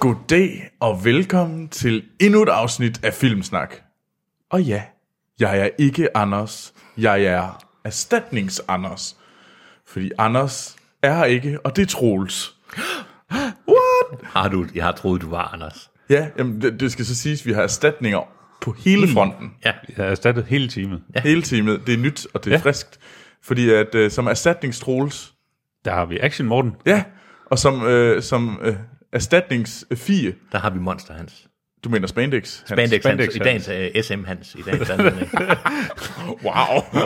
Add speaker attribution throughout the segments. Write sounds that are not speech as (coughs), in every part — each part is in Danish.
Speaker 1: Goddag og velkommen til endnu et afsnit af Filmsnak. Og ja, jeg er ikke Anders. Jeg er erstatnings-Anders. Fordi Anders er her ikke, og det er Troels. What?
Speaker 2: Har du, jeg har troet, du var Anders.
Speaker 1: Ja, jamen, det, det skal så siges, at vi har erstatninger på hele fronten.
Speaker 2: Ja,
Speaker 3: Jeg har erstattet hele timen. Ja.
Speaker 1: Hele teamet. Det er nyt, og det er ja. friskt. Fordi at øh, som erstatningstroels,
Speaker 3: Der har vi Action Morten.
Speaker 1: ja, og som, øh, som øh, erstatningsfie,
Speaker 2: der har vi Monster Hans.
Speaker 1: du mener Spandex? Hans.
Speaker 2: Bandex, Hans.
Speaker 3: Spandex
Speaker 2: I dagens uh, SM Hans. I dagens anledning.
Speaker 1: Wow.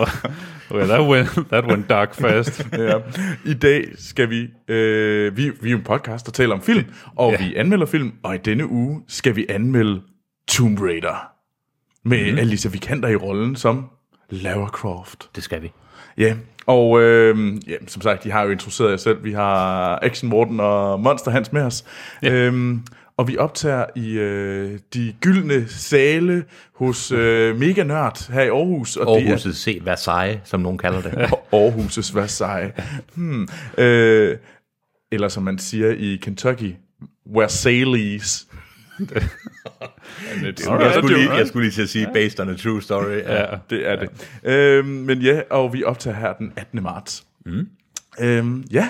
Speaker 3: Okay, that went, that went dark
Speaker 2: (laughs)
Speaker 3: fast.
Speaker 1: ja. (laughs) I dag skal vi, øh, vi, vi er jo en podcast, der taler om film, og ja. vi anmelder film, og i denne uge skal vi anmelde Tomb Raider med mm. Alicia Vikander i rollen som Lara Croft.
Speaker 2: det skal vi.
Speaker 1: Ja, og øh, ja, som sagt, de har jo introduceret jer selv. Vi har Action Morten og Monster Hans med os. Ja. Øhm, og vi optager i øh, de gyldne sale hos øh, Mega Nørd her i Aarhus. Og det er-
Speaker 2: Aarhuset C. Versailles, som nogen kalder det.
Speaker 1: Aarhus' Versailles. Hmm. Øh, eller som man siger i Kentucky, Versailles.
Speaker 3: Lidt.
Speaker 2: jeg,
Speaker 1: Alright,
Speaker 2: skulle
Speaker 1: det er
Speaker 2: lige,
Speaker 1: jo-
Speaker 2: jeg skulle lige til at sige, based on a true story. Ja.
Speaker 3: Ja.
Speaker 1: Det er det. Øhm, men ja, og vi optager her den 18. marts. Mm. Øhm, ja.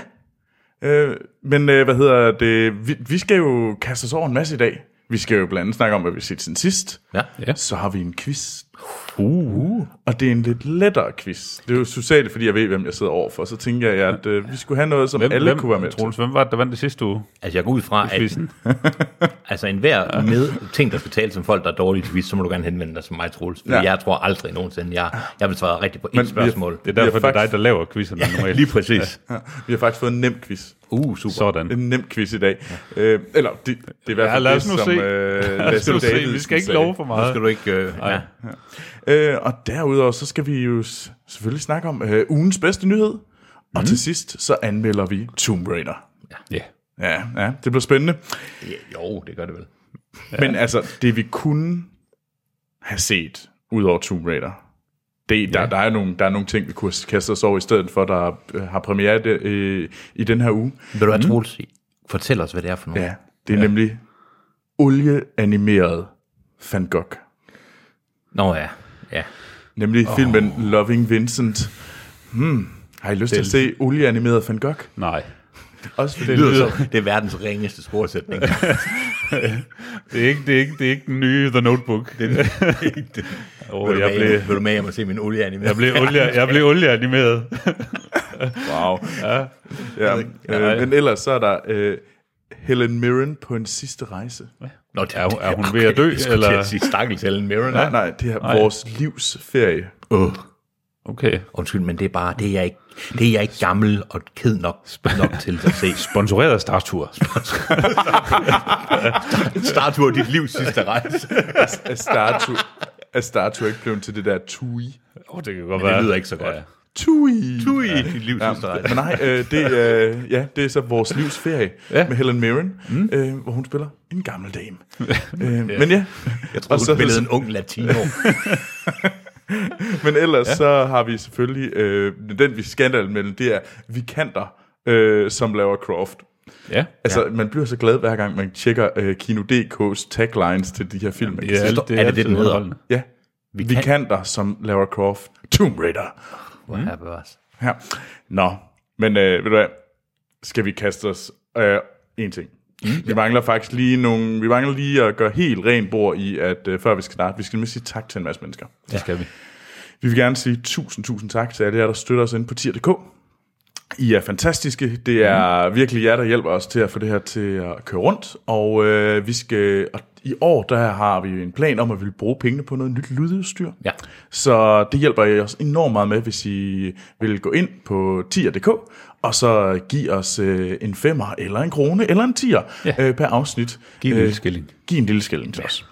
Speaker 1: Øh, men øh, hvad hedder det? Vi, vi skal jo kaste os over en masse i dag. Vi skal jo blandt andet snakke om, hvad vi har set siden sidst.
Speaker 2: Ja.
Speaker 3: Ja.
Speaker 1: Så har vi en quiz.
Speaker 3: Uh.
Speaker 1: Og det er en lidt lettere quiz. Det er jo socialt, fordi jeg ved, hvem jeg sidder overfor. Så tænker jeg, at øh, vi skulle have noget, som
Speaker 3: Hvem,
Speaker 1: alle
Speaker 3: hvem,
Speaker 1: kunne være med til.
Speaker 3: Troels, hvem var det, der vandt det sidste uge?
Speaker 2: Altså, jeg går ud fra, at
Speaker 3: Quizzen?
Speaker 2: altså, enhver med ting, der skal tales som folk, der er dårlige til quiz, så må du gerne henvende dig som mig, Troels. Fordi
Speaker 1: Ja.
Speaker 2: ja. jeg tror aldrig nogensinde, jeg, jeg vil svare rigtigt på
Speaker 1: Men
Speaker 2: et
Speaker 1: vi-
Speaker 2: spørgsmål.
Speaker 3: Det er derfor,
Speaker 1: Ja,
Speaker 3: det er dig,
Speaker 1: faktisk.
Speaker 3: der laver quizzerne normalt.
Speaker 2: Lige præcis. Ja.
Speaker 1: (laughs) Vi har faktisk fået en nem quiz.
Speaker 2: Uh, super.
Speaker 3: Sådan. (laughs)
Speaker 1: En nem quiz i dag. Ja. Øh, eller, det, det er i hvert
Speaker 3: Ja,
Speaker 1: fald
Speaker 3: lad
Speaker 1: det,
Speaker 3: os nu
Speaker 1: som
Speaker 3: se. (laughs)
Speaker 1: Øh,
Speaker 3: Det
Speaker 1: Lasse
Speaker 3: skal du se.
Speaker 1: Davidsen
Speaker 3: Vi skal ikke
Speaker 1: sagde.
Speaker 3: love for
Speaker 2: Nu
Speaker 3: meget.
Speaker 2: skal du ikke... Øh, ja.
Speaker 1: Øh, og derudover, så skal vi jo s- selvfølgelig snakke om øh, ugens bedste nyhed. Og mm. til sidst, så anmelder vi Tomb Raider.
Speaker 3: Ja.
Speaker 1: Ja, ja det bliver spændende.
Speaker 2: Ja, Jo, det gør det vel.
Speaker 1: Ja. Men altså, det vi kunne have set ud over Tomb Raider, det, der, ja. der, er nogle, der er nogle ting, vi kunne have kastet os over i stedet for, der øh, har premiere det, øh, i den her uge.
Speaker 2: Vil du have Troels? Fortæl os, hvad det er for noget.
Speaker 1: Ja, det er ja. nemlig olieanimeret Van Gogh.
Speaker 2: Nå ja, ja.
Speaker 1: Nemlig oh. filmen Loving Vincent. Hmm. Har I lyst til at se olieanimeret Van Gogh?
Speaker 3: Nej.
Speaker 1: Også
Speaker 3: Det
Speaker 1: lyder-
Speaker 3: lyder,
Speaker 2: Det er verdens ringeste
Speaker 3: (laughs)
Speaker 2: sporsætning.
Speaker 3: det, er ikke, det, er ikke, det er ikke den nye The Notebook. Det er
Speaker 2: det.
Speaker 3: (laughs) oh,
Speaker 2: Vil, du
Speaker 3: jeg,
Speaker 2: med,
Speaker 3: blev,
Speaker 2: blev... vil du med hjem og se min olieanime?
Speaker 3: jeg, blev olie, jeg blev
Speaker 2: (laughs)
Speaker 3: olieanimeret.
Speaker 1: Wow. ja. Ja.
Speaker 3: Ja,
Speaker 1: Øh,
Speaker 3: ja.
Speaker 1: men ellers så er der øh, Helen Mirren på en sidste rejse.
Speaker 2: Nå, det,
Speaker 3: Er hun- er hun ved at dø,
Speaker 2: Jeg skulle
Speaker 3: eller?
Speaker 2: til at sige stakkels Helen Mirren.
Speaker 1: Nej, nej, det er vores livs ferie.
Speaker 2: Uh.
Speaker 3: Okay.
Speaker 2: Undskyld, men det er bare, det er jeg ikke, det er jeg ikke gammel og ked nok, nok til at se. (laughs)
Speaker 3: Sponsoreret af Startur.
Speaker 2: Startur dit livs sidste rejse.
Speaker 1: Er Startu, er Startu ikke blevet til det der tui?
Speaker 3: Åh, oh, det kan godt
Speaker 2: Det
Speaker 3: være.
Speaker 2: lyder ikke så godt.
Speaker 3: Ja.
Speaker 1: Tui!
Speaker 2: Ui, dit livs sidste
Speaker 1: Ja,
Speaker 2: rejse.
Speaker 1: men nej, øh, det, øh, ja, det er så vores livs ferie ja.
Speaker 3: Ja.
Speaker 1: med Helen Mirren, mm. øh, hvor hun spiller en gammel dame. øh, men ja,
Speaker 2: Jeg tror,
Speaker 1: Og
Speaker 2: hun
Speaker 1: så-
Speaker 2: spillede en ung
Speaker 3: (laughs)
Speaker 2: latino.
Speaker 1: men ellers ja. så har vi selvfølgelig, øh, den vi skal mellem, det er Vikanter, øh, som laver Croft.
Speaker 3: ja.
Speaker 1: Altså, ja. man bliver så glad, hver gang man tjekker øh, Kino.dk's taglines til de her film. ikke?
Speaker 3: Ja,
Speaker 2: Forstår- er det det, den
Speaker 3: altid
Speaker 2: hedder?
Speaker 3: underholdende.
Speaker 1: ja. Vi,
Speaker 2: Vi
Speaker 1: kan.
Speaker 2: kan-
Speaker 1: Vikanter, som Lara Croft. Tomb Raider.
Speaker 2: Hvor her bevares.
Speaker 1: Her. Nå, men øh, ved du hvad? Skal vi kaste os øh, en ting? Mm, vi mangler faktisk lige nogle, vi mangler lige at gøre helt ren bord i, at øh, før vi skal starte, vi skal nemlig sige tak til en masse mennesker.
Speaker 3: Det skal vi.
Speaker 1: Vi vil gerne sige tusind, tusind tak til alle jer, der støtter os inde på tier.dk. I er fantastiske. Det er
Speaker 3: Mm.
Speaker 1: virkelig jer, der hjælper os til at få det her til at køre rundt. Og øh, vi skal og i år der har vi en plan om, at vi vil bruge pengene på noget nyt lydudstyr.
Speaker 2: Ja.
Speaker 1: Så det hjælper I os enormt meget med, hvis I vil gå ind på tier.dk, og så give os øh, en femmer, eller en krone, eller en tier ja. øh, per afsnit.
Speaker 3: Giv en
Speaker 1: Øh,
Speaker 3: lille skilling.
Speaker 1: Giv en lille skilling til os.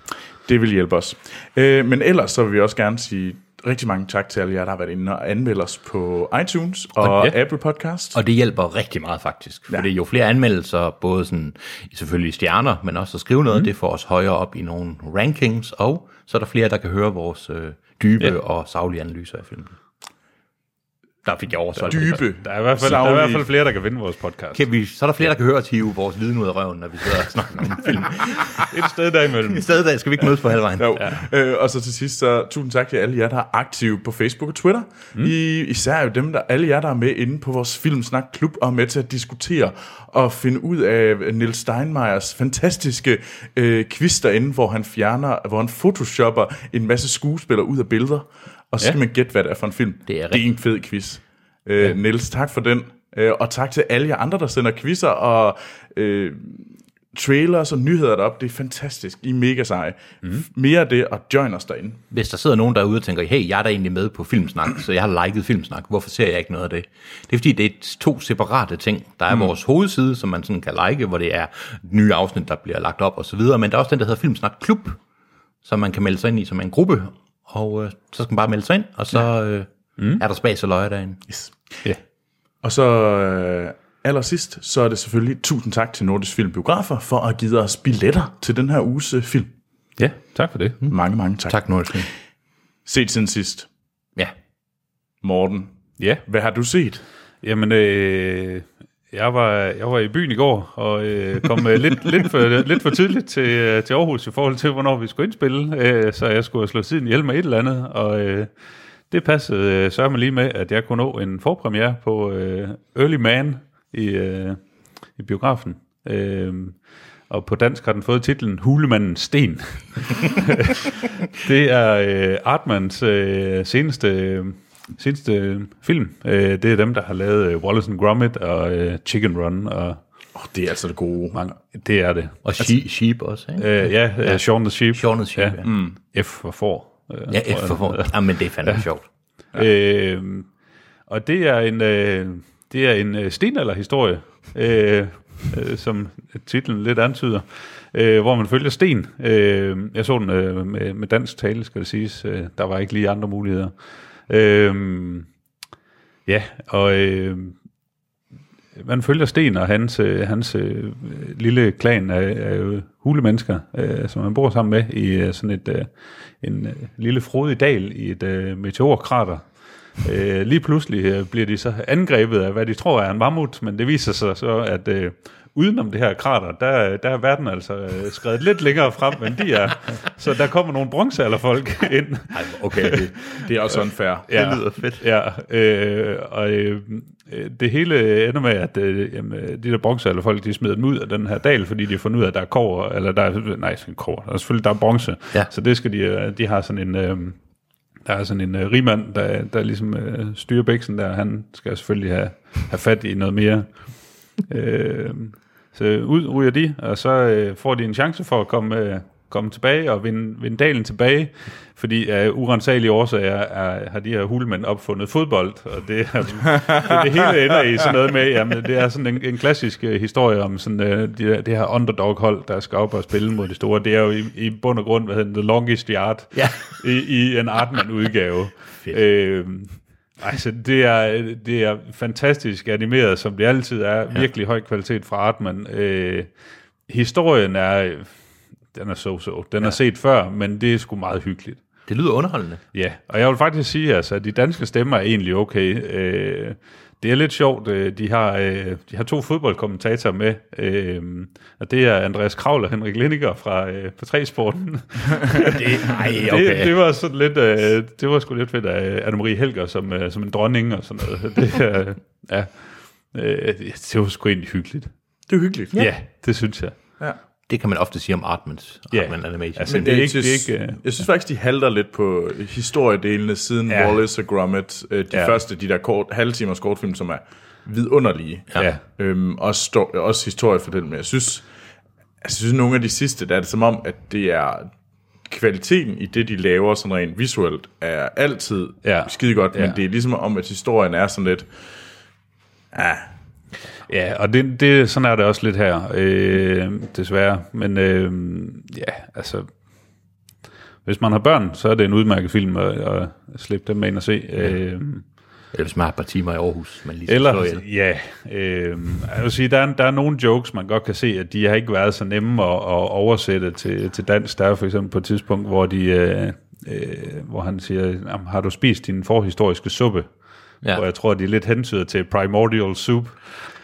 Speaker 1: Det vil hjælpe os. Øh, men ellers så vil vi også gerne sige rigtig mange tak til alle jer, der har været inde og anmeldt os på iTunes og, og
Speaker 3: ja.
Speaker 1: Apple Podcast.
Speaker 2: Og det hjælper rigtig meget faktisk. Fordi jo flere anmeldelser, både sådan, selvfølgelig stjerner, men også at skrive noget, mm. det får os højere op i nogle rankings, og så er der flere, der kan høre vores øh, dybe ja. og savlige analyser af filmen. der fik jeg oversolgt.
Speaker 1: Dybe.
Speaker 3: Der er, i hvert fald, der er i hvert fald flere, der kan vinde vores podcast.
Speaker 2: Kan vi, så er der flere, der kan høre os hive vores viden ud af røven, når vi sidder og snakker om film.
Speaker 3: Et sted derimellem.
Speaker 2: I stedet der skal vi ikke mødes på halvvejen.
Speaker 1: Jo. Ja. Øh, og så til sidst, så tusind tak til alle jer, der er aktive på Facebook og Twitter. Mm. I, især jo dem, der, alle jer, der er med inde på vores Filmsnak Klub og er med til at diskutere og finde ud af Nils Steinmeiers fantastiske øh, quiz derinde, hvor han fjerner, hvor han photoshopper en masse skuespillere ud af billeder. Og så skal man gætte, hvad det er for en film.
Speaker 2: Det er
Speaker 1: det er en fed quiz. Øh, ja. Niels, tak for den. Øh, og tak til alle jer andre, der sender quizzer og øh, trailers og nyheder derop. Det er fantastisk. I er mega seje. Mm. Mere af det, og join os derinde.
Speaker 2: Hvis der sidder nogen derude og tænker, hey, jeg er da egentlig med på Filmsnak, så jeg har liket Filmsnak, hvorfor ser jeg ikke noget af det? Det er fordi, det er to separate ting. Der er mm. vores hovedside, som man sådan kan like, hvor det er nye afsnit, der bliver lagt op og så videre, men der er også den, der hedder Filmsnak Klub, som man kan melde sig ind i som er en gruppe, og øh, så skal man bare melde sig ind, og så øh, mm. er der spas og løje derinde.
Speaker 1: Yes. Og så øh, allersidst, så er det selvfølgelig tusind tak til Nordisk Film Biografer for at give os billetter til den her uges øh, film.
Speaker 3: Ja, tak for det.
Speaker 1: Mange, mange tak.
Speaker 2: Tak, Nordsjøen.
Speaker 1: Set siden sidst.
Speaker 2: Ja.
Speaker 1: Morten,
Speaker 3: Ja,
Speaker 1: hvad har du set?
Speaker 3: jamen, øh, jeg, var, jeg var i byen i går, og øh, kom øh, lidt, (laughs) lidt, for, lidt for tidligt til, øh, til Aarhus i forhold til, hvornår vi skulle indspille. Øh, så jeg skulle have slået tiden ihjel med et eller andet, og øh, det passede øh, sørme lige med, at jeg kunne nå en forpremiere på øh, Early Man i, øh, i biografen. Øh, og på dansk har den fået titlen Hulemanden Sten. Det er øh, Artmans øh, seneste, øh, seneste øh, film. Øh, det er dem, der har lavet øh, Wallace and Gromit og øh, Chicken Run, og
Speaker 1: Oh, det er altså det gode.
Speaker 3: mange, det er det.
Speaker 2: Og she, Sheep også, ikke?
Speaker 3: Øh, ja, øh, Shaun the Sheep.
Speaker 2: Altså- Shaun the Sheep, ja.
Speaker 3: Mm. F for for. Øh,
Speaker 2: Ja, F for for. Jamen, det er fandme sjovt.
Speaker 3: Øh, og det er en, øh, det er en øh, stenalderhistorie, øh, øh, som titlen lidt antyder, øh, hvor man følger sten. Øh, jeg så den øh, med, med dansk tale, skal det siges. Øh, der var ikke lige andre muligheder. Øh, ja, og... Øh, man følger Sten og hans, øh, hans øh, lille klan af, af hulemennesker, øh, som han bor sammen med i øh, sådan et, øh, en øh, lille frodig dal i et øh, meteorkrater. Øh, lige pludselig øh, bliver de så angrebet af, hvad de tror er en mammut, men det viser sig så, at øh, udenom det her krater, der, der er verden altså øh, skrevet lidt længere frem, end de er. Så der kommer nogle bronzealderfolk ind.
Speaker 2: Ej, (laughs) okay, det,
Speaker 1: Det er også unfair.
Speaker 2: Det lyder fedt.
Speaker 3: Ja, øh, og øh, øh, det hele ender med, at øh, jamen, øh, de der bronzealderfolk, de smider dem ud af den her dal, fordi de har fundet ud af, at der er kover, eller der er, nej, sådan kover, der er selvfølgelig der er bronze.
Speaker 2: Ja.
Speaker 3: Så det skal de, øh, de har sådan en, øh, der er sådan en øh, rigmand, der, der ligesom øh, styrer bæksen der, han skal selvfølgelig have, have fat i noget mere. øh, så ud ryger de, og så øh, får de en chance for at komme, øh, komme tilbage og vinde, vinde dalen tilbage, fordi af urensagelige årsager er, har de her hulmænd opfundet fodbold, og det, er- det, det hele ender i sådan noget med, jamen det er sådan en, en klassisk øh, historie om sådan, øh, det, her- det her underdog-hold, der skal op og spille mod de store. Det er jo i, i bund og grund, hvad hedder det, The Longest Yard
Speaker 2: Ja.
Speaker 3: i, i en Artman-udgave. (laughs) øhm, altså, det er, det er fantastisk animeret, som det altid er. Virkelig høj kvalitet fra Artman. Øh, historien er... øh, Den er so-so. Den ja. er set før, men det er sgu meget hyggeligt.
Speaker 2: Det lyder underholdende.
Speaker 3: Ja, og jeg vil faktisk sige, altså, at de danske stemmer er egentlig okay. Øh, det er lidt sjovt, øh, de har, øh, de har to fodboldkommentatorer med, øh, og det er Andreas Kravl og Henrik Lindiger fra, øh, fra 3-sporten.
Speaker 2: Det, nej,
Speaker 3: Det, det var sådan lidt, øh, det var sgu lidt fedt af Anne-Marie Helger som, øh, som en dronning og sådan noget. Det, øh, ja, øh, det var sgu egentlig hyggeligt.
Speaker 1: Det er hyggeligt.
Speaker 3: Ja, ja det synes jeg.
Speaker 1: Ja.
Speaker 2: det kan man ofte sige om Artmans,
Speaker 3: Ja.
Speaker 2: Artman Animation. Altså,
Speaker 3: Altså, Men det er ikke,
Speaker 1: jeg,
Speaker 3: det er
Speaker 1: synes,
Speaker 3: ikke, øh,
Speaker 1: jeg synes faktisk, de halter lidt på øh, historiedelene siden
Speaker 3: Ja.
Speaker 1: ja. Wallace og Gromit. øh, De
Speaker 3: Ja.
Speaker 1: ja. første, de der kort, halvtimers kortfilm, som er vidunderlige.
Speaker 3: Ja. Ja.
Speaker 1: Øhm, også, sto- også historiefortælling. Men jeg synes, jeg synes, nogle af de sidste, der er det som om, at det er kvaliteten i det, de laver sådan rent visuelt, er altid
Speaker 3: Ja.
Speaker 1: ja. skide godt, men
Speaker 3: Ja.
Speaker 1: det er ligesom om, at historien er sådan lidt... Ja,
Speaker 3: Ja, og det, det, sådan er det også lidt her, øh, desværre. Men øh, ja, altså, hvis man har børn, så er det en udmærket film at, at slippe dem med ind og se. Øh,
Speaker 2: Eller hvis man har et par timer i Aarhus, man lige skal slå
Speaker 3: eller,
Speaker 2: ihjel.
Speaker 3: ja, øh, jeg vil sige, der er, der er nogle jokes, man godt kan se, at de har ikke været så nemme at, at oversætte til, til dansk. Der er for eksempel på et tidspunkt, hvor, de, øh, øh, hvor han siger, "Jamen, har du spist din forhistoriske suppe?
Speaker 2: Ja.
Speaker 3: ja. hvor jeg tror, de er lidt hentyder til Primordial Soup.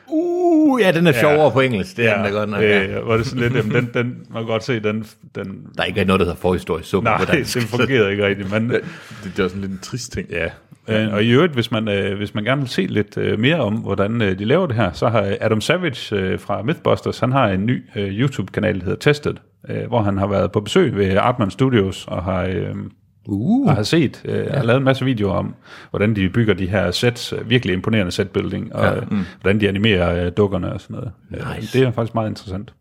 Speaker 2: Uh, ja, den er sjovere ja. på engelsk. Det er den da godt nok. Ja.
Speaker 3: øh, hvor det sådan lidt, jamen, den, den, man kan godt se, den, den
Speaker 2: Der er ikke noget, der hedder forhistorisk suppe
Speaker 3: nej,
Speaker 2: på dansk.
Speaker 3: det fungerede ikke rigtigt, men
Speaker 1: Det, det er også en lidt en trist ting.
Speaker 3: ja. Øh, Og i øvrigt, hvis man, øh, hvis man gerne vil se lidt øh, mere om, hvordan øh, de laver det her, så har øh, Adam Savage øh, fra Mythbusters, han har en ny øh, YouTube-kanal, der hedder Tested, øh, hvor han har været på besøg ved Artman Studios og har... Øh,
Speaker 2: Uh.
Speaker 3: og har set, øh, ja. har lavet en masse videoer om, hvordan de bygger de her sets, øh, virkelig imponerende setbuilding, og ja. mm. hvordan de animerer øh, dukkerne og sådan noget. Nice. Det er faktisk meget interessant.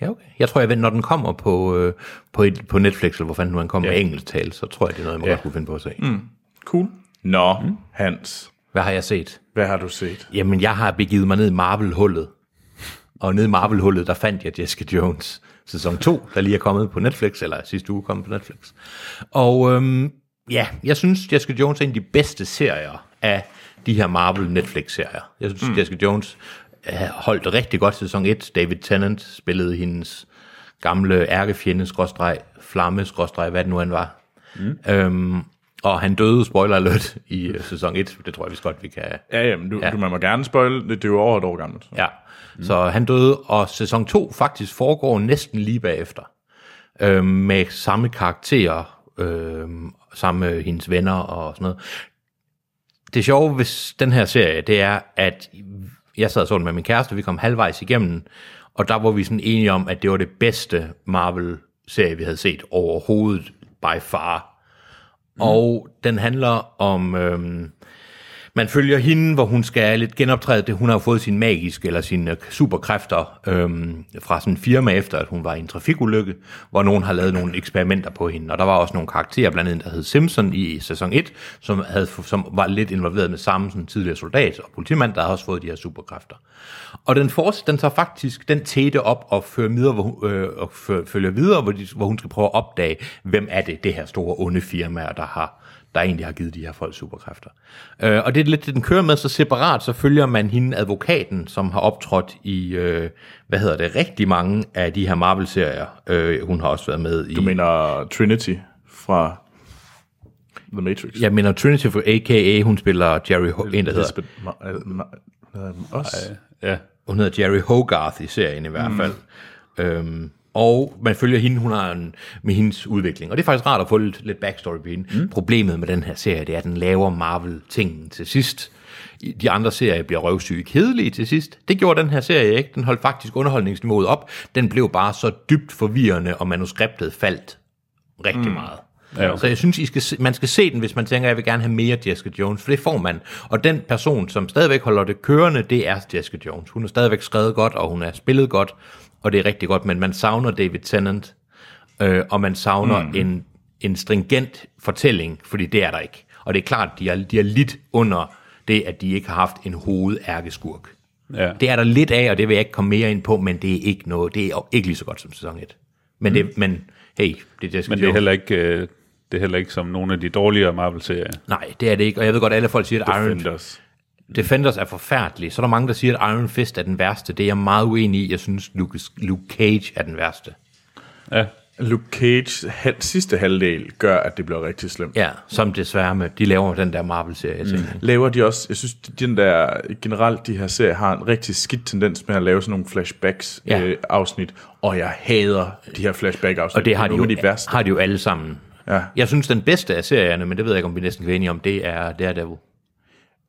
Speaker 2: Ja, okay. Jeg tror, jeg venter, når den kommer på, øh, på, et, på Netflix, eller hvor fanden nu han kommer ja. med engelsk tale, så tror jeg, det er noget, jeg må ja.
Speaker 3: Ja.
Speaker 2: godt kunne finde på at se. Mm.
Speaker 1: Cool. Nå, mm. Hans,
Speaker 2: Hvad har jeg set?
Speaker 1: hvad har du set?
Speaker 2: Jamen, jeg har begivet mig ned i Marvel-hullet. Og nede i Marvel-hullet, der fandt jeg Jessica Jones sæson 2, der lige er kommet på Netflix, eller sidste uge kom på Netflix. Og øhm, ja, jeg synes, Jessica Jones er en af de bedste serier af de her Marvel-Netflix-serier. Jeg synes, mm. Jessica Jones øh, holdt rigtig godt sæson 1. David Tennant spillede hendes gamle ærkefjende, skråstreg, flamme, skråstreg, hvad det nu han var. Mm. Øhm, og han døde, spoiler alert, i øh, sæson 1. Det tror jeg vist godt, vi kan
Speaker 1: Ja, jamen, du, ja. du man må gerne spoil. Det, det er jo over et år gammelt.
Speaker 2: Ja, mm. så han døde, og sæson 2 faktisk foregår næsten lige bagefter. Øh, med samme karakterer, øh, samme øh, hendes venner og sådan noget. Det sjove ved s- den her serie, det er, at jeg sad og så den med min kæreste, vi kom halvvejs igennem, og der var vi sådan enige om, at det var det bedste Marvel-serie, vi havde set overhovedet, by far. Mm. Og den handler om... Øh, man følger hende, hvor hun skal lidt genoptræde det. Hun har jo fået sin magiske eller sine superkræfter øhm, fra sådan en firma efter, at hun var i en trafikulykke, hvor nogen har lavet nogle eksperimenter på hende. Og der var også nogle karakterer, blandt andet der hed Simpson i sæson 1, som, havde, som var lidt involveret med samme sådan tidligere soldat og politimand, der havde også fået de her superkræfter. Og den fortsætter, den tager faktisk den tete op og fører videre, hvor, hun- øh, og fører, følger videre, hvor, de, hvor hun skal prøve at opdage, hvem er det, det her store onde firma, der har der egentlig har givet de her folk superkræfter. Øh, og det er lidt det, den kører med, så separat, så følger man hende, advokaten, som har optrådt i, øh, hvad hedder det, rigtig mange af de her Marvel-serier. Øh, hun har også været med i...
Speaker 1: Du mener Trinity fra The Matrix?
Speaker 2: Jeg mener Trinity for A.K.A. hun spiller Jerry Ho- en, der hedder
Speaker 1: Lisbeth Ma- øh, Ma- øh, os.
Speaker 3: Ja.
Speaker 2: Hun hedder Jerry Hogarth i serien i hvert fald. Mm. Øhm, og man følger hende, hun har en, med hendes udvikling. Og det er faktisk rart at få lidt, lidt backstory på hende. Mm. Problemet med den her serie, det er, at den laver Marvel-tingen til sidst. I- De andre serier bliver røvsyge kedelige til sidst. Det gjorde den her serie ikke. Den holdt faktisk underholdningsniveauet op. Den blev bare så dybt forvirrende, og manuskriptet faldt rigtig mm. meget. Ja,
Speaker 3: Ja,
Speaker 2: okay.
Speaker 3: okay.
Speaker 2: Så jeg synes, I skal se, man skal se den, hvis man tænker, at jeg vil gerne have mere Jessica Jones, for det får man. Og den person, som stadigvæk holder det kørende, det er Jessica Jones. Hun er stadigvæk skrevet godt, og hun er spillet godt, og det er rigtig godt, men man savner David Tennant, øh, og man savner mm. en, en stringent fortælling, fordi det er der ikke. Og det er klart, de har, de har lidt under det, at de ikke har haft en hovedærkeskurk.
Speaker 3: Ja.
Speaker 2: Det er der lidt af, og det vil jeg ikke komme mere ind på, men det er ikke noget, det er ikke lige så godt som sæson 1. Men, mm. det, men hey, det er Jessica
Speaker 3: Men det er,
Speaker 2: Jones.
Speaker 3: heller ikke, øh, det er heller ikke som nogle af de dårligere Marvel-serier.
Speaker 2: Nej, det er det ikke. Og jeg ved godt, at alle folk siger, at Defenders. Iron
Speaker 1: Defenders.
Speaker 2: Defenders er forfærdelig. Så er der mange, der siger, at Iron Fist er den værste. Det er jeg meget uenig i. Jeg synes, Lucas, Luke Cage er den værste.
Speaker 3: Ja.
Speaker 1: Luke Cage hal- sidste halvdel gør, at det bliver rigtig slemt.
Speaker 2: Ja, som desværre med, de laver den der Marvel-serie. Mm.
Speaker 1: Laver de også, jeg synes, de- den der, generelt de her serier har en rigtig skidt tendens med at lave sådan nogle flashbacks
Speaker 2: Ja.
Speaker 1: ja. øh, afsnit, og jeg hader de her flashback afsnit.
Speaker 2: Og det har de, jo,
Speaker 1: de værste.
Speaker 2: har de jo alle sammen.
Speaker 1: Ja.
Speaker 2: Jeg synes, den bedste af serierne, men det ved jeg ikke, om vi næsten kan være enige om, det er Daredevil.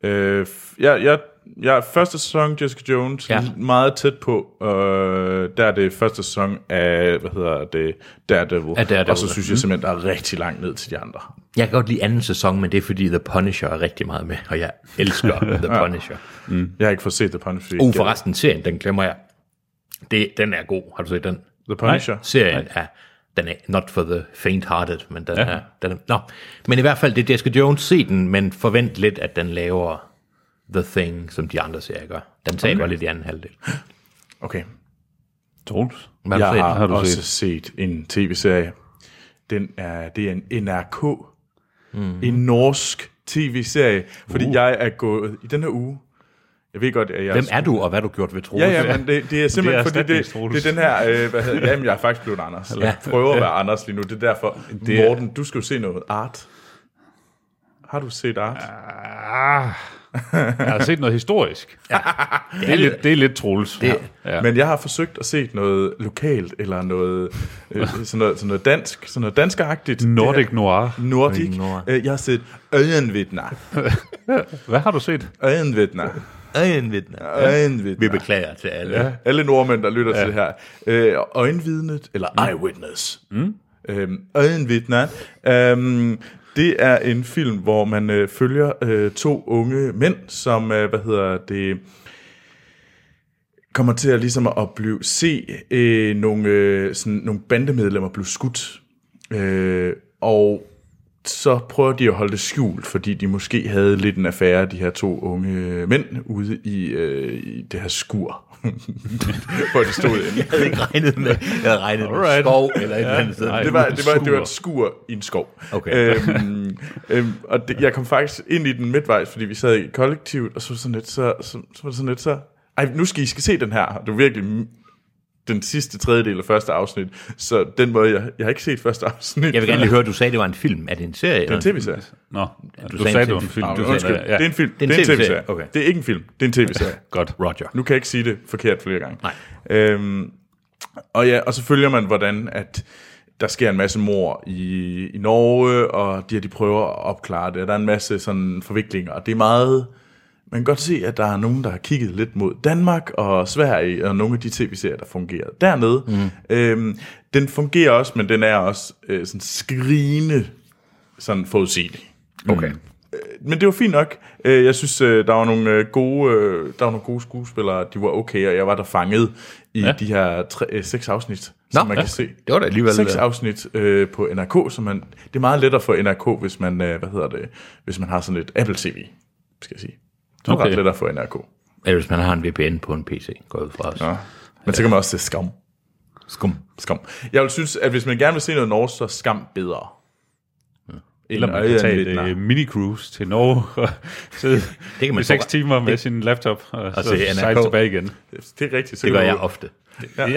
Speaker 1: Øh, f- jeg, jeg, jeg, første sæson Jessica Jones,
Speaker 2: Ja.
Speaker 1: ja. meget tæt på. Øh, der er det første sæson af, hvad hedder det, Daredevil.
Speaker 2: Af Daredevil,
Speaker 1: Og så
Speaker 2: ja.
Speaker 1: synes jeg simpelthen, der er rigtig langt ned til de andre.
Speaker 2: Jeg kan godt lide anden sæson, men det er fordi The Punisher er rigtig meget med, og jeg elsker The Punisher.
Speaker 1: Jeg har ikke fået set The Punisher.
Speaker 2: Uh, forresten, serien, den glemmer jeg. Det, den er god. Har du set den?
Speaker 1: The Punisher?
Speaker 2: serien er, den er not for the faint-hearted, men den ja. er, den er, no. Men i hvert fald, det er Jessica Jones, se den, men forvent lidt, at den laver The Thing, som de andre serier gør. Den taber okay. lidt i anden halvdel.
Speaker 1: Okay.
Speaker 3: Troels?
Speaker 2: Hvad
Speaker 1: Jeg
Speaker 2: har du set?
Speaker 1: har,
Speaker 3: Har du
Speaker 1: også set,
Speaker 3: set?
Speaker 1: en tv-serie. Den er, det er en NRK. Mm. En norsk tv-serie. Fordi jeg er gået i den her uge. Jeg ved godt, at jeg...
Speaker 2: Uh. Hvem er du, og hvad har du gjort ved Troels?
Speaker 1: Ja, ja, men det, det er simpelthen,
Speaker 3: Det
Speaker 1: det er
Speaker 3: er
Speaker 1: fordi det,
Speaker 3: erstatningstrolles.
Speaker 1: det er den her, øh, hvad hedder, jamen jeg er faktisk blevet Anders. Ja. Jeg prøver at være Anders lige nu, det er derfor. Det
Speaker 3: er-
Speaker 1: Morten, du skal jo se noget art. Har du set Art?
Speaker 3: Ah, jeg har set noget historisk. Ja, det, er lidt, det er lidt Troels. Det, ja.
Speaker 1: Ja. Men jeg har forsøgt at se noget lokalt, eller noget, øh, sådan noget, sådan noget dansk, sådan noget danskeragtigt.
Speaker 3: Nordic
Speaker 1: Det
Speaker 3: Noir.
Speaker 1: er- Nordic.
Speaker 2: Nord.
Speaker 1: Øh, Jeg har set Øjenvidner.
Speaker 3: Hvad har du set?
Speaker 1: Øjenvidner.
Speaker 2: Øjenvidner. Vi
Speaker 1: Øjenvidner.
Speaker 2: beklager til alle. Ja.
Speaker 1: Alle nordmænd, der lytter ja. til det her. Øh, øjenvidnet, eller eyewitness. Mm. Øhm, øjenvidner. Øhm, det er en film, hvor man øh, følger øh, to unge mænd, som, øh, hvad hedder det, kommer til at ligesom at blive, se øh, nogle, øh, sådan, nogle bandemedlemmer blive skudt. Øh, og så prøver de at holde det skjult, fordi de måske havde lidt en affære, de her to unge mænd, ude i, øh, i det her skur, hvor de stod inde.
Speaker 2: Jeg havde ikke regnet med, jeg havde regnet med
Speaker 3: Alright.
Speaker 2: skov eller et eller andet sted.
Speaker 3: nej.
Speaker 1: Det var,
Speaker 3: Et
Speaker 1: det, var, det var
Speaker 3: skur.
Speaker 1: et skur i en skov.
Speaker 2: Okay.
Speaker 1: Øhm, øhm, og det, jeg kom faktisk ind i den midtvejs, fordi vi sad i kollektivet, og så var det sådan lidt så... så, så, var det sådan lidt så ej, nu skal I skal se den her. Det var virkelig m- den sidste tredjedel af første afsnit. Så den måde, jeg, jeg har ikke set første afsnit.
Speaker 2: Jeg vil gerne lige høre, du sagde, det var en film. Er det en serie?
Speaker 1: Det er en tv-serie.
Speaker 3: Nå, du,
Speaker 2: sagde
Speaker 3: sagde,
Speaker 2: en
Speaker 3: det var en
Speaker 2: film.
Speaker 3: film.
Speaker 2: Nå,
Speaker 3: Du
Speaker 1: Undskyld,
Speaker 3: sagde,
Speaker 1: det er en film. Det
Speaker 2: en
Speaker 1: er en
Speaker 2: tv-serie.
Speaker 1: tv-serie.
Speaker 2: Okay.
Speaker 1: Det er ikke en film, det er en tv-serie.
Speaker 3: Godt. Roger.
Speaker 1: Nu kan jeg ikke sige det forkert flere gange.
Speaker 2: Nej.
Speaker 1: Øhm, og ja, og så følger man, hvordan at der sker en masse mor i, i Norge, og de, her, de prøver at opklare det, og der er en masse sådan forviklinger, og det er meget... Man kan godt se, at der er nogen, der har kigget lidt mod Danmark og Sverige, og nogle af de tv-serier, der fungerede dernede. Mm. Øhm, den fungerer også, men den er også øh, sådan skrigende sådan forudsigelig.
Speaker 2: Okay.
Speaker 1: Men det var fint nok. Øh, Jeg synes, øh, der var nogle øh, gode, øh, der var nogle gode skuespillere. De var okay, og jeg var der fanget i ja. de her tre, øh, seks afsnit, som man
Speaker 2: ja.
Speaker 1: kan se.
Speaker 2: Det var da alligevel...
Speaker 1: Seks afsnit øh, på NRK, så man, det er meget lettere for NRK, hvis man, øh, hvad hedder det, hvis man har sådan et Apple TV, skal jeg sige. Det er okay.
Speaker 3: Okay.
Speaker 1: ret lettere for NRK.
Speaker 2: Eller hvis man har en VPN på en PC, går jeg ud fra os.
Speaker 1: Ja. Men så kan man også se Skam.
Speaker 2: Skum.
Speaker 1: Skam. Jeg vil synes, at hvis man gerne vil se noget norsk, så er Skam bedre. Ja.
Speaker 3: Eller man kan tage et øh, mini-cruise til Norge og sidde
Speaker 2: Det kan man
Speaker 3: i seks
Speaker 2: tro-
Speaker 3: timer med sin laptop og, og så
Speaker 2: se NRK.
Speaker 3: sejle tilbage igen.
Speaker 1: Det er rigtigt. Så kan
Speaker 2: Det gør
Speaker 1: du-
Speaker 2: jeg ofte.
Speaker 3: Ja,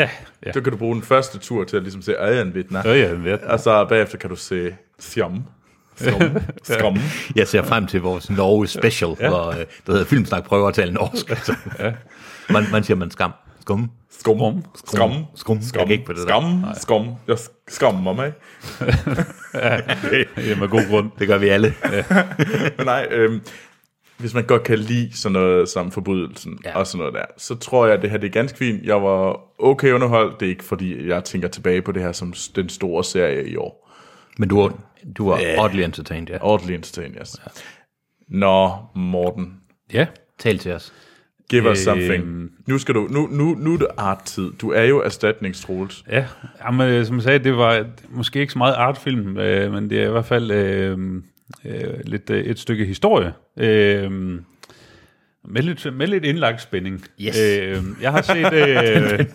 Speaker 3: ja.
Speaker 1: Så kan du bruge den første tur til at ligesom se Øjenvidner.
Speaker 3: ja. ja, ja.
Speaker 1: Og så bagefter kan du se Sjom. Skum.
Speaker 2: Jeg ser frem til vores Norge special, ja. hvor øh, der hedder Filmsnak prøver at tale norsk. Så. Ja. Man, man siger, man skam. Skum.
Speaker 1: Skum. Skum.
Speaker 2: Skum. Jeg
Speaker 1: Skum.
Speaker 2: kan ikke på det der.
Speaker 1: Skum. Skum. Jeg skammer mig.
Speaker 3: ja, med god grund.
Speaker 2: Det gør vi alle.
Speaker 1: Men nej, øhm, hvis man godt kan lide sådan noget som forbrydelsen
Speaker 2: Ja.
Speaker 1: ja. og sådan noget der, så tror jeg, at det her det er ganske fint. Jeg var okay underholdt. Det er ikke, fordi jeg tænker tilbage på det her som s- den store serie i år.
Speaker 2: Men du var, du var oddly entertained, ja.
Speaker 1: Oddly entertaining, yes. Ja. Nå, Morten.
Speaker 3: Ja,
Speaker 2: Tal til os.
Speaker 1: Give us something. Nu, skal du, nu, nu, nu er det art-tid. Du er jo erstatningstroels.
Speaker 3: ja. Jamen, øh, som jeg sagde, det var måske ikke så meget artfilm, øh, men det er i hvert fald øh, øh, lidt øh, et stykke historie. Øh, med lidt, med lidt indlagt spænding.
Speaker 2: Yes.
Speaker 3: Øh, jeg har set øh,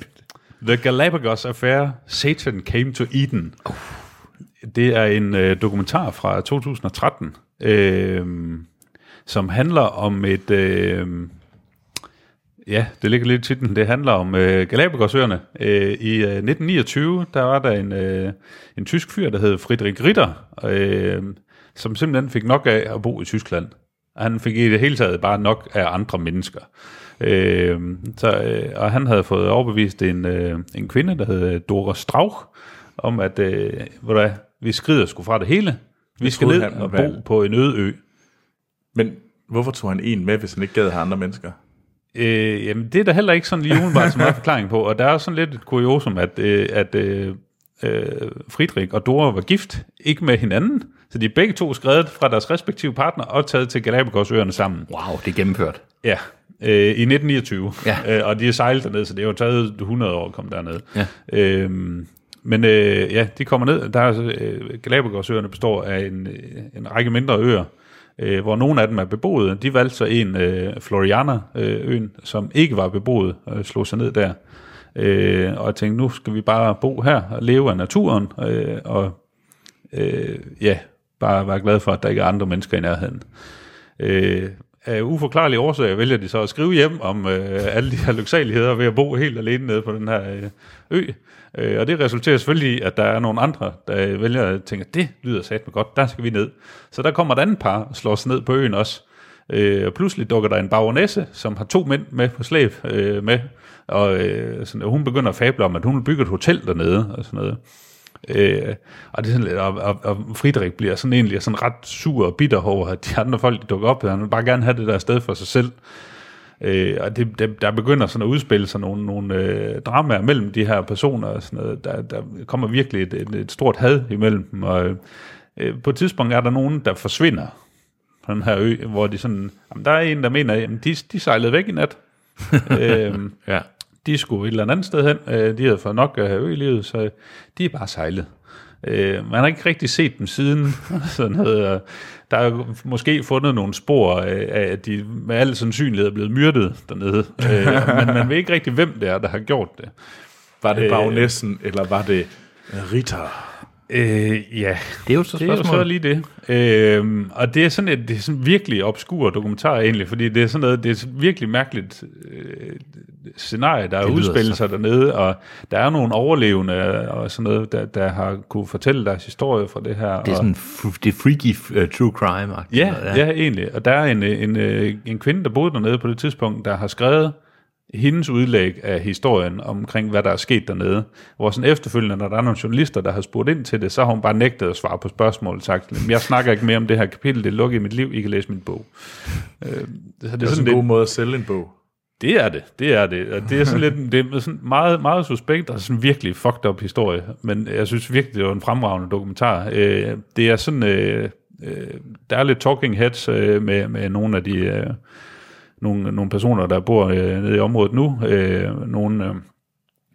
Speaker 3: The Galapagos Affair, Satan Came to Eden. Det er en øh, dokumentar fra 2013, øh, som handler om et... Øh, Ja, det ligger lidt i titlen. Det handler om øh, Galapagosøerne. Øh, I øh, 1929, der var der en, øh, en tysk fyr, der hed Friedrich Ritter, øh, som simpelthen fik nok af at bo i Tyskland. Og Han fik i det hele taget bare nok af andre mennesker. Øh, så, øh, og han havde fået overbevist en, øh, en kvinde, der hed øh, Dora Strauch, om at øh, ved du hvad, vi skrider sgu fra det hele. Vi skal
Speaker 1: troede,
Speaker 3: ned
Speaker 1: han
Speaker 3: og
Speaker 1: var-
Speaker 3: bo på en øde ø.
Speaker 1: Men hvorfor tog han en med, hvis han ikke gad have andre mennesker?
Speaker 3: Øh, jamen, det er der heller ikke sådan lige umiddelbart så meget forklaring på, og der er sådan lidt et kuriosum, at, øh, at øh, øh, Friedrich og Dora var gift, ikke med hinanden, så de er begge to skrevet fra deres respektive partner og taget til Galapagosøerne sammen.
Speaker 2: Wow, det er gennemført.
Speaker 3: Ja, øh, i 1929.
Speaker 2: Ja.
Speaker 3: Øh, og de er sejlet derned, så det har jo taget 100 år at komme derned.
Speaker 2: Ja.
Speaker 3: Øhm, men øh, ja, de kommer ned. Der er, så, øh, Galapagosøerne består af en, øh, en række mindre øer, øh, hvor nogle af dem er beboede. De valgte så en øh, Floriana-øen, som ikke var beboet, og slog sig ned der. Øh, og jeg tænkte, nu skal vi bare bo her og leve af naturen, øh, og øh, ja, bare være glad for, at der ikke er andre mennesker i nærheden. Øh, af uforklarlige årsager vælger de så at skrive hjem om øh, alle de her lyksaligheder ved at bo helt alene nede på den her øh, ø. Øh, og det resulterer selvfølgelig i, at der er nogle andre, der vælger at tænke, det lyder satme godt, der skal vi ned. Så der kommer et andet par og slår sig ned på øen også. Øh, og pludselig dukker der en baronesse, som har to mænd med på slæb øh, med, og øh, sådan, og hun begynder at fable om, at hun vil bygge et hotel dernede og sådan noget. Øh, og, det er sådan lidt, og, og, og Friedrich bliver sådan egentlig sådan ret sur og bitter over, at de andre folk de dukker op, han vil bare gerne have det der sted for sig selv. Øh, og det, det, der begynder sådan at udspille sig nogle, nogle øh, dramaer mellem de her personer. Og sådan noget. Der, der kommer virkelig et, et, et stort had imellem dem. Og, øh, på et tidspunkt er der nogen, der forsvinder på den her ø, hvor de sådan, jamen, der er en, der mener, at de, de sejlede væk i nat. (laughs) øh,
Speaker 2: Ja.
Speaker 3: de skulle et eller andet sted hen. Øh, de havde fået nok af ølivet, så de er bare sejlet. Øh, man har ikke rigtig set dem siden. (laughs) sådan noget, og der er jo måske fundet nogle spor øh, af, at de med al sandsynlighed er blevet myrdet dernede. Øh, (laughs) men man ved ikke rigtig, hvem det er, der har gjort det.
Speaker 1: Var det
Speaker 3: Øh.
Speaker 1: bagnæssen, eller var det Rita?
Speaker 3: Øh, ja,
Speaker 2: Det er jo så
Speaker 3: det er jo så
Speaker 2: spørgsmålet.
Speaker 3: lige det. Øhm, og det er sådan et det er sådan virkelig obskur dokumentar egentlig, fordi det er sådan noget, det er sådan virkelig mærkeligt øh, scenarie, der
Speaker 2: lyder
Speaker 3: udspiller
Speaker 2: så-
Speaker 3: sig dernede, og der er nogle overlevende og sådan noget, der, der har kunne fortælle deres historie fra det her.
Speaker 2: Det er
Speaker 3: og,
Speaker 2: sådan, f- det er freaky uh, true crime.
Speaker 3: Ja, ja, ja, egentlig. Og der er en, øh, en, øh, en kvinde, der boede dernede på det tidspunkt, der har skrevet hendes udlæg af historien omkring, hvad der er sket dernede. Hvor sådan efterfølgende, når der er nogle journalister, der har spurgt ind til det, så har hun bare nægtet at svare på spørgsmål og sagt, "Jamen, jeg snakker ikke mere om det her kapitel, det er lukket i mit liv, I kan læse min bog. Øh, så det, er
Speaker 1: Det er
Speaker 3: sådan
Speaker 1: sådan en god
Speaker 3: lidt,
Speaker 1: måde at sælge en bog.
Speaker 3: det er det, det er det. Og det er sådan lidt det er sådan meget, meget suspekt og sådan virkelig fucked up historie. Men jeg synes virkelig, det var en fremragende dokumentar. Øh, det er sådan... Øh, øh, der er lidt talking heads øh, med, med nogle af de øh, nogle, nogle personer, der bor øh, nede i området nu. Øh, nogle, øh,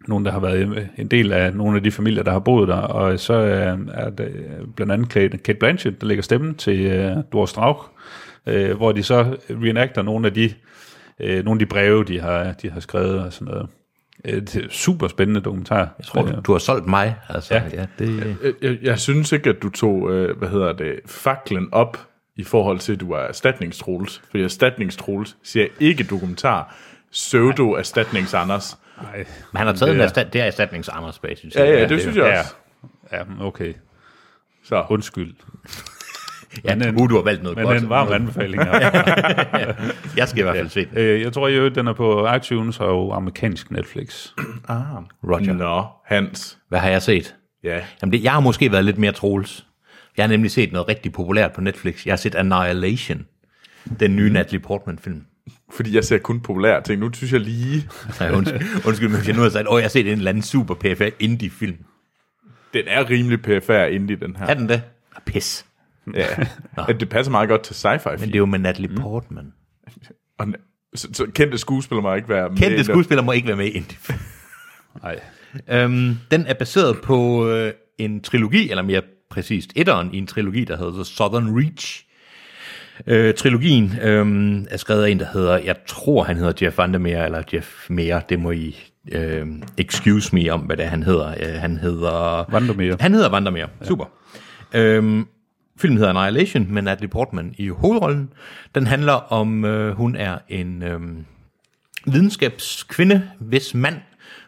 Speaker 3: nogle, der har været øh, en del af nogle af de familier, der har boet der. Og så øh, er det øh, blandt andet Kate, Kate Blanchett, der lægger stemmen til øh, Dora Strauch, øh, hvor de så reenacter nogle af de, øh, nogle af de breve, de har, de har skrevet og sådan noget. Øh, det er super spændende dokumentar.
Speaker 2: Jeg tror, du, du har solgt mig. Altså,
Speaker 3: Ja.
Speaker 2: ja. ja det,
Speaker 1: Jeg, jeg, jeg synes ikke, at du tog, øh, hvad hedder det, faklen op i forhold til, at du er erstatningstrols. Fordi erstatningstrols siger ikke dokumentar. Pseudo erstatnings Anders.
Speaker 3: Nej,
Speaker 2: men han har taget en
Speaker 1: er-
Speaker 2: erstat, det er erstatningsarmers bag, synes
Speaker 1: Ja,
Speaker 2: jeg.
Speaker 1: ja, det, synes jeg
Speaker 3: ja,
Speaker 1: også.
Speaker 3: ja, okay.
Speaker 1: Så.
Speaker 3: Undskyld.
Speaker 2: Ja,
Speaker 3: Men en-
Speaker 2: uh, du har valgt noget
Speaker 3: Men
Speaker 2: godt.
Speaker 3: en varm
Speaker 2: (laughs)
Speaker 3: anbefaling herfra.
Speaker 2: Jeg skal i hvert fald se den.
Speaker 3: Øh, jeg tror jo, den er på iTunes og amerikansk Netflix.
Speaker 2: Roger.
Speaker 1: Nå, Hans.
Speaker 2: Hvad har jeg set?
Speaker 1: Ja.
Speaker 2: Jamen det, jeg har måske været lidt mere trolls. Jeg har nemlig set noget rigtig populært på Netflix. Jeg har set Annihilation, den nye Natalie Portman-film.
Speaker 1: Fordi jeg ser kun populære ting. Nu synes jeg lige,
Speaker 2: Nej, undskyld, undskyld, men hvis jeg nu har sagt, åh, jeg har set en eller anden super PFA indie-film.
Speaker 1: den er rimelig perifær inde i den her.
Speaker 2: Er den det? Ah, Pis.
Speaker 1: Ja.
Speaker 2: (laughs)
Speaker 1: At det passer meget godt til sci-fi.
Speaker 2: Men
Speaker 1: Men...
Speaker 2: det er jo med Natalie Portman.
Speaker 1: Og, så, så kendte skuespillere må ikke være med. i
Speaker 2: Kendte
Speaker 1: den.
Speaker 2: skuespillere må ikke være med i indie
Speaker 3: Nej.
Speaker 2: Øhm, den er baseret på øh, en trilogi, eller mere præcist etteren i en trilogi, der hedder The Southern Reach. Øh, trilogien øh, er skrevet af en, der hedder, jeg tror han hedder Jeff Vandermeer, eller Jeff Mere, det må I øh, excuse me om, hvad det er, han hedder. Øh, han hedder...
Speaker 3: Vandermeer.
Speaker 2: Han hedder Vandermeer, super. Øhm, filmen hedder Annihilation, med Natalie Portman i hovedrollen. Den handler om, øh, hun er en... Øh, videnskabskvinde, hvis mand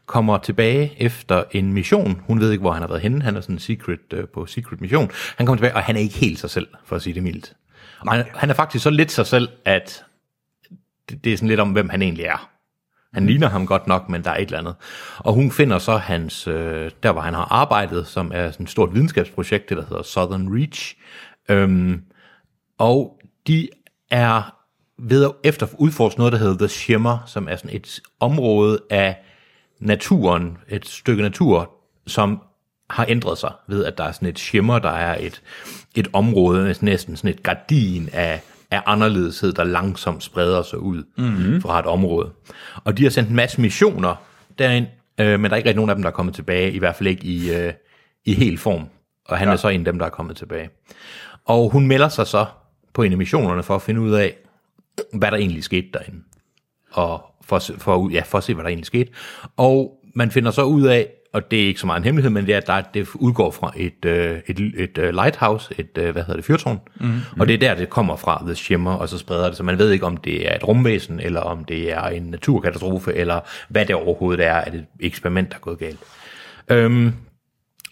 Speaker 2: kommer tilbage efter en mission. Hun ved ikke, hvor han har været henne. Han er sådan secret, øh, på secret mission. Han kommer tilbage, og han er ikke helt sig selv, for at sige det mildt. Og han, han er faktisk så lidt sig selv, at det, det er sådan lidt om, hvem han egentlig er. Han ligner ham godt nok, men der er et eller andet. Og hun finder så hans, øh, der hvor han har arbejdet, som er sådan et stort videnskabsprojekt, det der hedder Southern Reach. Øhm, og de er ved at efter udforske noget, der hedder The Shimmer, som er sådan et område af naturen, et stykke natur, som har ændret sig ved, at der er sådan et shimmer, der er et, et område, med sådan næsten sådan et gardin af, af anderledeshed, der langsomt spreder sig ud mm-hmm. fra et område. Og de har sendt en masse missioner derind, øh, men der er ikke rigtig nogen af dem, der er kommet tilbage, i hvert fald ikke i, øh, i hel form. Og han ja. er så en af dem, der er kommet tilbage. Og hun melder sig så på en af missionerne for at finde ud af, hvad der egentlig skete derinde. Og for, at se- for, at ud- ja, for at se, hvad der egentlig skete. Og man finder så ud af, og det er ikke så meget en hemmelighed, men det er, at der, det udgår fra et, øh, et, et øh, lighthouse, et, øh, hvad hedder det, fyrtårn, mm-hmm. og det er der, det kommer fra, The Shimmer, og så spreder det, så man ved ikke, om det er et rumvæsen, eller om det er en naturkatastrofe, eller hvad det overhovedet er, at et eksperiment, der er gået galt. Øhm,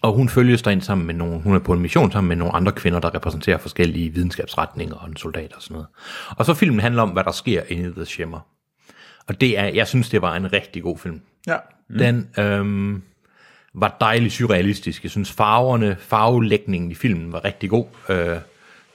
Speaker 2: og hun følges derind sammen med nogle, hun er på en mission sammen med nogle andre kvinder, der repræsenterer forskellige videnskabsretninger og en soldat og sådan noget. Og så filmen handler om, hvad der sker inde i The Shimmer. Og det er, jeg synes, det var en rigtig god film.
Speaker 1: Ja.
Speaker 2: Mm. Den øhm, var dejligt surrealistisk. Jeg synes, farverne, farvelægningen i filmen var rigtig god. Øh,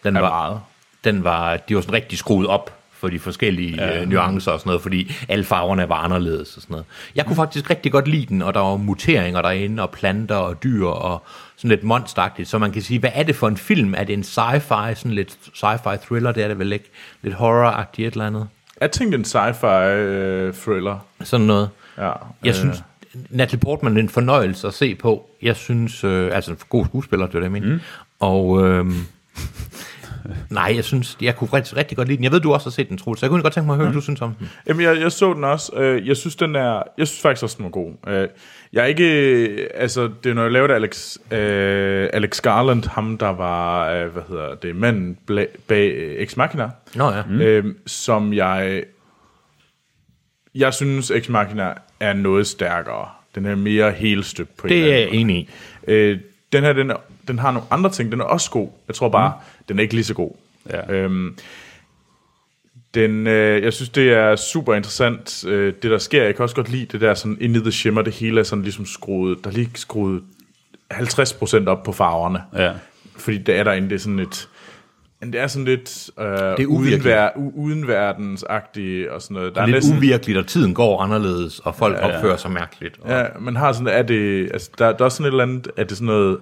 Speaker 2: den var,
Speaker 1: meget.
Speaker 2: Den var, de var sådan rigtig skruet op for de forskellige ja. øh, nuancer og sådan noget, fordi alle farverne var anderledes og sådan noget. Jeg kunne faktisk rigtig godt lide den, og der var muteringer derinde, og planter og dyr, og sådan lidt monsteragtigt, så man kan sige, hvad er det for en film? Er det en sci-fi, sådan lidt sci-fi thriller, det er det vel ikke? Lidt horror-agtigt et eller andet?
Speaker 1: Jeg tænkte en sci-fi øh, thriller.
Speaker 2: Sådan noget.
Speaker 1: Ja.
Speaker 2: Jeg synes, Natalie Portman er en fornøjelse at se på. Jeg synes, øh, altså en god skuespiller, det var det, jeg mente. Mm. Og øh, (laughs) nej, jeg synes, jeg kunne rigtig, rigtig godt lide den. Jeg ved, du også har set den, Troels, så jeg kunne godt tænke mig at høre, mm. hvad du synes om den.
Speaker 1: Jamen, jeg, jeg så den også. Øh, Jeg synes, den er, jeg synes faktisk også, den var god. Øh, Jeg er ikke... øh, Altså, det er, når jeg lavede Alex, øh, Alex Garland, ham der var, øh, hvad hedder det, manden bla- bag øh, Ex Machina,
Speaker 2: Nå ja. Mm.
Speaker 1: øh, som jeg... Jeg synes, Ex Machina er noget stærkere. Den er mere helstøbt på en eller
Speaker 2: Det er
Speaker 1: anden
Speaker 2: jeg enig i.
Speaker 1: Øh, den her, den, er, den har nogle andre ting. Den er også god. Jeg tror bare, mm. den er ikke lige så god.
Speaker 3: Ja.
Speaker 1: Øhm, den, øh, jeg synes, det er super interessant, øh, det der sker. Jeg kan også godt lide det der sådan, inde i the shimmer, det hele er sådan ligesom skruet, der er lige skruet 50% op på farverne.
Speaker 3: Ja.
Speaker 1: Fordi det er derinde, det er sådan et, men det er sådan lidt øh, det er uden,
Speaker 2: uvirkeligt.
Speaker 1: ver, u- udenverdensagtigt og sådan noget. Der er
Speaker 2: Lidt
Speaker 1: næsten,
Speaker 2: uvirkeligt, og tiden går anderledes, og folk ja, ja. opfører sig mærkeligt. Og,
Speaker 1: Ja, man har sådan, er det, altså, der, der er sådan et eller andet, er det sådan noget,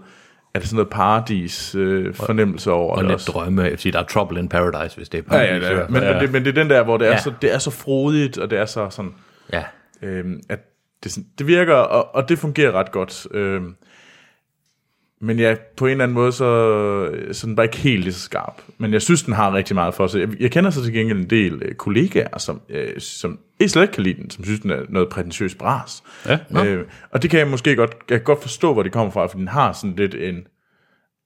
Speaker 1: er det sådan noget paradis øh, fornemmelse over
Speaker 2: og
Speaker 1: det
Speaker 2: lidt
Speaker 1: også?
Speaker 2: drømme. Jeg vil sige, der er trouble in paradise, hvis det er
Speaker 1: Ja, ja, det er, men, ja. men, det, men det er den der, hvor det er,
Speaker 2: Ja.
Speaker 1: så, det er så frodigt, og det er så sådan,
Speaker 2: ja.
Speaker 1: øhm, at det, sådan- det virker, og, og det fungerer ret godt. Øhm, men ja, på en eller anden måde, så, så er den bare ikke helt lige så skarp. Men jeg synes, den har rigtig meget for sig. Jeg, jeg kender så til gengæld en del øh, kollegaer, som, øh, som ikke slet ikke kan lide den, som synes, den er noget prætentiøs bras.
Speaker 3: Ja, nå.
Speaker 1: øh, og det kan jeg måske godt, jeg kan godt forstå, hvor det kommer fra, for den har sådan lidt en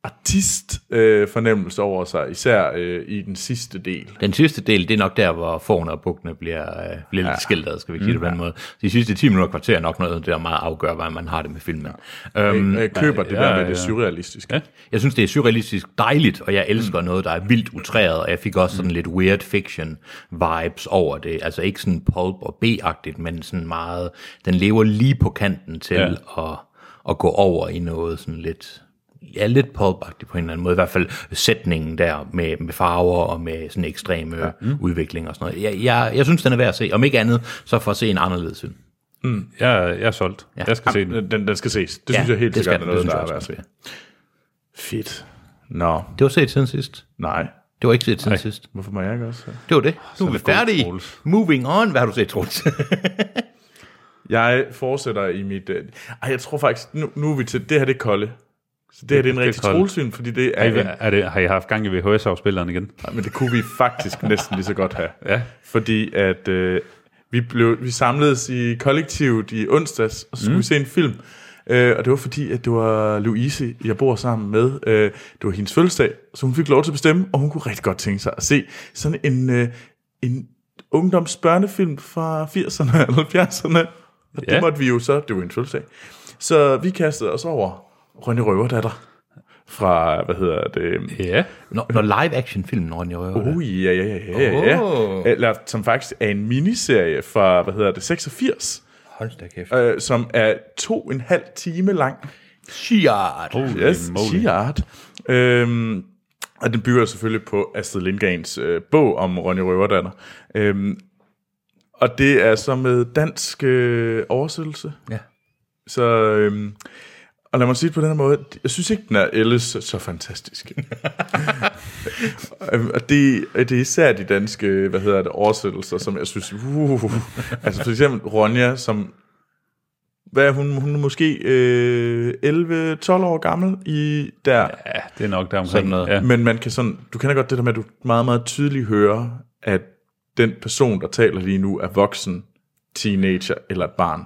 Speaker 1: artist-fornemmelse øh, fornemmelse over sig, især øh, i den sidste del.
Speaker 2: Den sidste del, det er nok der, hvor forne og bukkene bliver, øh, bliver lidt skilt ad, skal vi ikke sige det på den måde. De sidste 10 minutter og kvarter er nok noget, der meget afgør, hvordan man har det med filmen. Ja. Øhm,
Speaker 1: Jeg Øh, køber det
Speaker 3: Mm. ja,
Speaker 1: der med
Speaker 3: ja.
Speaker 1: det surrealistiske.
Speaker 3: Ja.
Speaker 2: Jeg synes, det er surrealistisk dejligt, og jeg elsker mm. noget, der er vildt utræret, og jeg fik også sådan lidt weird fiction vibes over det. Altså ikke sådan pulp og B-agtigt, men sådan meget, den lever lige på kanten til ja. at, at gå over i noget sådan lidt, ja, lidt pulpagtigt på en eller anden måde. I hvert fald sætningen der med, med farver og med sådan ekstreme ja. mm. udvikling og sådan noget. Jeg, jeg, jeg synes, den er værd at se. Om ikke andet, så for at se en anderledes film.
Speaker 3: Jeg, jeg er solgt. Ja. Jeg skal se den.
Speaker 1: Den, den, den skal ses. Det
Speaker 2: Ja,
Speaker 1: synes jeg helt
Speaker 2: det
Speaker 1: sikkert
Speaker 2: skal
Speaker 1: er
Speaker 2: den.
Speaker 1: noget,
Speaker 2: Det
Speaker 1: der
Speaker 2: synes
Speaker 1: er
Speaker 2: jeg
Speaker 1: værd at
Speaker 2: også,
Speaker 1: se. Fedt. Nå,
Speaker 2: Det var set siden sidst.
Speaker 1: nej.
Speaker 2: Det var ikke set siden sidst.
Speaker 1: Hvorfor må jeg ikke også?
Speaker 2: Det var det. Nu er vi
Speaker 3: det god,
Speaker 2: færdige.
Speaker 3: Troels.
Speaker 2: Moving on. Hvad har du set, Troels?
Speaker 1: Jeg fortsætter i mit... øh, Ej, jeg tror faktisk, nu, nu er vi til... Det her, det er kolde. Så det her, det er en
Speaker 3: Det er
Speaker 1: rigtig
Speaker 3: kolde.
Speaker 1: trolsyn, fordi det er...
Speaker 3: Er, I,
Speaker 1: En,
Speaker 3: er det, har I haft gang i VHS-afspilleren igen?
Speaker 1: Ej, men det kunne vi (laughs) faktisk næsten lige så godt have.
Speaker 3: Ja.
Speaker 1: Fordi at øh, vi, blev, vi samledes i kollektivet i onsdags, og så skulle mm. vi se en film. Øh, og det var fordi, at det var Louise, jeg bor sammen med. Øh, det var hendes fødselsdag, så hun fik lov til at bestemme, og hun kunne rigtig godt tænke sig at se sådan en, øh, en ungdomsbørnefilm fra 80'erne eller 70'erne. Og ja.
Speaker 3: Ja.
Speaker 1: det måtte vi jo så, det var hendes fødselsdag. Så vi kastede os over Rønne Røverdatter fra, hvad hedder det?
Speaker 3: Ja.
Speaker 2: Når, når live-action-filmen Ronny Røver. Uh.
Speaker 1: Oh, ja, ja, ja, ja, ja.
Speaker 2: Åh.
Speaker 1: Eller som faktisk er en miniserie fra, hvad hedder det, 86,
Speaker 2: Hold da kæft.
Speaker 1: øh, som er to og en halv time lang.
Speaker 2: Shit. Uh.
Speaker 3: Holy
Speaker 1: Yes,
Speaker 3: moly.
Speaker 1: Giart. Øhm, og den bygger selvfølgelig på Astrid Lindgrens øh, bog om Ronny Røverdatter. Øhm, og det er så med dansk øh, oversættelse.
Speaker 2: Ja.
Speaker 1: Så, øhm, og lad mig sige det på den her måde, jeg synes ikke, den er ellers så, så fantastisk. Øhm, og det, det er især de danske, hvad hedder det, oversættelser, som jeg synes, uh, altså for eksempel Ronja, som, hvad er hun, hun er måske øh, 11-12 år gammel i der,
Speaker 3: Ja, det er nok der omkring.
Speaker 2: Sådan noget.
Speaker 3: Ja.
Speaker 1: men man kan sådan, du kender godt det der med, at du meget, meget tydeligt hører, at den person, der taler lige nu, er voksen, teenager eller et barn.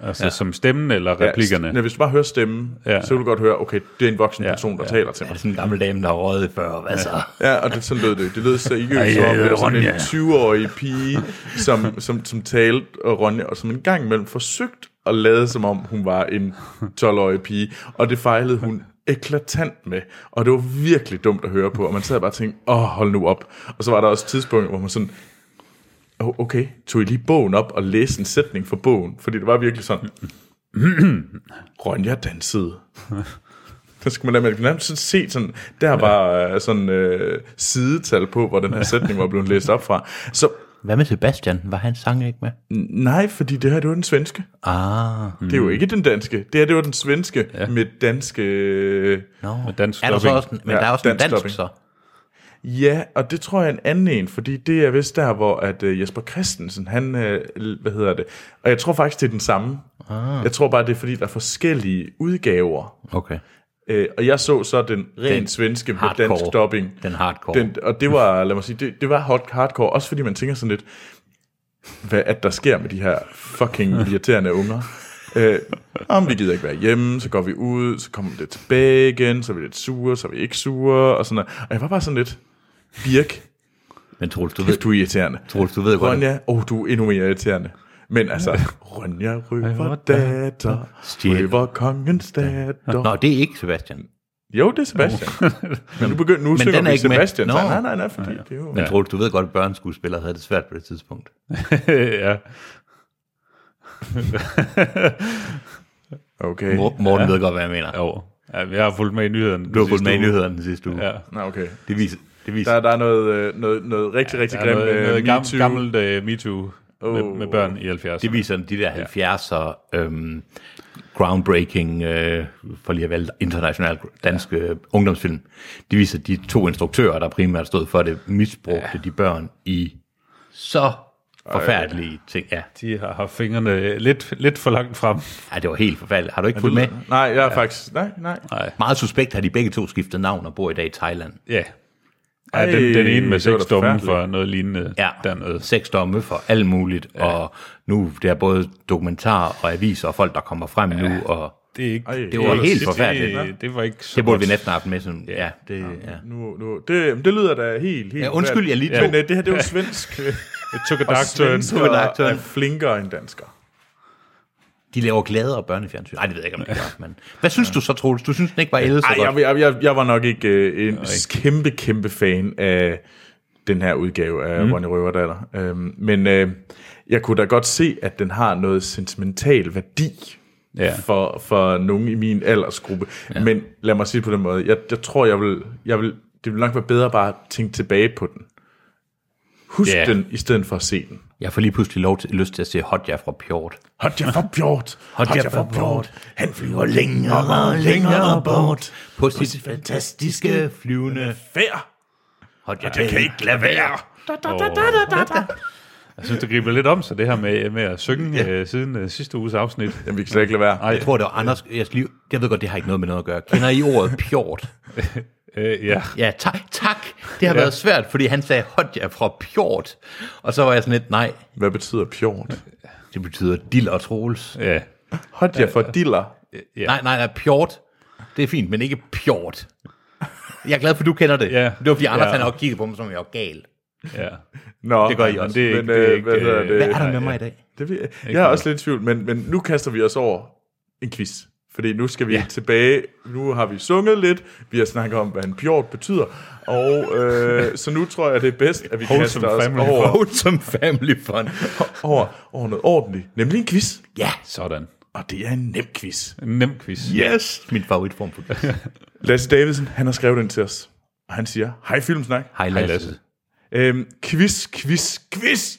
Speaker 3: Altså ja. som stemmen eller replikkerne.
Speaker 1: Ja, st- hvis du bare hører stemmen,
Speaker 3: Ja.
Speaker 1: ja. så vil du godt høre, okay, det er en voksen
Speaker 3: Ja,
Speaker 1: ja. person, der
Speaker 3: ja.
Speaker 1: ja. taler til
Speaker 2: Er
Speaker 1: mig.
Speaker 2: det sådan en gammel dame, der har røget før? Hvad så?
Speaker 1: Ja, og det, sådan lød det. Det lød
Speaker 2: Ej,
Speaker 1: seriøst, som om
Speaker 2: jeg
Speaker 1: det var
Speaker 2: hedder
Speaker 1: sådan en
Speaker 2: Ronja.
Speaker 1: 20-årig pige, som, som, som talte og Ronja, og som en gang imellem forsøgt at lade, som om hun var en 12-årig pige, og det fejlede hun eklatant med, og det var virkelig dumt at høre på, og man sad bare og tænkte, åh, hold nu op. Og så var der også tidspunkter, hvor man sådan, "Åh, okay, tog I lige bogen op og læste en sætning fra bogen, fordi det var virkelig sådan, (clears throat) Ronja dansede. Så skulle man lade man kunne nærmest se sådan, der var øh, sådan øh, sidetal på, hvor den her sætning var blevet læst op fra. Så
Speaker 2: Hvad med Sebastian? Var han sang ikke med?
Speaker 1: nej, fordi det her, det var den svenske.
Speaker 2: Ah,
Speaker 1: Mm. Det er jo ikke den danske. Det her, det var den svenske ja. med danske... øh,
Speaker 2: no.
Speaker 3: Med dansk
Speaker 2: er der så
Speaker 3: dubbing.
Speaker 2: også, en- men
Speaker 1: Ja,
Speaker 2: ja, der er også en
Speaker 1: dansk
Speaker 2: dansk
Speaker 1: dubbing.
Speaker 2: så.
Speaker 1: Ja, og det tror jeg er en anden en, fordi det er vist der, hvor at øh, Jesper Christensen, han, øh, hvad hedder det, og jeg tror faktisk, det er den samme. Ah. Jeg tror bare, det er fordi, der er forskellige udgaver.
Speaker 2: Okay.
Speaker 1: Øh, og jeg så så den rent
Speaker 2: Den
Speaker 1: den svenske med
Speaker 2: hardcore.
Speaker 1: dansk dubbing.
Speaker 2: Den hardcore.
Speaker 1: Den, og det var, lad mig sige, det, det var hot hardcore, også fordi man tænker sådan lidt, hvad at der sker med de her fucking
Speaker 2: (laughs)
Speaker 1: irriterende unger. Øh, om vi gider ikke være hjemme, så går vi ud, så kommer det tilbage igen, så er vi lidt sure, så er vi ikke sure, og sådan noget. Og jeg var bare sådan lidt, Birk,
Speaker 2: Men Troels, du ved,
Speaker 1: kæft, du er irriterende.
Speaker 2: Troels, du ved godt, at
Speaker 1: Ronja, åh, oh, du er endnu mere irriterende. Men altså,
Speaker 2: (laughs)
Speaker 1: Ronja røver datter,
Speaker 2: Stjæl.
Speaker 1: røver kongens datter.
Speaker 2: Nå, det er ikke Sebastian.
Speaker 1: Jo, det er
Speaker 2: (laughs)
Speaker 1: Sebastian. men du begynder nu at
Speaker 2: den er
Speaker 1: synge
Speaker 2: ikke med.
Speaker 1: Sebastian.
Speaker 2: Nå.
Speaker 1: Med. Nej, nej, nej, fordi det er jo...
Speaker 2: Men ja. Troels, du ved godt, at børneskuespillere havde det svært på det tidspunkt.
Speaker 3: (laughs) ja.
Speaker 1: Okay.
Speaker 2: Mor- Morten ja. ved godt, hvad jeg mener.
Speaker 3: Jo. Ja, jeg har fulgt med i nyhederne.
Speaker 2: Du har fulgt med i nyhederne den sidste uge.
Speaker 3: Ja.
Speaker 1: Nå, okay.
Speaker 2: Det viser, det viser.
Speaker 1: Der, der er noget, øh, noget, noget rigtig, rigtig
Speaker 3: Der er
Speaker 1: grimt.
Speaker 3: noget,
Speaker 1: øh,
Speaker 3: noget
Speaker 1: MeToo.
Speaker 3: gammelt, gammelt uh, MeToo med,
Speaker 1: Åh.
Speaker 3: med børn i 70'erne.
Speaker 2: Det viser de der 70'er øhm, groundbreaking, øh, for lige at vælge international dansk ja. ungdomsfilm. Det viser de to instruktører, der primært stod for det, misbrugte ja. de børn i så forfærdelige ting. Ja.
Speaker 3: De har haft fingrene øh, lidt, lidt for langt frem.
Speaker 2: ja, det var helt forfærdeligt. Har du ikke fulgt med?
Speaker 1: Nej, jeg er faktisk... Nej, nej.
Speaker 2: Meget suspekt har de begge to skiftet navn og bor i dag i Thailand.
Speaker 3: Ja.
Speaker 1: Ej,
Speaker 3: ja den, den ene
Speaker 1: det var
Speaker 3: med seks
Speaker 1: da
Speaker 3: domme
Speaker 1: forfærdeligt.
Speaker 3: for noget lignende
Speaker 2: Ja,
Speaker 3: dernede.
Speaker 2: seks domme for alt muligt, ja. og nu det er både dokumentar og aviser og folk, der kommer frem ja. nu, og
Speaker 3: Det, er ikke,
Speaker 1: Ej,
Speaker 2: det var
Speaker 1: det-
Speaker 2: helt
Speaker 1: det-
Speaker 2: forfærdeligt.
Speaker 3: det, det var ikke så
Speaker 2: Det burde
Speaker 3: godt.
Speaker 2: vi næsten have haft med sådan, ja, det, ja.
Speaker 1: Nu, nu, det, det lyder da helt, helt...
Speaker 2: Ja, undskyld, jeg lige
Speaker 1: forfærdeligt.
Speaker 2: tog-
Speaker 1: Men øh, det her, det er jo svensk.
Speaker 3: It took a dark turn.
Speaker 2: Took a
Speaker 1: Svensker
Speaker 2: dark turn.
Speaker 1: er flinkere end danskere.
Speaker 2: De laver glæder og børnefjernsyn. Nej, det ved jeg ikke, om det gør, men... Hvad synes du så, Troels? Du synes, den ikke var ældre så
Speaker 1: Ej,
Speaker 2: godt?
Speaker 1: jeg, jeg, jeg, jeg var nok ikke øh, en kæmpe, kæmpe fan af den her udgave af mm. Ronny Røverdatter. Øhm, men øh, jeg kunne da godt se, at den har noget sentimental værdi
Speaker 3: Ja.
Speaker 1: ja. for, for nogen i min aldersgruppe. Ja. Men lad mig sige det på den måde. Jeg, jeg tror, jeg vil, jeg vil, det ville nok være bedre bare at tænke tilbage på den. Husk
Speaker 3: Ja.
Speaker 1: yeah. den, i stedet for at se den.
Speaker 2: Jeg får lige pludselig lov til, lyst til at se Hotja fra Pjort.
Speaker 1: Hold (laughs) jer for bjort, hold jer for bjort, han flyver længere og længere bort.
Speaker 2: På sit fantastiske flyvende
Speaker 1: Færd,
Speaker 2: Hotja.
Speaker 1: jeg kan ikke lade være.
Speaker 3: Jeg synes, det griber lidt om sig, det her med, med at synge ja. øh, siden øh, sidste uges afsnit.
Speaker 1: Jamen, vi kan slet ikke lade være.
Speaker 2: Jeg tror, det var Anders... Jeg, skal lige, jeg ved godt, det har ikke noget med noget at gøre. Kender I ordet Pjort?
Speaker 3: Øh, ja.
Speaker 2: Ja, tak. tak. Det har ja. været svært, fordi han sagde Hotja fra Pjort. Og så var jeg sådan lidt, nej,
Speaker 1: Hvad betyder pjort?
Speaker 2: det betyder diller og Troels.
Speaker 3: ja.
Speaker 1: Hold jer for diller.
Speaker 2: Ja. Nej, nej, nej, pjort. Det er fint, men ikke pjort. Jeg er glad for, at du kender det.
Speaker 3: Ja.
Speaker 2: Det var fordi Anders,
Speaker 3: Ja.
Speaker 2: han også kiggede på mig, som om jeg var gal.
Speaker 3: ja.
Speaker 1: Nå,
Speaker 2: Det gør I
Speaker 1: men
Speaker 2: også.
Speaker 1: Det er ikke,
Speaker 3: Men,
Speaker 1: det er
Speaker 3: øh,
Speaker 1: ikke,
Speaker 3: hvad
Speaker 1: hvad
Speaker 3: hedder
Speaker 1: hedder
Speaker 3: det?
Speaker 2: Hvad
Speaker 1: det?
Speaker 2: er der med mig i dag?
Speaker 1: det ved jeg. jeg er også lidt i tvivl, men, men nu kaster vi os over en quiz. Fordi nu skal vi ja. tilbage. Nu har vi sunget lidt. Vi har snakket om, hvad en bjort betyder. Og øh, så nu tror jeg, det er bedst, at vi
Speaker 3: Wholesome
Speaker 1: kaster os
Speaker 3: family
Speaker 1: over,
Speaker 2: Vote som family fun.
Speaker 1: over, over noget ordentligt. Nemlig en quiz.
Speaker 2: Ja,
Speaker 3: Sådan.
Speaker 1: Og det er en nem quiz.
Speaker 3: En nem quiz.
Speaker 2: yes. Min favoritform for quiz.
Speaker 1: Lasse Davidsen, han har skrevet den til os. Og han siger, hej Filmsnak.
Speaker 2: Hej
Speaker 3: Lasse.
Speaker 2: Lasse.
Speaker 1: Øhm, quiz, quiz, quiz.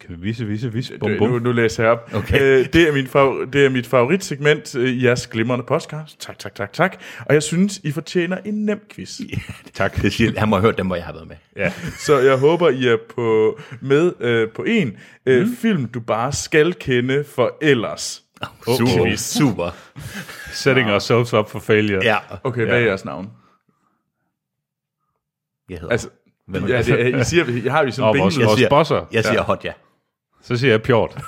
Speaker 3: Kan vi vise, vise, vise? Bum,
Speaker 1: Bum, bum. Nu,
Speaker 3: bum.
Speaker 1: nu læser jeg op.
Speaker 2: Okay.
Speaker 1: Øh, det, er min favor- det er mit favoritsegment øh, i jeres glimrende podcast. Tak, tak, tak, tak. Og jeg synes, I fortjener en nem quiz. Yeah.
Speaker 2: Tak. Det siger, han må have hørt dem, hvor jeg har været med.
Speaker 3: Ja.
Speaker 1: Så jeg håber, I er på, med øh, på en øh, mm. film, du bare skal kende, for ellers.
Speaker 2: Super.
Speaker 3: quiz.
Speaker 2: Super.
Speaker 3: Setting ourselves up for failure.
Speaker 2: Ja.
Speaker 1: Okay, hvad er jeres navn?
Speaker 2: Jeg hedder...
Speaker 1: Altså,
Speaker 2: Hvem er
Speaker 1: ja, det, er- I siger, jeg har jo sådan
Speaker 3: Og
Speaker 1: en
Speaker 3: vores,
Speaker 1: bingo.
Speaker 3: vores
Speaker 2: siger-
Speaker 3: bosser.
Speaker 2: jeg siger Hotja.
Speaker 3: Så siger jeg pjort.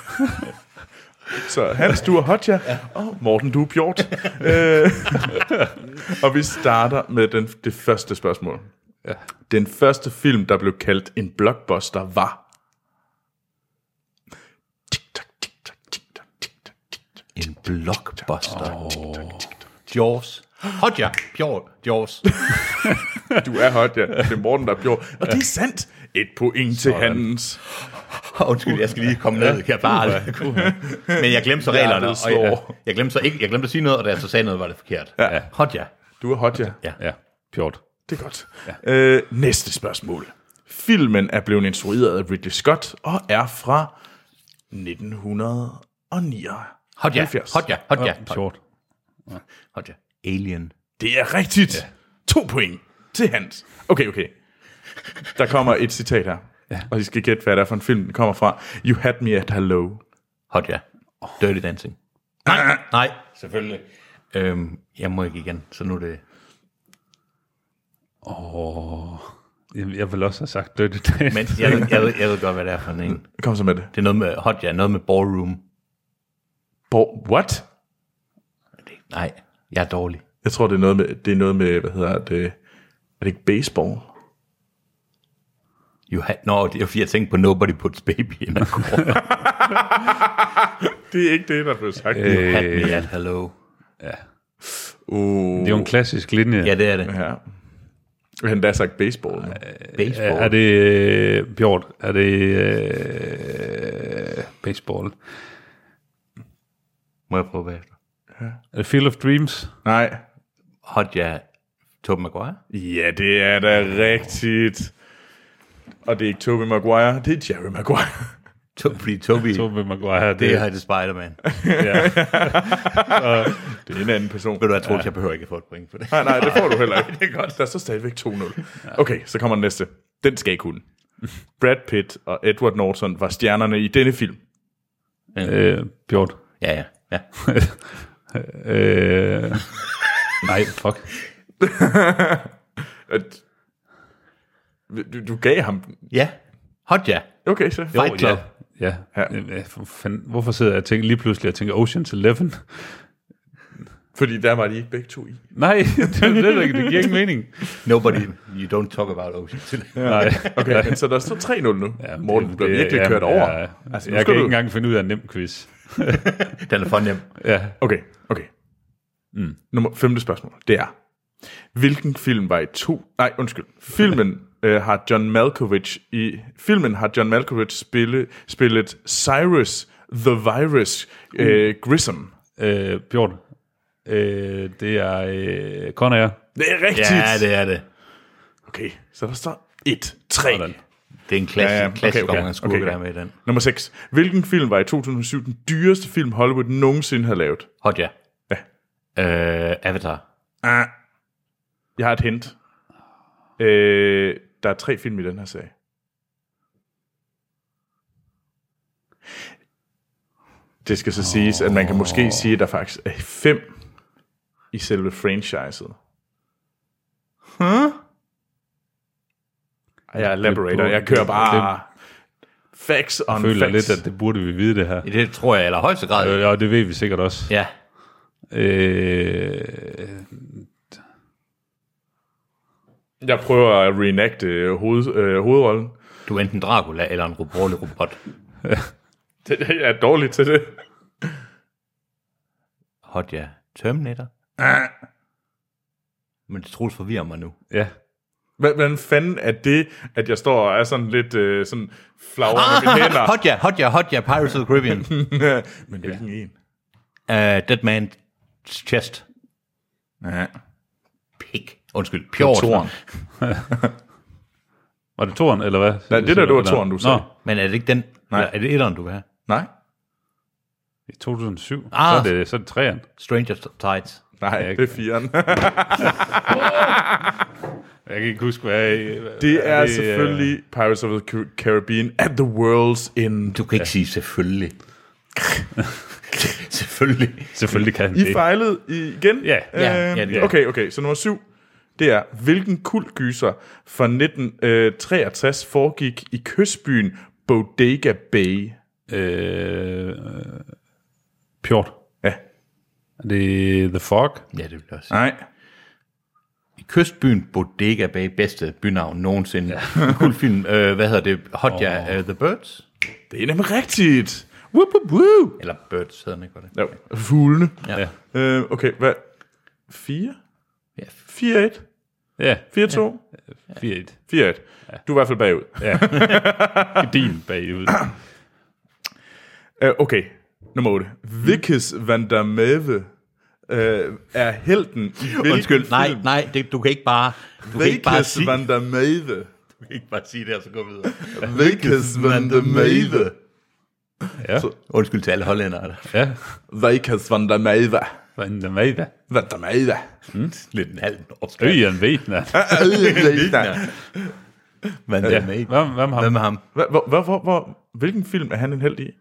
Speaker 1: Så Hans, du er Hodja, og Morten, du er
Speaker 3: (laughs)
Speaker 1: Bjort. Øh, og vi starter med den, det første spørgsmål.
Speaker 3: Ja.
Speaker 1: Den første film, der blev kaldt en blockbuster, var... Tik-tak, tik-tak, tik-tak, tik-tak, tik-tak.
Speaker 2: En blockbuster. Oh. Jaws. Hodja. Bjørn. Jaws.
Speaker 1: Du er Hodja, det er Morten, der er Bjort. Og det er sandt. Et point til Hans.
Speaker 2: (laughs) Undskyld, jeg skal lige komme ned. Jeg bare aldrig. Men jeg glemte så reglerne.
Speaker 1: Hjertet
Speaker 2: Og jeg,
Speaker 1: slår.
Speaker 2: jeg, glemte så ikke, jeg glemte at sige noget, og da jeg så sagde noget, var det forkert. Ja. Hodja.
Speaker 1: Du er Hodja.
Speaker 3: Ja, pjort.
Speaker 1: Det er godt. Ja. Øh, næste spørgsmål. Filmen er blevet instrueret af Ridley Scott og er fra 1979.
Speaker 2: Hodja. Hodja. Hodja.
Speaker 3: Pjort.
Speaker 2: Hodja. Alien.
Speaker 1: Det er rigtigt. Ja. To point til Hans. Okay, okay. Der kommer et citat her. Ja. Og I skal gætte, hvad det er for en film, den kommer fra. You had me at hello.
Speaker 2: Hodja. Dirty Dancing. Nej, nej, selvfølgelig. Øhm, jeg må ikke igen, så nu er det...
Speaker 3: Jamen, Jeg vil også have sagt Dirty Dancing.
Speaker 2: Men jeg, ved- jeg, ved, jeg ved godt, hvad det er for en.
Speaker 1: Kom så med det.
Speaker 2: Det er noget med Hodja, noget med ballroom.
Speaker 1: Bo- what?
Speaker 2: Nej, jeg er dårlig.
Speaker 1: Jeg tror, det er noget med, det er noget med hvad hedder det? Er det ikke baseball?
Speaker 2: You had, no, det er fordi, jeg tænkte på Nobody Puts Baby in a Corner.
Speaker 1: Det er ikke det, der blev sagt. Øh.
Speaker 2: You had me at hello.
Speaker 1: Uh,
Speaker 3: Det er jo en klassisk linje.
Speaker 2: Ja, det er det.
Speaker 1: ja. Jeg uh, har endda sagt baseball. nu.
Speaker 2: Baseball.
Speaker 3: Er det øh, Bjort? Er det øh, baseball?
Speaker 2: Må jeg prøve bagefter?
Speaker 3: Er det Field of Dreams?
Speaker 1: Nej.
Speaker 2: Hodja Tobey Maguire?
Speaker 1: Ja, det er da rigtigt. Og det er ikke Tobey Maguire, det er Jerry Maguire.
Speaker 2: To, fordi Toby,
Speaker 3: Tobey Maguire. Det,
Speaker 2: det
Speaker 3: det
Speaker 2: er det Spider-Man.
Speaker 1: Det er en anden person.
Speaker 2: Ved du, jeg tror, jeg behøver ikke at få et point for det.
Speaker 1: Nej, nej, det får du heller ikke. (laughs) det er godt. Der står stadigvæk 2-0. Okay, så kommer den næste. Den skal ikke hun. Brad Pitt og Edward Norton var stjernerne i denne film.
Speaker 3: øh, Bjort.
Speaker 2: Ja, ja, ja.
Speaker 3: (laughs) Øh, nej, fuck.
Speaker 1: At- Du, du gav ham... den.
Speaker 2: Ja, Hodja.
Speaker 1: Okay, så.
Speaker 2: Fight Club.
Speaker 3: Ja.
Speaker 1: Ja.
Speaker 3: Øh, hvad for fanden- Hvorfor sidder jeg og tænker lige pludselig, jeg tænker Ocean's Eleven? (laughs)
Speaker 1: Fordi der var de ikke begge to i.
Speaker 3: Nej, det, er det, der ikke- det giver ikke mening.
Speaker 2: Nobody, you don't talk about Ocean.
Speaker 3: Nej.
Speaker 1: Okay, men så der står 3-0 nu. (laughs) Ja, Morten, du
Speaker 3: Det-
Speaker 1: bliver
Speaker 3: det-
Speaker 1: virkelig
Speaker 3: jamen,
Speaker 1: kørt over.
Speaker 3: Jeg,
Speaker 1: Altså,
Speaker 3: altså,
Speaker 1: nu
Speaker 3: jeg
Speaker 1: skal
Speaker 3: kan
Speaker 1: du-
Speaker 3: ikke engang finde ud af en nem quiz.
Speaker 2: Den er for nem.
Speaker 3: Ja.
Speaker 1: Okay, okay. Mm. Nummer femte spørgsmål, det er, hvilken film var i to... Nej, undskyld. Filmen (laughs) øh, har John Malkovich i... Filmen har John Malkovich spille, spillet Cyrus the Virus
Speaker 2: Mm.
Speaker 1: øh, Grissom.
Speaker 3: Øh, Bjørn. Øh, det er øh, Con Air.
Speaker 1: Det er rigtigt.
Speaker 2: Ja, det er det.
Speaker 1: Okay, så der står 1-3.
Speaker 3: Sådan.
Speaker 2: Det er en klassisk,
Speaker 1: Ja,
Speaker 2: ja,
Speaker 1: ja.
Speaker 2: ja.
Speaker 1: Okay,
Speaker 2: klassisk
Speaker 1: okay,
Speaker 2: okay, okay, skurke,
Speaker 1: okay,
Speaker 2: okay,
Speaker 1: ja.
Speaker 2: der er med i den.
Speaker 1: Nummer 6. Hvilken film var i 2007 den dyreste film, Hollywood nogensinde har lavet?
Speaker 2: Hodja.
Speaker 1: Ja.
Speaker 2: Øh, Avatar.
Speaker 1: Ah. Jeg har et hint. Øh, der er tre film i den her serie. Det skal så siges, at man kan måske sige, at der faktisk er fem i selve franchiset. Huh? Jeg elaborater, jeg kører bare facts on
Speaker 3: Jeg føler
Speaker 1: facts.
Speaker 3: lidt, at det burde vi vide, det her.
Speaker 2: I det tror jeg i allerhøjeste grad.
Speaker 3: Øh, og det ved vi sikkert også.
Speaker 2: Ja.
Speaker 3: Øh,
Speaker 1: Jeg prøver at reenacte øh, hoved, øh, hovedrollen.
Speaker 2: Du er enten Dracula eller en rolig robot.
Speaker 1: Det, jeg er dårlig til det.
Speaker 2: Hodja. Terminator. Men det troligt forvirrer mig nu.
Speaker 3: ja.
Speaker 1: Hvad- Hvordan fanden er det, at jeg står og er sådan lidt øh, sådan flagre med
Speaker 2: Ah,
Speaker 1: mine hænder?
Speaker 2: (laughs) Hodja, Hodja, Hodja, Pirates of the Caribbean.
Speaker 1: (laughs) Men hvilken en?
Speaker 2: uh, Dead Man's Chest.
Speaker 1: Ja.
Speaker 2: Pik. Undskyld, Pjort.
Speaker 1: Toren.
Speaker 3: Var det toren, eller hvad?
Speaker 1: Nej, det der, det var toren, du sagde.
Speaker 3: Nå,
Speaker 2: Men er det ikke den? Nej. Er det etteren, du vil have?
Speaker 1: Nej.
Speaker 3: i 2007.
Speaker 2: Ah.
Speaker 3: Så er det, så er det træeren.
Speaker 2: Stranger Tides.
Speaker 1: Nej, det er firen.
Speaker 3: Jeg kan ikke huske, hvad... øh,
Speaker 1: Det er selvfølgelig Pirates of the Caribbean at the World's End.
Speaker 2: Du kan ikke ja. sige selvfølgelig. (laughs) selvfølgelig.
Speaker 3: Selvfølgelig kan
Speaker 1: I
Speaker 3: det.
Speaker 1: fejlede i- igen? Øh,
Speaker 3: Ja.
Speaker 2: Ja, ja, det er.
Speaker 1: Okay, okay. Så nummer syv, det er, hvilken kultgyser fra øh, 1963 foregik i kystbyen Bodega Bay?
Speaker 3: Øh, Pjort.
Speaker 1: Ja.
Speaker 3: Er det The Fog?
Speaker 2: Ja, det vil jeg også sige.
Speaker 1: Nej.
Speaker 2: I kystbyen Bodega bag bedste bynavn nogensinde. Ja. (laughs) cool film. Øh, hvad hedder det? Hotja oh. uh, The Birds?
Speaker 1: Det er nemlig rigtigt. Whoop, whoop, whoop.
Speaker 2: Eller Birds hedder den ikke, var det?
Speaker 1: Ja, fuglene.
Speaker 2: Ja.
Speaker 3: Ja.
Speaker 2: ja.
Speaker 1: Øh, okay, hvad? 4?
Speaker 2: Ja.
Speaker 1: 4-1?
Speaker 3: Ja,
Speaker 1: 4-2? 4-1.
Speaker 3: 4-1.
Speaker 1: Du er i hvert fald bagud. Ah.
Speaker 3: Din
Speaker 1: (coughs)
Speaker 3: bagud.
Speaker 1: Øh, okay, nummer 8. Vickes van der Mave øh, er helten i hvilken
Speaker 2: (laughs) Undskyld, nej,
Speaker 1: film?
Speaker 2: nej, det, du kan ikke bare... Du kan ikke bare,
Speaker 1: Vickes
Speaker 2: sige,
Speaker 1: van der Mave.
Speaker 2: du kan ikke bare sige det, og så gå videre.
Speaker 1: Vickes van der Mave.
Speaker 3: Ja.
Speaker 2: Undskyld til alle hollændere. der.
Speaker 3: Ja.
Speaker 1: Vickes van der Mave.
Speaker 3: Van der Meyda.
Speaker 1: Van der Mave.
Speaker 2: Lidt en halv norsk.
Speaker 3: Øjan Vetna.
Speaker 2: Men det er med.
Speaker 3: Hvem, hvem har
Speaker 2: Hvad med ham?
Speaker 1: Hva- hvor- hvor- hvor- hvor- Hvilken film er han en held i?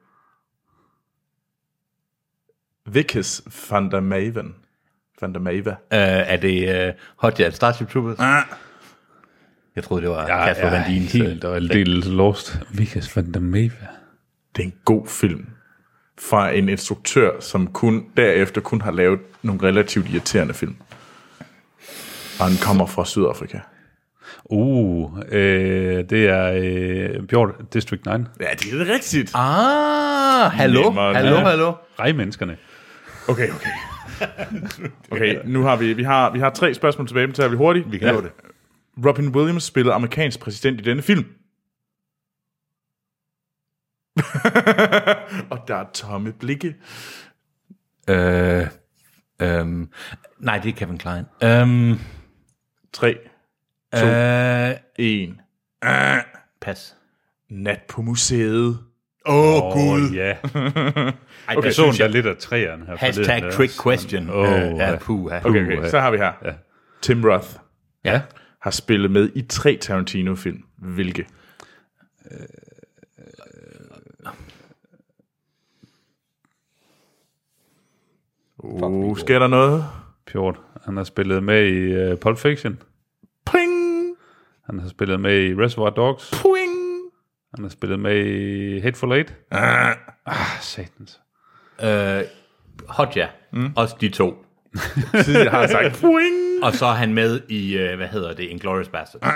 Speaker 1: Vickes van der Maven. Van der Mave.
Speaker 2: Øh, er det uh, Hotja Starship Troopers?
Speaker 1: Ah.
Speaker 2: Jeg troede, det var ja, Kasper ja, Van Dien.
Speaker 3: helt og aldeles lost. Vikas van der Meyda.
Speaker 1: Det er en god film fra en instruktør, som kun derefter kun har lavet nogle relativt irriterende film. Og han kommer fra Sydafrika.
Speaker 3: Uh, øh, det er øh, Bjørn District 9.
Speaker 1: Ja, det er rigtigt.
Speaker 2: Øh. Ah, hallo,
Speaker 1: Nemmere,
Speaker 2: hallo,
Speaker 1: ja.
Speaker 2: hallo.
Speaker 3: Rejmenneskerne.
Speaker 1: Okay, okay. Okay, nu har vi, vi har, vi har tre spørgsmål tilbage, men tager vi hurtigt. Vi
Speaker 2: kan nå det.
Speaker 1: Robin Williams spillede amerikansk præsident i denne film. (laughs) og der er tomme blikke.
Speaker 2: Øh, øhm, nej, det er Kevin Klein. Øhm,
Speaker 1: 3,
Speaker 2: øh,
Speaker 1: 1.
Speaker 2: pas.
Speaker 1: Nat på museet. Åh, oh, oh, gud.
Speaker 3: (laughs) ja.
Speaker 2: Ej,
Speaker 3: Jeg så den der lidt af træerne her.
Speaker 2: Hashtag
Speaker 3: forleden,
Speaker 2: trick
Speaker 3: ja.
Speaker 2: question.
Speaker 3: Åh,
Speaker 2: Øh,
Speaker 3: ja.
Speaker 2: ja, puha.
Speaker 1: Okay, okay, så har vi her.
Speaker 3: Ja.
Speaker 1: Tim Roth
Speaker 2: Ja.
Speaker 1: har spillet med i tre Tarantino-film. Hvilke? Uh, sker der noget?
Speaker 3: Pjort. Han har spillet med i uh, Pulp Fiction.
Speaker 1: Pling!
Speaker 3: Han har spillet med i Reservoir Dogs.
Speaker 1: Pling!
Speaker 3: Han har spillet med i Hateful Eight. Ah, ah satans.
Speaker 2: Øh, Hodja. Mm. Også de to.
Speaker 1: Tidligere har jeg sagt (laughs) pling!
Speaker 2: Og så er han med i, øh, hvad hedder det, Inglourious Bastards.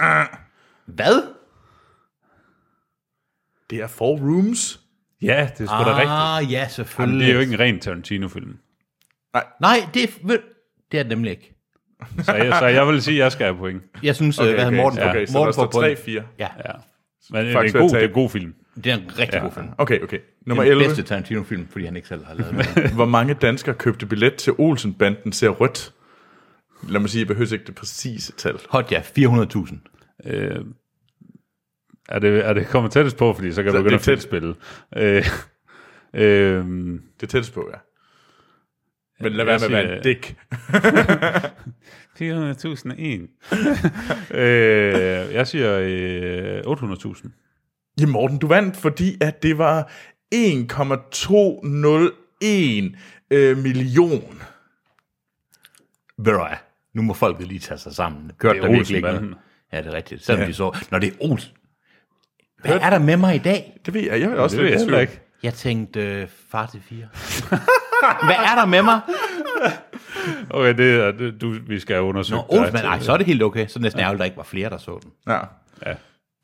Speaker 2: Hvad?
Speaker 1: Det er Four Rooms.
Speaker 2: Øh,
Speaker 3: Ja, det er sgu ah, da rigtigt.
Speaker 2: Ah, ja, selvfølgelig.
Speaker 3: Jamen, det er jo ikke en ren Tarantino-film.
Speaker 2: Nej, det er, ved- det er det nemlig ikke.
Speaker 3: Så jeg, så jeg vil sige, at jeg skal have point.
Speaker 2: Jeg synes, okay, hvad okay, Morten,
Speaker 1: okay,
Speaker 2: ja.
Speaker 1: okay,
Speaker 2: Morten
Speaker 1: så der
Speaker 2: får
Speaker 1: står
Speaker 2: point.
Speaker 1: 3-4.
Speaker 2: Ja,
Speaker 3: Ja. Men det er, en
Speaker 1: Faktisk
Speaker 3: god,
Speaker 1: ved at
Speaker 3: det er
Speaker 1: tage-
Speaker 3: en god film.
Speaker 2: det er en rigtig ja. god film.
Speaker 1: Okay, okay. Nummer
Speaker 2: Den
Speaker 1: 11.
Speaker 2: bedste Tarantino-film, fordi han ikke selv har lavet den.
Speaker 1: Hvor mange danskere købte billet til Olsenbanden ser rødt? Lad mig sige, jeg behøver ikke det præcise tal.
Speaker 2: Hodja, 400.000.
Speaker 3: Øh, er, det, er det kommet tættest på, fordi så kan
Speaker 1: Så
Speaker 3: du begynde at
Speaker 1: det er
Speaker 3: fedt spille. Øh, øh,
Speaker 1: Det er tættest på, ja. Men lad
Speaker 2: Øh,
Speaker 3: Jeg
Speaker 1: være med at
Speaker 3: siger-
Speaker 1: være en dæk.
Speaker 3: 400.001. (laughs) øh, jeg siger øh, 800.000.
Speaker 1: Ja, Morten, du vandt, fordi at det var 1,201 øh, million.
Speaker 2: Ved du hvad? Nu må folket lige tage sig sammen. Kørte
Speaker 3: er
Speaker 2: der virkelig ikke
Speaker 3: Olsenbanden.
Speaker 2: noget? Ja, det er rigtigt. Selvom ja. de så, når det er Ols. Hvad er der med mig i dag?
Speaker 1: Det ved jeg, jeg er også
Speaker 3: Det ved jeg
Speaker 1: lidt i
Speaker 3: heller
Speaker 1: tvivl.
Speaker 3: ikke.
Speaker 2: Jeg tænkte, øh, far til fire. (laughs) Hvad er der med mig?
Speaker 3: Okay, det er, det, du, vi skal undersøge
Speaker 2: Nå, Olsmann, ej, så er det helt okay. Så er det næsten ærgerligt, der ikke var flere, der så den.
Speaker 1: Ja.
Speaker 3: Ja.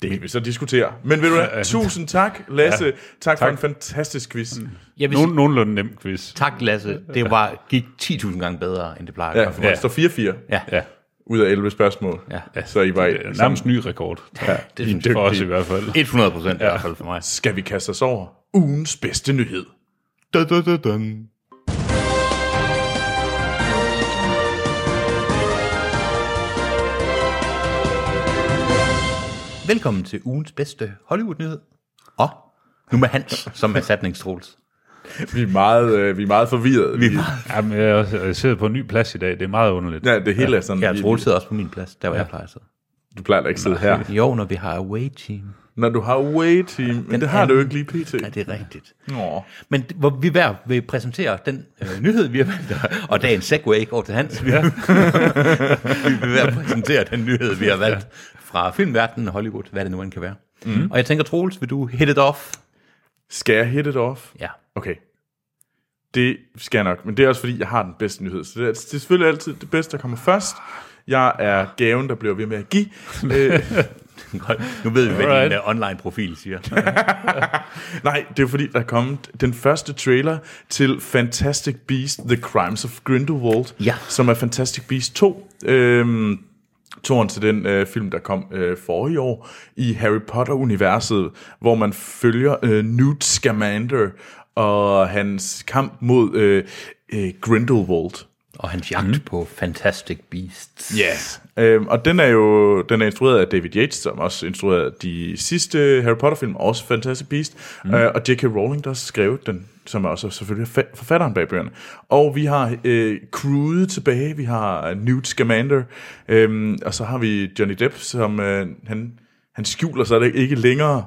Speaker 1: Det kan vi så diskutere. Men ved du hvad, tusind tak, Lasse. Ja. Tak, tak Mm. for en fantastisk quiz.
Speaker 2: Jeg vil
Speaker 3: Nogen,
Speaker 2: sige,
Speaker 3: nogenlunde nem quiz.
Speaker 2: tak, Lasse. Det var, gik 10.000 gange bedre, end det plejer at
Speaker 1: Ja,
Speaker 2: gøre for
Speaker 1: for ja.
Speaker 2: mig.
Speaker 1: det står 4-4
Speaker 2: Ja.
Speaker 3: Ja,
Speaker 1: ud af 11 spørgsmål.
Speaker 2: Ja.
Speaker 1: Så I var
Speaker 3: det er nærmest ny rekord. Ja,
Speaker 2: Det synes
Speaker 3: for
Speaker 2: jeg
Speaker 3: os i hvert fald.
Speaker 2: 100 procent i hvert fald for mig.
Speaker 1: Skal vi kaste os over ugens bedste nyhed?
Speaker 2: Dun, dun, dun, dun. Velkommen til ugens bedste Hollywood-nyhed. Og nu med Hans, som er satningstrols.
Speaker 1: Vi er meget, øh, vi er meget forvirrede. Vi,
Speaker 3: Jamen, jeg, er også- jeg sidder på en ny plads i dag. Det er meget underligt.
Speaker 1: ja, det hele er sådan.
Speaker 2: Ja,
Speaker 1: vi-
Speaker 2: Troels sidder også på min plads, der hvor jeg plejer at sidde.
Speaker 1: Du plejer da ikke at sidde her.
Speaker 2: Jo, når vi har away-team.
Speaker 1: Når du har away-team, men det har du jo ikke lige pt.
Speaker 2: Ja, det er rigtigt.
Speaker 1: Nå.
Speaker 2: Men d- hvor vi hver vil præsentere den øh, nyhed, vi har valgt, at- (laughs) og dagens segway ikke over til Hans. Ja. (laughs) vi vil hver præsentere den nyhed, vi har valgt fra filmverdenen og Hollywood, hvad det nu end kan være. Mm. Og jeg tænker, Troels, vil du hit it off? (laughs)
Speaker 1: Skal jeg hit it off?
Speaker 2: Ja.
Speaker 1: Okay. Det skal jeg nok, men det er også fordi, jeg har den bedste nyhed. Så det er, det er selvfølgelig altid det bedste, der kommer først. Jeg er gaven, der bliver ved med at give. Øh,
Speaker 2: nu ved vi, hvad
Speaker 3: Alright.
Speaker 2: din uh, online-profil siger. (laughs)
Speaker 1: Nej, det er fordi, der er kommet den første trailer til Fantastic Beasts The Crimes of Grindelwald,
Speaker 2: Ja.
Speaker 1: som er Fantastic Beasts 2. Øhm, Toren til den øh, film, der kom øh, forrige år i Harry Potter-universet, hvor man følger øh, Newt Scamander og hans kamp mod øh, øh, Grindelwald.
Speaker 2: Og hans jagt mm. på Fantastic Beasts.
Speaker 1: Ja. Yeah. Øhm, og den er jo den er instrueret af David Yates, som også instruerede de sidste Harry Potter-film, også Fantastic Beast, mm. øh, og J.K. Rowling, der har skrevet den, som er også selvfølgelig fa- forfatteren bag bøgerne. Og vi har øh, Crewet tilbage, vi har Newt Scamander, øhm, og så har vi Johnny Depp, som øh, han, han skjuler sig det ikke længere.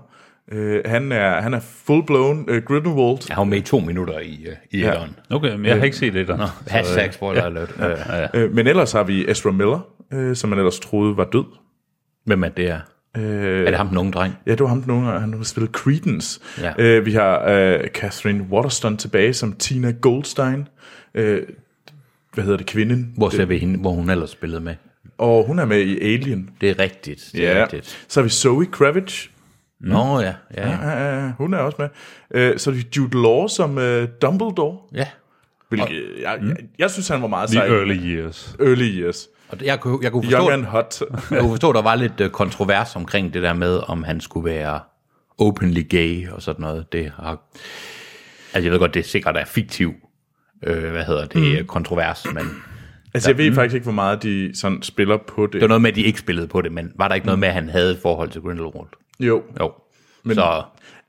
Speaker 1: Øh, han, er, han er full-blown øh, Grindelwald.
Speaker 2: Jeg har jo med i to minutter i, uh, i ja.
Speaker 3: Okay, men jeg har ikke set det der.
Speaker 2: Hashtag spoiler alert. Ja. Ja.
Speaker 1: Øh, men ellers har vi Ezra Miller, øh, som man ellers troede var død.
Speaker 2: Hvem er det her?
Speaker 1: Øh,
Speaker 2: Er det ham, den unge dreng?
Speaker 1: Ja, det var ham den unge, og han har spillet Credence.
Speaker 2: Ja.
Speaker 1: Øh, vi har øh, Catherine Waterston tilbage som Tina Goldstein. Øh, hvad hedder det, kvinden?
Speaker 2: Hvor ser vi hende, hvor hun ellers spillede med?
Speaker 1: Og hun er med i Alien.
Speaker 2: Det er rigtigt. Det er rigtigt.
Speaker 1: Så har vi Zoe Kravitz.
Speaker 2: Nå ja, Mm. ja, ja.
Speaker 1: Ja, hun er også med. Øh, så har vi Jude Law som øh, Dumbledore.
Speaker 2: ja.
Speaker 1: Hvilket, jeg, jeg,
Speaker 2: Mm.
Speaker 1: jeg synes, han var meget
Speaker 3: The
Speaker 1: sej.
Speaker 3: early years.
Speaker 1: Early years.
Speaker 2: Og det- jeg kunne, jeg kunne forstå,
Speaker 1: Young
Speaker 2: jeg
Speaker 1: and hot.
Speaker 2: kunne forstå, der var lidt øh, kontrovers omkring det der med, om han skulle være openly gay og sådan noget. Det har, altså jeg ved godt, det er sikkert er fiktiv, øh, hvad hedder det, mm. kontrovers, men
Speaker 1: altså, jeg ved
Speaker 2: Mm.
Speaker 1: faktisk ikke, hvor meget de sådan spiller på det.
Speaker 2: det var noget med, at de ikke spillede på det, men var der ikke noget med, at han havde et forhold til Grindelwald?
Speaker 1: Jo.
Speaker 2: Jo. Mm. Men, så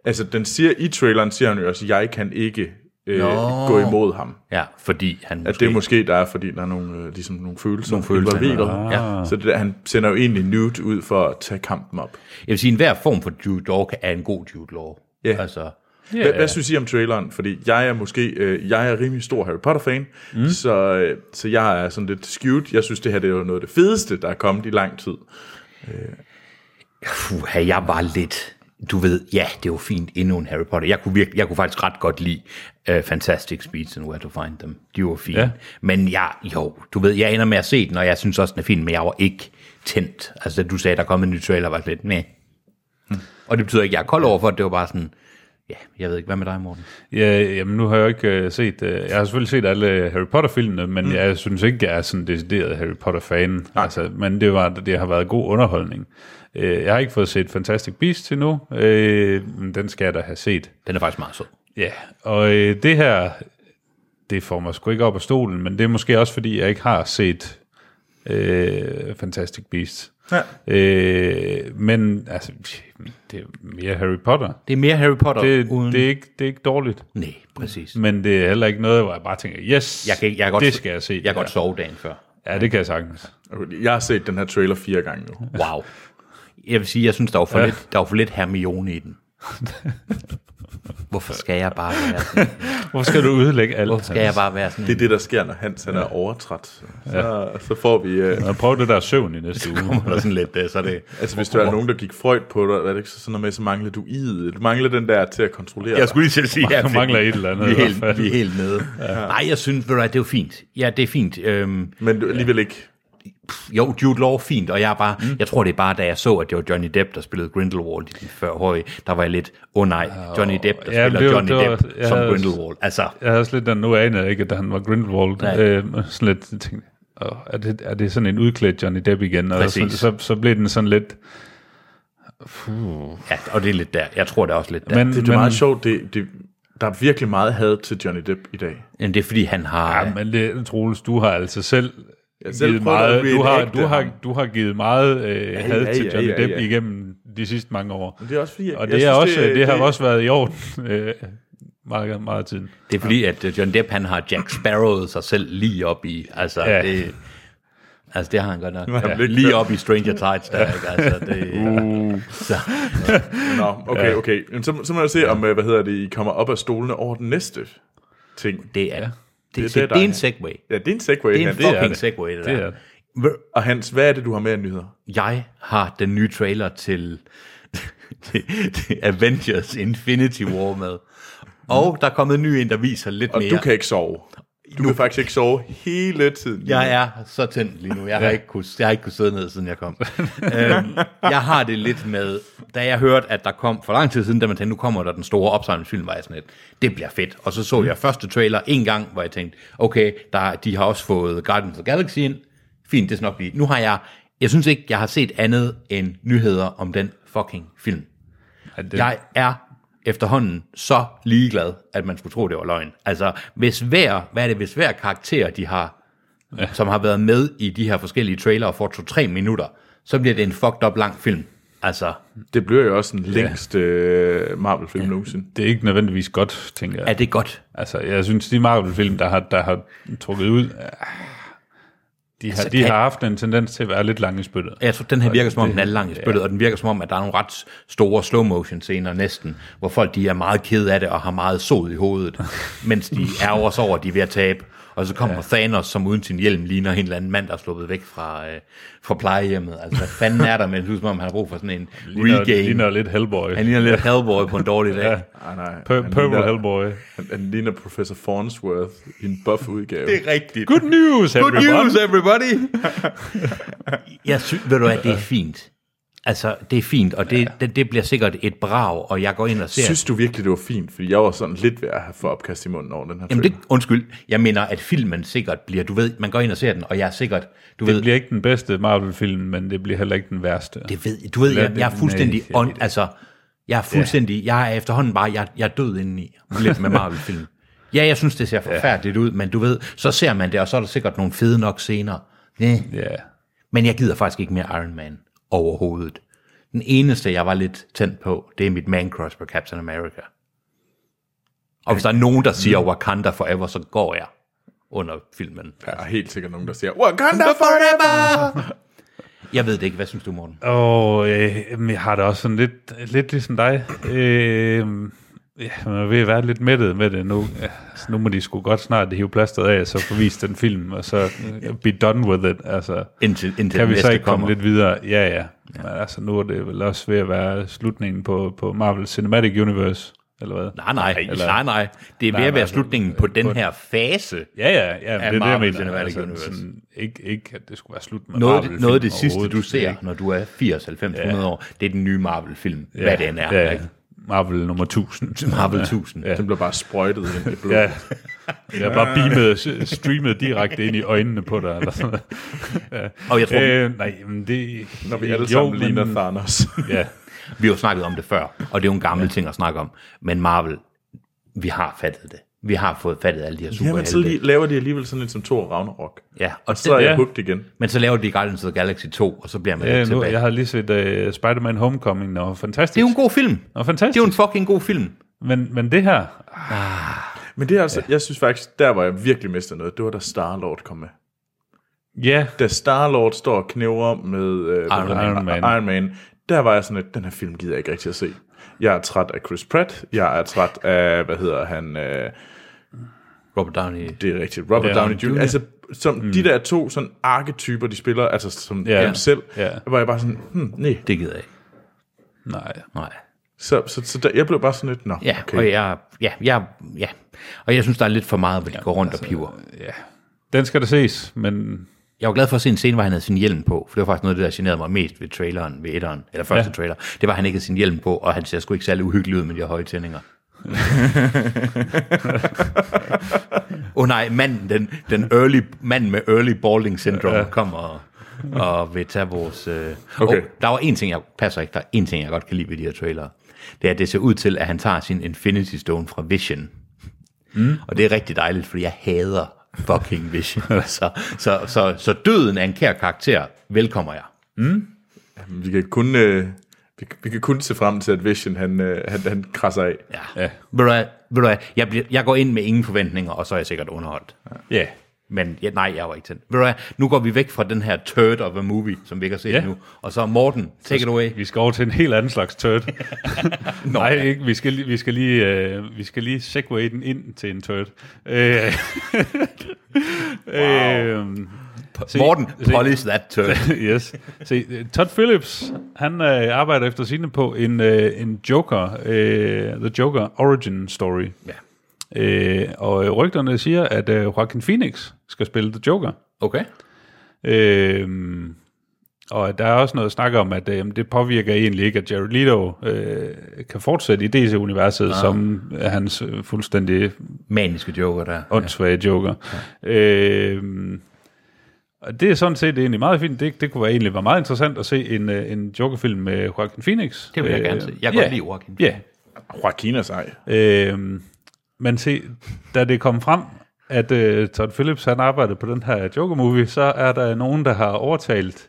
Speaker 1: Altså, den siger, i traileren siger han jo også, jeg kan ikke øh,
Speaker 2: Nå.
Speaker 1: gå imod ham.
Speaker 2: ja, fordi han måske...
Speaker 1: At det er måske der er, fordi der er nogle, øh, ligesom nogle følelser, nogle
Speaker 2: følelser,
Speaker 1: involveret.
Speaker 2: ja.
Speaker 1: Så det der, han sender jo egentlig Newt ud for at tage kampen op.
Speaker 2: Jeg vil sige, enhver form for Jude Law er en god Jude Law.
Speaker 1: Ja.
Speaker 2: Altså,
Speaker 1: Hvad, hvad synes I om traileren? Fordi jeg er måske, øh, jeg er rimelig stor Harry Potter-fan, mm. så, øh, så jeg er sådan lidt skewed. Jeg synes, det her det er jo noget af det fedeste, der er kommet i lang tid.
Speaker 2: puha, jeg var lidt... Du ved, ja, det var fint endnu en Harry Potter. Jeg kunne, virke, jeg kunne faktisk ret godt lide uh, Fantastic Beasts and Where to Find Them. De var fine. Ja.
Speaker 3: Ja.
Speaker 2: Men jeg, jo, du ved, jeg ender med at se den, og jeg synes også, den er fin, men jeg var ikke tændt. Altså, da du sagde, der kom en ny trailer, var jeg lidt, nej. Og det betyder ikke, at jeg er kold overfor, det det var bare sådan, ja, jeg ved ikke, hvad med dig, Morten?
Speaker 3: Ja, jamen nu har jeg jo ikke øh, set... Øh, jeg har selvfølgelig set alle øh, Harry Potter-filmene, men mm. jeg synes ikke, jeg er sådan en decideret Harry Potter-fan. Altså, men det, var, det har været god underholdning. Øh, jeg har ikke fået set Fantastic Beasts endnu, øh, men den skal jeg da have set.
Speaker 2: Den er faktisk meget sød.
Speaker 3: Ja, og øh, det her, det får mig sgu ikke op af stolen, men det er måske også, fordi jeg ikke har set øh, Fantastic Beasts.
Speaker 1: Ja.
Speaker 3: Øh, men altså, det er mere Harry Potter.
Speaker 2: Det er mere Harry Potter
Speaker 3: Det,
Speaker 2: uden... Mm.
Speaker 3: det, er ikke, det er ikke dårligt,
Speaker 2: Nej, præcis.
Speaker 3: men det er heller ikke noget, hvor jeg bare tænker, yes,
Speaker 2: Jeg kan, ikke- jeg kan godt,
Speaker 3: det skal jeg se.
Speaker 2: Jeg
Speaker 3: det
Speaker 2: kan godt
Speaker 3: der.
Speaker 2: sove dagen før.
Speaker 3: Ja, det kan jeg sagtens.
Speaker 1: Jeg har set den her trailer fire gange nu.
Speaker 2: Wow. Jeg vil sige, jeg synes, der var for, ja.
Speaker 3: Ja.
Speaker 2: lidt, der var for lidt Hermione i den. Hvorfor skal jeg bare være sådan?
Speaker 3: (laughs) Hvor skal du udlægge alt?
Speaker 2: Hvorfor skal jeg bare være sådan?
Speaker 1: Det er det, der sker, når Hans han er overtræt. Så, ja. så får vi... Øh,
Speaker 3: Jeg prøver det der søvn i næste uge.
Speaker 2: Eller sådan lidt, øh, så er det...
Speaker 1: altså, hvis der er nogen, der gik Freud på dig, er det ikke så sådan noget med, så mangler du i. Du mangler den der til at kontrollere
Speaker 2: Jeg skulle lige til at sige,
Speaker 3: Der mangler et eller andet
Speaker 2: Vi
Speaker 3: i
Speaker 2: er
Speaker 3: hvert
Speaker 2: helt,
Speaker 3: fald.
Speaker 2: vi er helt nede. Ja. Nej, jeg synes, ved du hvad, det er jo fint. Ja, det er fint. Øhm,
Speaker 1: dig. Men du, alligevel ikke.
Speaker 2: jo, Jude Law er fint, og jeg er bare, mm. jeg tror det er bare, da jeg så, at det var Johnny Depp, der spillede Grindelwald i den før høje, der var jeg lidt, åh oh, nej, Johnny Depp, der
Speaker 3: Ja,
Speaker 2: spiller
Speaker 3: det var-
Speaker 2: Johnny
Speaker 3: det var-
Speaker 2: Depp
Speaker 3: jeg
Speaker 2: som
Speaker 3: havde-
Speaker 2: Grindelwald. Altså,
Speaker 3: Jeg havde også lidt den, nu anede jeg ikke, at han var Grindelwald.
Speaker 2: Nej.
Speaker 3: Øh, sådan lidt, jeg tænkte, åh, er, det, er det sådan en udklædt Johnny Depp igen? Og så,
Speaker 2: Præcis.
Speaker 3: så, så blev den sådan lidt...
Speaker 2: ja, og det er lidt der. Jeg tror det er også lidt der.
Speaker 3: Men,
Speaker 1: Det, det er meget sjovt. Det, det, der er virkelig meget had til Johnny Depp i dag.
Speaker 2: Men det er fordi, han har...
Speaker 3: Ja, men det, Troels, du har altså selv,
Speaker 1: selv
Speaker 3: givet
Speaker 1: prøvet at
Speaker 3: meget, du, har,
Speaker 1: reenacte
Speaker 3: du, har,
Speaker 1: ham.
Speaker 3: du har givet meget øh, ja, had
Speaker 1: ja,
Speaker 3: til
Speaker 1: ja,
Speaker 3: Johnny
Speaker 1: ja,
Speaker 3: Depp
Speaker 1: ja.
Speaker 3: igennem de sidste mange år.
Speaker 1: Men det er også fordi,
Speaker 3: Og det, er også, det, det har også været i orden (laughs) øh, meget, meget af tiden.
Speaker 2: Det er fordi, at øh, John Depp, han har Jack Sparrowet sig selv lige op i, altså ja.
Speaker 3: Ja.
Speaker 2: det... Altså, det har han godt nok.
Speaker 1: han
Speaker 2: Ja.
Speaker 1: lidt
Speaker 2: Lige
Speaker 1: kørt.
Speaker 2: op i Stranger Tides, der, ikke? Altså, det, uh. så,
Speaker 1: Nå, okay, okay. Jamen, så, så må jeg se, om, øh, hvad hedder det, I kommer op af stolene over den næste ting.
Speaker 2: det er... Det,
Speaker 1: det,
Speaker 2: det, det, det er
Speaker 1: der-
Speaker 2: en segway.
Speaker 1: Ja, det er en segway.
Speaker 2: Det er en
Speaker 1: Hans.
Speaker 2: fucking
Speaker 3: det.
Speaker 2: segway, det,
Speaker 3: Det
Speaker 2: der.
Speaker 3: er,
Speaker 1: Og Hans, hvad er det, du har med af nyheder?
Speaker 2: Jeg har den nye (laughs) trailer til, til, til Avengers Infinity War med. Og der er kommet en ny en, der viser lidt
Speaker 1: Og
Speaker 2: mere.
Speaker 1: du kan ikke sove. Du kan faktisk ikke sove hele tiden.
Speaker 2: Jeg er så tændt lige nu. Jeg har ikke kunnet, jeg har ikke kunnet sidde ned, siden jeg kom. øhm, jeg har det lidt med, da jeg hørte, at der kom for lang tid siden, da man tænkte, nu kommer der den store opsamlingsfilm, var jeg sådan lidt, det bliver fedt. Og så så jeg første trailer en gang, hvor jeg tænkte, okay, der, de har også fået Guardians of the Galaxy ind. Fint, det skal nok blive. Nu har jeg, jeg synes ikke, jeg har set andet end nyheder om den fucking film.
Speaker 3: At det,
Speaker 2: Jeg er efterhånden så ligeglad, at man skulle tro, det var løgn. Altså, hvis hver, hvad er det, hvis hver karakter, de har, ja. som har været med i de her forskellige trailere for 2-3 minutter, så bliver det en fucked up lang film. Altså,
Speaker 1: Det bliver jo også den længste øh, Marvel-film nogensinde.
Speaker 3: det er ikke nødvendigvis godt, tænker jeg.
Speaker 2: er det godt?
Speaker 3: Altså, jeg synes, de Marvel-film, der har, der har trukket ud, ah, de har,
Speaker 2: Altså,
Speaker 3: altså, de
Speaker 2: kan-
Speaker 3: har haft en tendens til at være lidt lange i spyttet.
Speaker 2: Jeg tror, den her virker som om, den er lang i spyttet, og den virker som om, at der er nogle ret store slow motion scener næsten, hvor folk de er meget kede af det og har meget sod i (laughs) hovedet, mens de er også over, at de er ved at tabe. Og så kommer ja. Thanos, som uden sin hjelm ligner en eller anden mand, der er sluppet væk fra, øh, fra plejehjemmet. Altså, hvad fanden er der med det? lyder som om, han har brug for sådan en
Speaker 3: Ligner,
Speaker 2: regain.
Speaker 3: ligner lidt Hellboy.
Speaker 2: Han ligner lidt Hellboy på en dårlig dag.
Speaker 1: Ej, Ah, nej.
Speaker 3: Pur-
Speaker 1: Han
Speaker 3: Purple
Speaker 1: ligner-
Speaker 3: Hellboy.
Speaker 1: Han, han ligner Professor Farnsworth i en buff-udgave.
Speaker 2: Det er rigtigt.
Speaker 3: Good news,
Speaker 2: Good
Speaker 3: everyone!
Speaker 2: news, everybody! (laughs) jeg synes, ved du hvad, det er fint. Altså, det er fint, og det, ja. det, det bliver sikkert et brag, og jeg går ind og ser...
Speaker 1: Synes du virkelig, det var fint? Fordi jeg var sådan lidt ved at have for opkast i munden over den her
Speaker 2: Jamen
Speaker 1: trailer.
Speaker 2: det, undskyld, jeg mener, at filmen sikkert bliver, du ved, man går ind og ser den, og jeg er sikkert, du ved,
Speaker 3: Det bliver ikke den bedste Marvel-film, men det bliver heller ikke den værste.
Speaker 2: det ved, du ved, jeg, jeg er
Speaker 3: Nej,
Speaker 2: fuldstændig,
Speaker 3: jeg ved
Speaker 2: on, altså, jeg er fuldstændig, jeg er efterhånden bare, jeg, jeg er død indeni, lidt med Marvel-film. Ja, jeg synes, det ser forfærdeligt ud, men du ved, så ser man det, og så er der sikkert nogle fede nok scener. Næh.
Speaker 3: Ja.
Speaker 2: Men jeg gider faktisk ikke mere Iron Man overhovedet. Den eneste, jeg var lidt tændt på, det er mit man crush på Captain America. Og hvis der er nogen, der siger Wakanda forever, så går jeg under filmen.
Speaker 1: Der er helt sikkert nogen, der siger, Wakanda forever!
Speaker 2: Jeg ved det ikke. Hvad synes du, Morten?
Speaker 3: Og øh, jamen, jeg har det også sådan lidt, lidt ligesom dig. Øh, ja, man er ved at være lidt mættet med det nu. Ja, altså, nu må de sgu godt snart hive plasteret af, så få vist den film, og så øh, be done with it. Altså,
Speaker 2: Indtil, indtil
Speaker 3: kan
Speaker 2: den
Speaker 3: vi så
Speaker 2: næste
Speaker 3: ikke komme
Speaker 2: kommer.
Speaker 3: lidt videre? Ja, ja. Men altså, nu er det vel også ved at være slutningen på, på Marvel Cinematic Universe, eller hvad?
Speaker 2: Nej, nej, eller, nej, nej. Det er ved
Speaker 3: Nej, altså,
Speaker 2: at være
Speaker 3: nej,
Speaker 2: slutningen på den her fase.
Speaker 3: Ja, ja, ja, men det er det, jeg
Speaker 2: Marvel
Speaker 3: mener.
Speaker 2: Cinematic
Speaker 3: Altså,
Speaker 2: Universe.
Speaker 3: sådan, ikke, ikke, at det skulle være slut med
Speaker 2: Noget,
Speaker 3: Marvel-film
Speaker 2: noget af det sidste, du
Speaker 3: overhovedet.
Speaker 2: ser, når du er 80, 90, 100 år, det er den nye Marvel-film, ja, hvad den er.
Speaker 3: Ja, ja.
Speaker 2: Ikke?
Speaker 3: Marvel nummer
Speaker 2: (laughs)
Speaker 3: 1000.
Speaker 2: Marvel 1000. Ja.
Speaker 1: Den blev bare sprøjtet ind i blodet.
Speaker 3: Ja. Jeg bare beamet, streamet direkte ind i øjnene på dig. Eller sådan noget.
Speaker 2: Og jeg tror, øh,
Speaker 3: Øh, nej, men det...
Speaker 1: Når vi alle sammen ligner
Speaker 3: men,
Speaker 1: Thanos.
Speaker 3: ja.
Speaker 2: vi har jo snakket om det før, og det er jo en gammel ja. ting at snakke om. Men Marvel, vi har fattet det. Vi har fået fattet alle de her
Speaker 1: Jamen, så
Speaker 2: superhelte.
Speaker 1: lige, laver de alligevel sådan lidt som Thor Ragnarok.
Speaker 2: ja, og
Speaker 1: Så er
Speaker 2: det,
Speaker 1: jeg
Speaker 3: Ja.
Speaker 1: hugt igen.
Speaker 2: men så laver de Guardians of the Galaxy 2, og så bliver man
Speaker 3: ja
Speaker 2: lidt
Speaker 3: nu,
Speaker 2: tilbage.
Speaker 3: jeg har lige set uh, Spider-Man Homecoming, og fantastisk.
Speaker 2: Det er jo en god film.
Speaker 3: og
Speaker 2: Det er jo
Speaker 3: fantastisk.
Speaker 2: en fucking god film.
Speaker 3: Men, men det her...
Speaker 1: Men det er altså, jeg synes faktisk, der var jeg virkelig mistede noget. Det var da Star-Lord kom med.
Speaker 3: Ja,
Speaker 1: Da Star-Lord står og knæver med øh,
Speaker 2: Iron
Speaker 1: med-
Speaker 3: Man.
Speaker 1: Iron Iron Man, der var jeg sådan, at den her film gider jeg ikke rigtig at se. Jeg er træt af Chris Pratt. Jeg er træt af, hvad hedder han... Øh,
Speaker 2: Robert Downey.
Speaker 1: Det er rigtigt. Robert
Speaker 3: Ja,
Speaker 1: Downey
Speaker 3: Jr.
Speaker 1: Jr. Altså, som mm. de der to sådan arketyper, de spiller, altså som
Speaker 3: Ja.
Speaker 1: yeah. dem selv,
Speaker 3: Ja.
Speaker 1: yeah. var jeg bare sådan, hmm, nej.
Speaker 2: Det gider jeg ikke.
Speaker 3: nej.
Speaker 2: Nej.
Speaker 1: Så, så, så der, jeg blev bare sådan lidt, nå,
Speaker 2: Ja, okay. og
Speaker 1: okay.
Speaker 2: jeg, ja, jeg, ja. Og jeg synes, der er lidt for meget, hvor de går rundt og piver.
Speaker 3: Den skal der ses, men
Speaker 2: Jeg var glad for at se en scene, hvor han havde sin hjelm på, for det var faktisk noget af det, der generede mig mest ved traileren, ved etteren, eller første ja.
Speaker 3: Ja.
Speaker 2: trailer. Det var, at han ikke havde sin hjelm på, og han ser sgu ikke særlig uhyggelig ud med de her høje (laughs) tændinger. Åh oh, nej, manden, den, den early, manden med early balding syndrome ja. kommer og, og vil tage vores... Øh...
Speaker 1: Okay.
Speaker 2: Okay. Oh, der var en ting, jeg passer ikke, der er en ting, jeg godt kan lide ved de her trailere. Det er, at det ser ud til, at han tager sin Infinity Stone fra Vision. Og det er rigtig dejligt, fordi jeg hader fucking Vision. (laughs) så, så, så, så døden af en kær karakter, velkommer jeg.
Speaker 1: Vi kan kun... Øh, vi, vi kan kun se frem til, at Vision, han, øh, han, han krasser af.
Speaker 2: Ja. ja. Ved du hvad, ved du hvad jeg, bliver, jeg går ind med ingen forventninger, og så er jeg sikkert underholdt.
Speaker 3: ja. Yeah.
Speaker 2: Men ja, nej, jeg var ikke tændt. Ved du hvad, nu går vi væk fra den her turd of a movie, som vi ikke har set
Speaker 3: Ja.
Speaker 2: yeah. nu. Og så Morten, take it away.
Speaker 3: Vi skal over til en helt anden slags (laughs) turd.
Speaker 2: Nå,
Speaker 3: Nej, ikke. Vi skal, lige- vi skal lige, øh, vi skal lige (laughs) segway den ind til en turd. Øh, wow. øh,
Speaker 2: Se, Morten,
Speaker 3: se-
Speaker 2: polish that turd.
Speaker 3: (laughs) yes. Se, øh, Todd Phillips, han øh, arbejder efter sine på en, øh, en Joker, øh, The Joker Origin Story.
Speaker 2: Ja.
Speaker 3: Øh, og øh, rygterne siger, at øh, Joaquin Phoenix skal spille The Joker.
Speaker 2: Okay.
Speaker 3: Øh, og der er også noget snak om, at øh, det påvirker egentlig ikke, at Jared Leto øh, kan fortsætte i DC-universet ah. som øh, hans øh, fuldstændig
Speaker 2: Maniske joker der.
Speaker 3: åndssvage joker. Ja. Øhm, og det er sådan set egentlig meget fint. Det, det kunne være egentlig være meget interessant at se en, øh, en jokerfilm med Joaquin Phoenix.
Speaker 2: Det vil jeg
Speaker 3: Øh,
Speaker 2: gerne se. Jeg kan
Speaker 3: ja.
Speaker 2: godt lide Joaquin.
Speaker 3: Ja.
Speaker 1: Joaquin er sej.
Speaker 3: Øhm, men se, da det kom frem, at øh, Todd Phillips han arbejdede på den her Joker-movie, så er der nogen, der har overtalt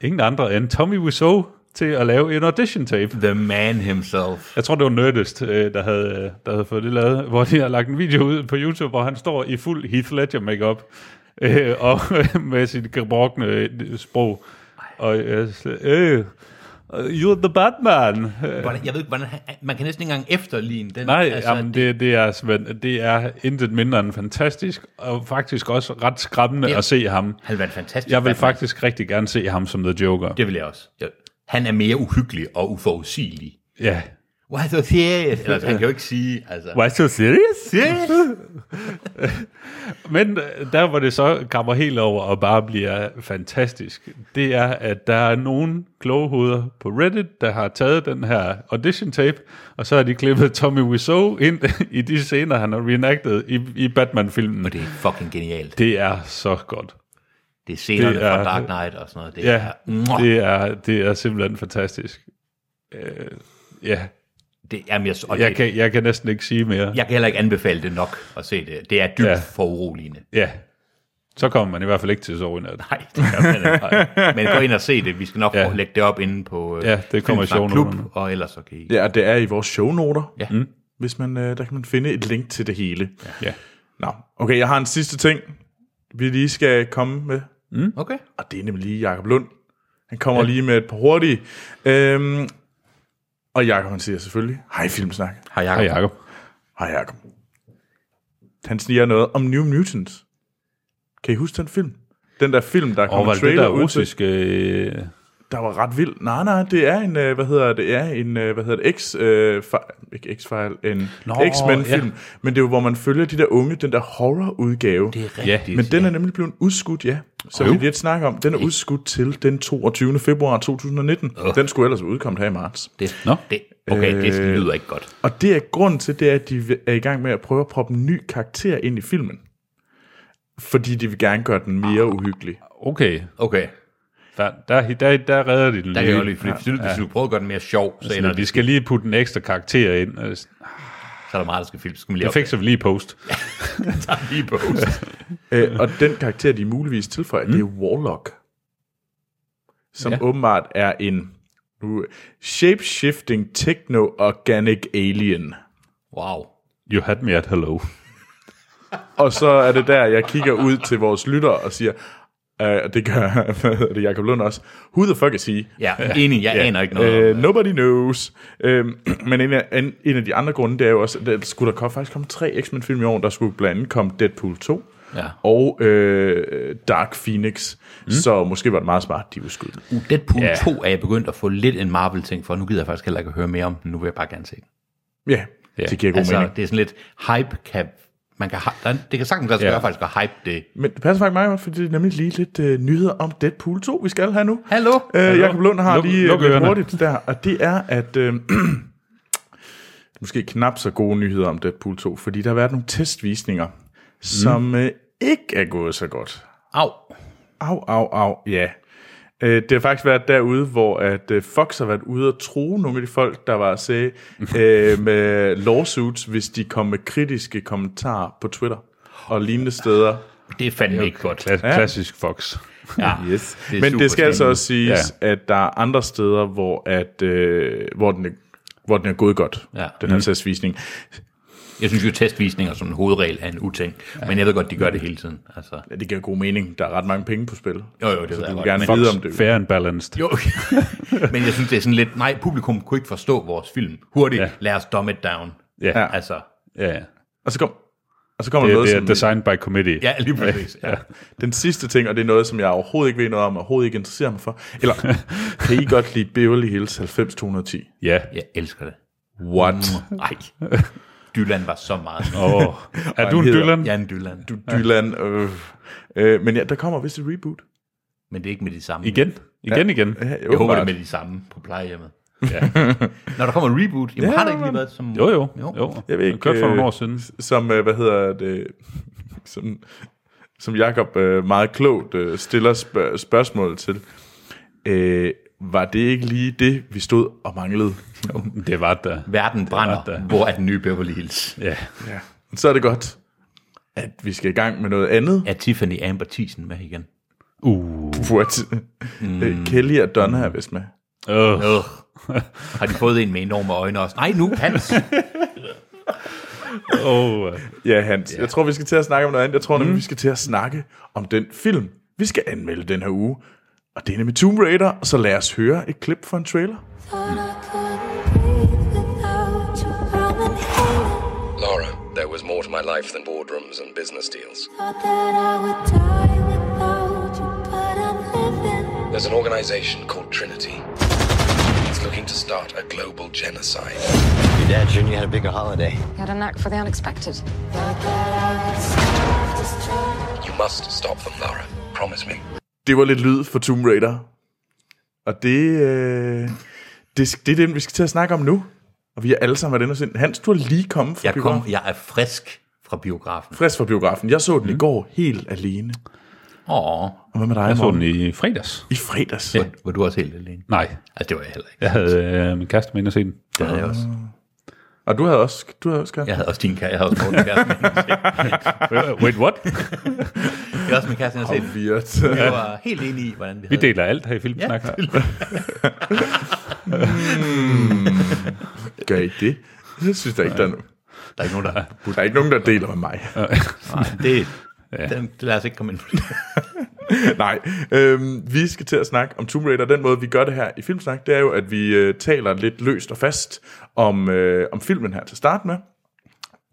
Speaker 3: ingen andre end Tommy Wiseau til at lave en audition tape.
Speaker 2: The man himself.
Speaker 3: Jeg tror, det var Nerdist, øh, der havde, øh, der havde fået det lavet, hvor de har lagt en video ud på YouTube, hvor han står i fuld Heath Ledger makeup øh, og (laughs) med sit gebrokne øh, sprog. Og øh, så, øh, you're the Batman. Øh,
Speaker 2: Hvordan, jeg ved ikke, hvordan, han- man kan næsten ikke engang efterligne den.
Speaker 3: Nej, altså, jamen, det, det, er, simpelthen- det er intet mindre end fantastisk, og faktisk også ret skræmmende
Speaker 2: Ja.
Speaker 3: at se ham.
Speaker 2: Han vil være en fantastisk
Speaker 3: Jeg vil
Speaker 2: Batman.
Speaker 3: faktisk rigtig gerne se ham som The Joker.
Speaker 2: Det vil jeg også. Jeg, han er mere uhyggelig og uforudsigelig.
Speaker 3: Ja.
Speaker 2: Why so serious? Eller, han kan jo ikke sige, altså...
Speaker 3: Why so serious?
Speaker 2: Serious?
Speaker 3: Men øh, der, hvor det så kommer helt over og bare bliver fantastisk, det er, at der er nogle kloge hoveder på Reddit, der har taget den her audition tape, og så har de klippet Tommy Wiseau ind i de scener, han har reenacted i, i Batman-filmen.
Speaker 2: Og det er fucking genialt.
Speaker 3: Det er så godt.
Speaker 2: Det er scenerne
Speaker 3: Det er-
Speaker 2: fra Dark Knight og sådan noget. Det
Speaker 3: Ja,
Speaker 2: er, det,
Speaker 3: det er, det er simpelthen fantastisk. Øh, ja,
Speaker 2: det, jamen, jeg, og
Speaker 3: jeg
Speaker 2: det,
Speaker 3: kan, jeg kan næsten ikke sige mere.
Speaker 2: jeg kan heller ikke anbefale det nok at se det. Det er dybt
Speaker 3: Ja.
Speaker 2: ja. foruroligende.
Speaker 3: Ja, så kommer man i hvert fald ikke til at sove i nat.
Speaker 2: Nej, det gør man ikke. (laughs) Men gå ind og se det. Vi skal nok
Speaker 3: Ja.
Speaker 2: ja. lægge det op inde på øh,
Speaker 3: Ja, det kommer i
Speaker 2: Filmsnak
Speaker 3: shownoterne.
Speaker 2: Klub, og ellers så kan I...
Speaker 1: Ja, og det er i vores shownoter.
Speaker 2: Ja.
Speaker 3: Mm-hmm.
Speaker 1: Mm. Hvis man, øh, der kan man finde et link til det hele. Ja.
Speaker 3: Ja.
Speaker 1: Nå, okay, jeg har en sidste ting, vi lige skal komme med.
Speaker 2: Okay.
Speaker 1: Og det er nemlig lige Jakob Lund. Han kommer ja. lige med et par hurtige. Øhm, og Jakob han siger selvfølgelig, hej Filmsnak.
Speaker 2: Hej Jacob.
Speaker 3: Hej Jacob.
Speaker 1: Hej Jakob. Han sniger noget om New Mutants. Kan I huske den film? Den der film, der
Speaker 3: Og
Speaker 1: kom
Speaker 3: var
Speaker 1: en
Speaker 3: det det der
Speaker 1: trailer ud til,
Speaker 3: russiske... Øh,
Speaker 1: der var ret vild. Nej, nej, det er en, øh, hvad hedder det, er en, øh, hvad hedder det, X, øh, fa- ikke X-File, en
Speaker 3: Nå,
Speaker 1: X-Men-film. Ja. Men det er jo, hvor man følger de der unge, den der horror-udgave.
Speaker 2: Det er
Speaker 3: Ja,
Speaker 2: rigtigt.
Speaker 1: Men den er nemlig blevet udskudt, ja. Så vi lidt snakker om, den er udskudt til den 22. februar 2019. Den skulle ellers være udkommet her i marts.
Speaker 2: Det,
Speaker 3: Nå.
Speaker 2: det, okay, øh, det lyder ikke godt.
Speaker 1: Og det er grunden til, det er, at de er i gang med at prøve at proppe en ny karakter ind i filmen. Fordi de vil gerne gøre den mere uhyggelig.
Speaker 3: okay,
Speaker 2: Okay.
Speaker 3: der, der, der, der redder de den
Speaker 2: Der kan jeg godt
Speaker 3: lige.
Speaker 2: lide, fordi hvis du- hvis du prøver at gøre den mere sjov, så, ender
Speaker 3: Eller,
Speaker 2: det,
Speaker 3: Altså, vi skal lige putte en ekstra karakter ind. Øh,
Speaker 2: så er der meget, der skal filmes. Så skal man lige
Speaker 3: Det fikser vi lige i post.
Speaker 2: (laughs) opdage lige på host.
Speaker 1: Øh, og den karakter, de muligvis tilføjer, mm. det er Warlock. Som ja. åbenbart er en nu, shape-shifting techno-organic alien.
Speaker 2: Wow.
Speaker 3: You had me at hello.
Speaker 1: Og så er det der, jeg kigger ud til vores lytter og siger, øh, og det gør (laughs) hvad hedder det Jacob Lund også, who the fuck is he?
Speaker 2: Ja, enig, jeg aner ikke noget.
Speaker 1: Øh, nobody knows. Øh, (clears throat) men en af, en, en af de andre grunde, det er jo også, at der skulle der kom, faktisk komme tre X-Men-film i år, der skulle blandt andet komme Deadpool 2
Speaker 2: Ja.
Speaker 1: og øh, Dark Phoenix. Mm. Så måske var det meget smart, de udskød. den.
Speaker 2: Uh, Deadpool yeah. 2 er jeg begyndt at få lidt en Marvel-ting for. Nu gider jeg faktisk heller ikke at høre mere om den. Nu vil jeg bare gerne se den.
Speaker 1: Ja, yeah, det giver god
Speaker 2: Altså,
Speaker 1: mening.
Speaker 2: det er sådan lidt hype kan... Man kan, hy- der er- det kan sagtens lade sig
Speaker 3: Ja.
Speaker 2: gøre faktisk at hype det.
Speaker 1: Men det passer faktisk meget godt, for det er nemlig lige lidt øh, nyheder om Deadpool 2, vi skal have nu.
Speaker 2: Hallo?
Speaker 1: Øh, Jakob Lund har
Speaker 3: Luk-
Speaker 1: lige
Speaker 3: luk
Speaker 1: luk lidt
Speaker 3: ørerne.
Speaker 1: hurtigt der, og det er, at øh, (clears throat) måske knap så gode nyheder om Deadpool 2, fordi der har været nogle testvisninger,
Speaker 3: Mm.
Speaker 1: som øh, ikke er gået så godt.
Speaker 2: Au.
Speaker 1: Au, au, au, ja. Øh, det har faktisk været derude, hvor at øh, Fox har været ude og true nogle af de folk, der var at
Speaker 3: (laughs)
Speaker 1: sige øh, med lawsuits, hvis de kom med kritiske kommentarer på Twitter og lignende steder.
Speaker 2: Det er fandme ikke godt.
Speaker 3: Kla- klassisk Fox.
Speaker 2: Ja,
Speaker 1: (laughs) Yes.
Speaker 2: det er
Speaker 1: Men
Speaker 2: super
Speaker 1: det skal altså
Speaker 2: spændende.
Speaker 1: også siges, ja. at der er andre steder, hvor, at, øh, hvor, den, er, hvor den er gået godt,
Speaker 2: Ja.
Speaker 1: den her mm. testvisning.
Speaker 2: Jeg synes jo, testvisninger som en hovedregel er en uting. Men jeg ved godt, de gør det hele tiden. Altså,
Speaker 1: Ja, det giver god mening. Der er ret mange penge på spil.
Speaker 2: jo, jo, det ved
Speaker 1: Du
Speaker 2: jeg
Speaker 1: vil
Speaker 2: godt.
Speaker 1: gerne
Speaker 2: men-
Speaker 1: vide om det.
Speaker 3: Fair and balanced.
Speaker 2: Jo, (laughs) okay. men jeg synes, det er sådan lidt, nej, publikum kunne ikke forstå vores film. Hurtigt,
Speaker 3: Ja.
Speaker 2: ja. lad os dumb it down.
Speaker 3: Ja.
Speaker 2: Altså,
Speaker 3: ja.
Speaker 1: Og så kom... Og så kommer
Speaker 3: Det,
Speaker 1: der noget,
Speaker 3: det er
Speaker 1: som-
Speaker 3: designed by committee.
Speaker 2: Ja, lige præcis. Ja.
Speaker 1: Den sidste ting, og det er noget, som jeg overhovedet ikke ved noget om, og overhovedet ikke interesserer mig for.
Speaker 2: (laughs)
Speaker 1: Eller, kan I godt lide Beverly Hills 90210?
Speaker 3: ja.
Speaker 2: (laughs) Jeg elsker det.
Speaker 1: What?
Speaker 2: Nej. Dylan var så meget.
Speaker 3: Åh. Er
Speaker 1: Og
Speaker 3: du
Speaker 1: han
Speaker 3: en
Speaker 1: hedder-
Speaker 3: Dylan?
Speaker 2: Jeg er en Dylan.
Speaker 1: Du, Dylan, øh. Øh, men ja, der kommer vist et reboot.
Speaker 2: Men det er ikke med de samme.
Speaker 3: Igen? Igen, igen.
Speaker 1: Ja,
Speaker 2: Jeg håber, det er med de samme på plejehjemmet.
Speaker 3: Ja.
Speaker 2: (laughs) Når der kommer en reboot, jamen,
Speaker 1: Ja,
Speaker 2: ja, har det ikke lige
Speaker 1: men-
Speaker 2: været som...
Speaker 3: Jo, jo. jo.
Speaker 1: Jeg ved ikke,
Speaker 3: Kørt for nogle
Speaker 1: øh,
Speaker 3: år siden.
Speaker 1: Som, øh, hvad hedder det, (laughs) som, som Jacob øh, meget klogt øh, stiller sp- spørgsmål til. Øh, var det ikke lige det, vi stod og manglede?
Speaker 3: Det var der.
Speaker 2: Verden brænder,
Speaker 3: Det var der.
Speaker 2: hvor er den nye Beverly Hills?
Speaker 3: Ja.
Speaker 1: Ja. Så er det godt, at vi skal i gang med noget (laughs) andet.
Speaker 2: Er Tiffany Amber Thiesen med igen?
Speaker 3: Uh.
Speaker 1: What? Mm. Kelly og Donna er vist med.
Speaker 3: Uh.
Speaker 2: Øh. Har de fået en med enorme øjne også? Nej, nu
Speaker 3: (laughs)
Speaker 2: Hans.
Speaker 3: Oh.
Speaker 1: Ja, Hans. Mm. Jeg tror, vi skal til at snakke om noget andet. Jeg tror nemlig, vi skal til at snakke om den film, vi skal anmelde den her uge. Og det er nemlig Tomb Raider, og så lad os høre et klip fra en trailer.
Speaker 4: Thought I couldn't breathe without you. I'm inhaling.
Speaker 5: Laura, there was more to my life than boardrooms and business deals.
Speaker 4: Thought that I would die without you, but I'm living.
Speaker 5: There's an organization called Trinity. It's looking to start a global genocide.
Speaker 6: Your dad sure knew how to pick a holiday.
Speaker 7: Got a knack for the unexpected.
Speaker 4: Thought that I would self-destruct.
Speaker 5: You must stop them, Laura. Promise me.
Speaker 1: Det var lidt lyd for Tomb Raider. Og det, øh, det, det er den, vi skal til at snakke om nu. Og vi er alle sammen været inde og se den. Hans, du er lige kommet fra
Speaker 2: Jeg, kom,
Speaker 1: biografen.
Speaker 2: jeg er frisk fra biografen.
Speaker 1: Frisk fra biografen. Jeg så den mm. i går helt alene.
Speaker 2: Åh,
Speaker 1: Og hvad med dig,
Speaker 3: Jeg så
Speaker 1: Morten?
Speaker 3: den i fredags.
Speaker 1: I fredags.
Speaker 2: ja. var du også helt alene?
Speaker 3: Nej,
Speaker 2: Altså, det var jeg heller ikke.
Speaker 3: jeg havde øh, min kæreste med ind og se den.
Speaker 2: Det havde jeg også.
Speaker 1: Og du havde også, du havde også Karen?
Speaker 2: Jeg havde også din kæreste. Jeg havde også Morten kæreste.
Speaker 3: Øh, Wait, what?
Speaker 2: Jeg havde også min kæreste, jeg havde set.
Speaker 1: Weird.
Speaker 2: Jeg var helt enig i, hvordan vi havde
Speaker 3: Vi deler alt her i Filmsnak. Ja.
Speaker 1: Gør I det? Jeg synes der ikke, der er, no-
Speaker 2: Der er ikke nogen, der...
Speaker 1: der er ikke nogen, der deler med mig.
Speaker 2: Nej, det... Den, lad os ikke komme ind på det.
Speaker 1: Nej, øhm, vi skal til at snakke om Tomb Raider. Den måde, vi gør det her i Filmsnak, det er jo, at vi øh, taler lidt løst og fast om, øh, om filmen her til start med,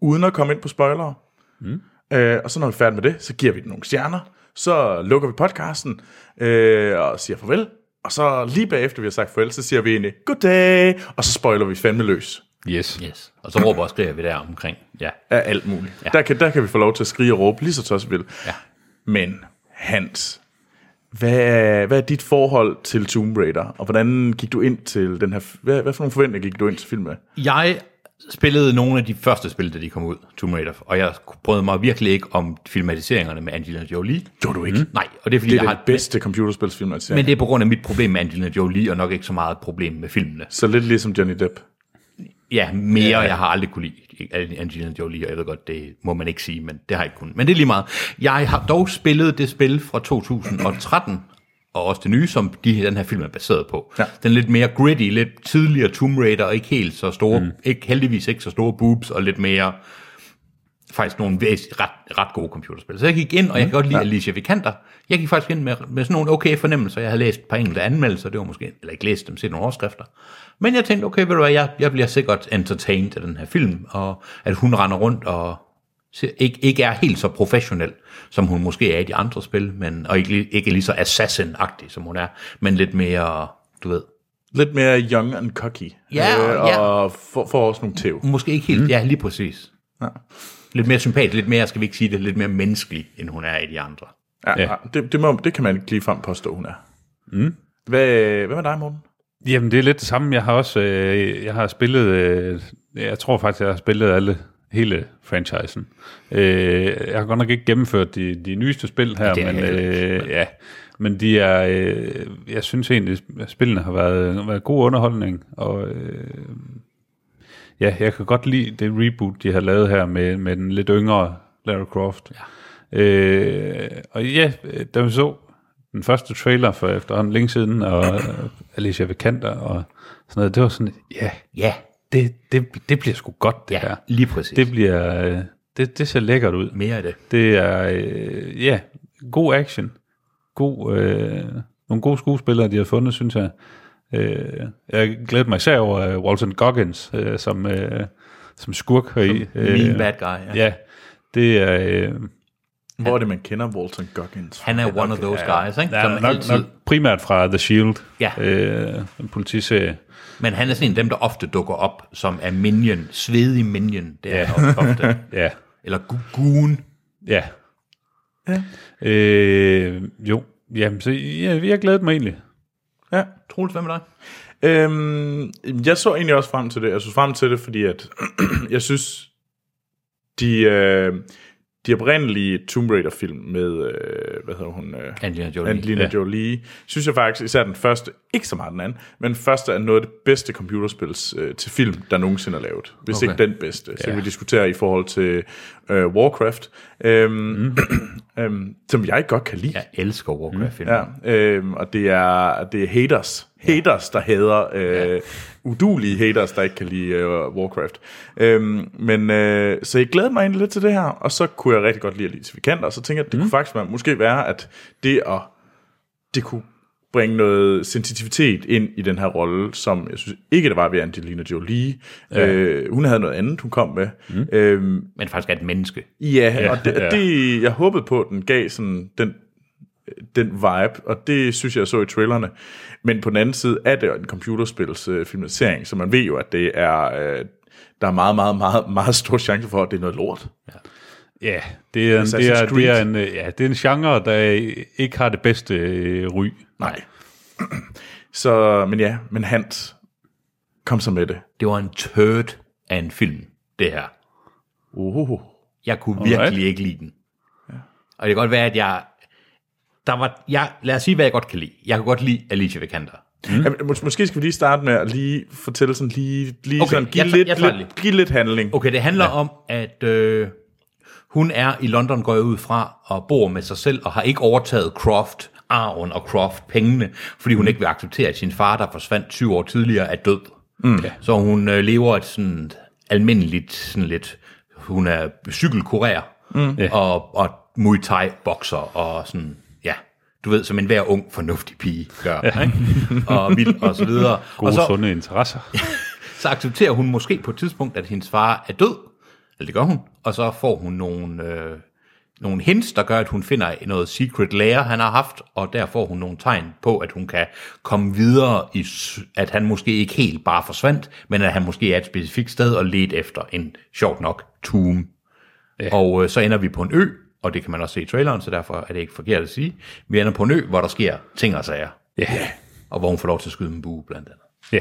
Speaker 1: uden at komme ind på spoilere. Mm. Øh, og så når vi er færdige med det, så giver vi den nogle stjerner, så lukker vi podcasten øh, og siger farvel. Og så lige bagefter, vi har sagt farvel, så siger vi egentlig, goddag, og så spoiler vi fandme løs
Speaker 3: Yes.
Speaker 2: Yes. Og så råber og skriger vi der omkring. Ja.
Speaker 1: af alt muligt. Ja. Der, kan, der kan vi få lov til at skrige og råbe lige så tosset vi vil.
Speaker 2: Ja.
Speaker 1: Men Hans, hvad er, hvad er dit forhold til Tomb Raider, og hvordan gik du ind til den her... Hvad, hvad for nogle forventninger gik du ind til filmen med?
Speaker 2: Jeg spillede nogle af de første spil, da de kom ud, Tomb Raider, og jeg brød mig virkelig ikke om filmatiseringerne med Angelina Jolie.
Speaker 1: Gjorde du ikke? Mm.
Speaker 2: Nej, og det er fordi,
Speaker 1: Det er
Speaker 2: jeg
Speaker 1: den
Speaker 2: har...
Speaker 1: bedste computerspilsfilm, jeg
Speaker 2: Men
Speaker 1: Men...
Speaker 2: det er på grund af mit problem med Angelina Jolie, og nok ikke så meget et problem med filmene.
Speaker 1: Så lidt ligesom Johnny Depp.
Speaker 2: Ja, mere jeg har aldrig kunne lide Angelina Jolie, og jeg ved godt, det må man ikke sige, men det har jeg ikke kunnet. Men det er lige meget. Jeg har dog spillet det spil fra 2013, og også det nye, som de, den her film er baseret på.
Speaker 1: Ja.
Speaker 2: Den lidt mere gritty, lidt tidligere Tomb Raider, og ikke helt så store, mm. ikke, heldigvis ikke så store boobs, og lidt mere faktisk nogle væs- ret, ret gode computerspil. Så jeg gik ind, og jeg kan godt lide Alicia Vikander. Jeg gik faktisk ind med, med sådan nogle okay fornemmelser. Jeg havde læst et par enkelte anmeldelser, det var måske, eller ikke læst dem, set nogle overskrifter. Men jeg tænkte, okay, ved du hvad, jeg, jeg bliver sikkert entertained af den her film, og at hun render rundt og ser- ikke, ikke er helt så professionel, som hun måske er i de andre spil, men, og ikke, lige- ikke lige så assassin som hun er, men lidt mere, du ved,
Speaker 1: Lidt mere young and cocky. Øh,
Speaker 2: Ja, ja.
Speaker 1: Og får, får også nogle tæv.
Speaker 2: Måske ikke helt, mm. ja, lige præcis. Ja. Lidt mere sympatisk, lidt mere, skal vi ikke sige det, lidt mere menneskelig, end hun er i de andre.
Speaker 1: Ja, ja.
Speaker 3: Ja.
Speaker 1: Det, det, må, det kan man ikke lige frem påstå, hun er. Mm. Hvad, hvad med dig, Morten?
Speaker 3: Jamen, det er lidt det samme. Jeg har også øh, jeg har spillet, øh, jeg tror faktisk, jeg har spillet alle, hele franchisen. Øh, jeg har godt nok ikke gennemført de, de nyeste spil her,
Speaker 2: det er
Speaker 3: men,
Speaker 2: jeg heller
Speaker 3: øh, ja, men de er, øh, jeg synes egentlig, at spillene har været, været god underholdning, og øh, ja, jeg kan godt lide det reboot, de har lavet her med, med den lidt yngre Lara Croft. Ja. Øh, og ja, da vi så den første trailer for efterhånden længe siden, og øh, Alicia Vikander og sådan noget, det var sådan, ja,
Speaker 2: Ja,
Speaker 3: det, det, det bliver sgu godt, det
Speaker 2: ja,
Speaker 3: her.
Speaker 2: lige præcis.
Speaker 3: Det bliver, øh, det, det ser lækkert ud.
Speaker 2: mere af det.
Speaker 3: Det er, øh, ja, god action. God, øh, nogle gode skuespillere, de har fundet, synes jeg. Øh, jeg glæder mig især over øh, Walton Goggins, øh, som, øh, som skurk heri.
Speaker 2: Mean bad guy. Ja.
Speaker 3: Ja, Det er... Øh,
Speaker 1: Hvor er det, man kender Walton Goggins?
Speaker 2: Han er
Speaker 1: Det
Speaker 2: one
Speaker 1: nok-
Speaker 2: of those
Speaker 1: ja,
Speaker 2: guys, ikke?
Speaker 3: Ja,
Speaker 2: Som
Speaker 3: nok,
Speaker 2: altid,
Speaker 3: nok primært fra The Shield,
Speaker 2: Ja.
Speaker 3: øh, en politiserie.
Speaker 2: Men han er sådan en af dem, der ofte dukker op, som er minion, svedig minion. Det er han også ofte.
Speaker 3: Ja,
Speaker 2: Eller gu- goon.
Speaker 3: ja. ja. Øh, jo, jamen, så ja, jeg glæder mig egentlig.
Speaker 1: Ja.
Speaker 2: Troels, hvad med dig?
Speaker 1: Øhm, jeg så egentlig også frem til det. Jeg så frem til det, fordi at (clears throat) jeg synes, de, øh, de oprindelige Tomb Raider-film med, øh, hvad hedder hun? Øh,
Speaker 2: Angelina Jolie.
Speaker 1: Angelina
Speaker 3: Ja.
Speaker 1: ja. Jolie. Synes jeg faktisk, især den første, ikke så meget den anden, men den første er noget af det bedste computerspils øh, til film, der nogensinde er lavet. Hvis
Speaker 2: Okay.
Speaker 1: okay. ikke den bedste. Så kan vi diskutere i forhold til øh, Warcraft, øhm, mm. (clears throat) øhm, som jeg godt kan lide.
Speaker 2: Jeg elsker Warcraft-filmen.
Speaker 1: Ja, øhm, og det er, det er haters. Haters, der hader. Øh, Udulige haters, der ikke kan lide øh, Warcraft. Øhm, men øh, så jeg glæder mig egentlig lidt til det her, og så kunne jeg rigtig godt lide at lide Vikander, og så tænker jeg, at det mm. kunne faktisk være, måske være, at det at det kunne bringe noget sensitivitet ind i den her rolle, som jeg synes ikke, det var ved Angelina Jolie. Ja. Øh, hun havde noget andet, hun kom med. Mm. Øhm,
Speaker 2: Men faktisk er et menneske.
Speaker 1: Ja, yeah, og det,
Speaker 3: ja.
Speaker 1: yeah. det, jeg håbede på, at den gav sådan den, den vibe, og det synes jeg, jeg så i trailerne. Men på den anden side er det jo en computerspils øh, filmatisering, så man ved jo, at det er, øh, der er meget, meget, meget, meget stor chance for, at det er noget lort.
Speaker 3: Ja, det er, en, det, er,
Speaker 1: Assassin's
Speaker 3: det, er
Speaker 1: Creed.
Speaker 3: en, øh, ja, det er en genre, der ikke har det bedste øh, ry.
Speaker 1: Nej. Så, men ja, men Hans, kom så med det.
Speaker 2: Det var en turd af en film, det her.
Speaker 1: Uh,
Speaker 2: Jeg kunne
Speaker 3: Alright.
Speaker 2: virkelig ikke lide den. Og det kan godt være, at jeg... Der var, jeg, lad os sige, hvad jeg godt kan lide. Jeg kan godt lide Alicia Vikander.
Speaker 1: Mm. Ja, mås- måske skal vi lige starte med at lige fortælle sådan lige, lige
Speaker 2: Okay,
Speaker 1: okay, sådan, give,
Speaker 2: jeg tager-
Speaker 1: lidt,
Speaker 2: jeg tager
Speaker 1: lidt, give lidt handling.
Speaker 2: Okay, det handler ja. om, at øh, hun er i London, går jeg ud fra, og bor med sig selv, og har ikke overtaget Croft, arven og Croft pengene, fordi hun ikke vil acceptere, at sin far, der forsvandt 20 år tidligere, er død. Mm. Så hun øh, lever et sådan almindeligt, sådan lidt, hun er cykelkurér, mm. og, og Muay Thai-bokser, og sådan, ja, du ved, som enhver ung, fornuftig pige gør, ikke? og vild, og så videre.
Speaker 3: Gode,
Speaker 2: og så,
Speaker 3: sunde interesser.
Speaker 2: så accepterer hun måske på et tidspunkt, at hendes far er død. Eller det gør hun. Og så får hun nogle, øh, nogle hints, der gør, at hun finder noget secret lair, han har haft, og der får hun nogle tegn på, at hun kan komme videre, i, s- at han måske ikke helt bare forsvandt, men at han måske er et specifikt sted og let efter en, sjovt nok, tomb. Ja. Og øh, så ender vi på en ø, og det kan man også se i traileren, så derfor er det ikke forkert at sige. Vi ender på en ø, hvor der sker ting og sager,
Speaker 3: Ja,
Speaker 2: og hvor hun får lov til at skyde med bue, blandt andet.
Speaker 3: ja.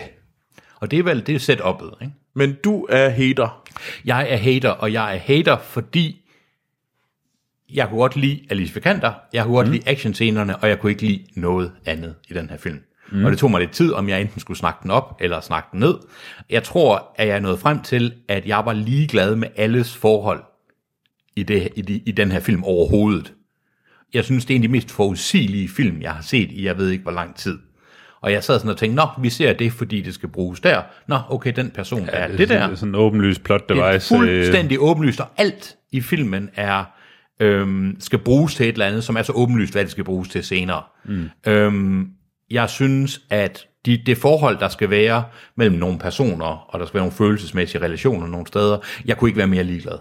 Speaker 2: Og det er vel det er setup'et, ikke?
Speaker 1: Men du er hater.
Speaker 2: Jeg er hater, og jeg er hater, fordi jeg kunne godt lide Alice Vikander, jeg kunne godt mm. lide actionscenerne, og jeg kunne ikke lide noget andet i den her film. Mm. Og det tog mig lidt tid, om jeg enten skulle snakke den op, eller snakke den ned. Jeg tror, at jeg nåede frem til, at jeg var ligeglad med alles forhold i, det, i, de, i den her film overhovedet. Jeg synes, det er en af de mest forudsigelige film, jeg har set i jeg ved ikke hvor lang tid. Og jeg sad sådan og tænkte, nå, vi ser det, fordi det skal bruges der. Nå, okay, den person ja, er det, det der.
Speaker 3: er Øh, sådan en åbenlyst plot
Speaker 2: Det er
Speaker 3: device. øh,
Speaker 2: fuldstændig åbenlyst, og alt i filmen er øhm, skal bruges til et eller andet, som er så åbenlyst, hvad det skal bruges til senere. Mm. Øhm, jeg synes, at de, det forhold, der skal være mellem nogle personer, og der skal være nogle følelsesmæssige relationer nogle steder, jeg kunne ikke være mere ligeglad.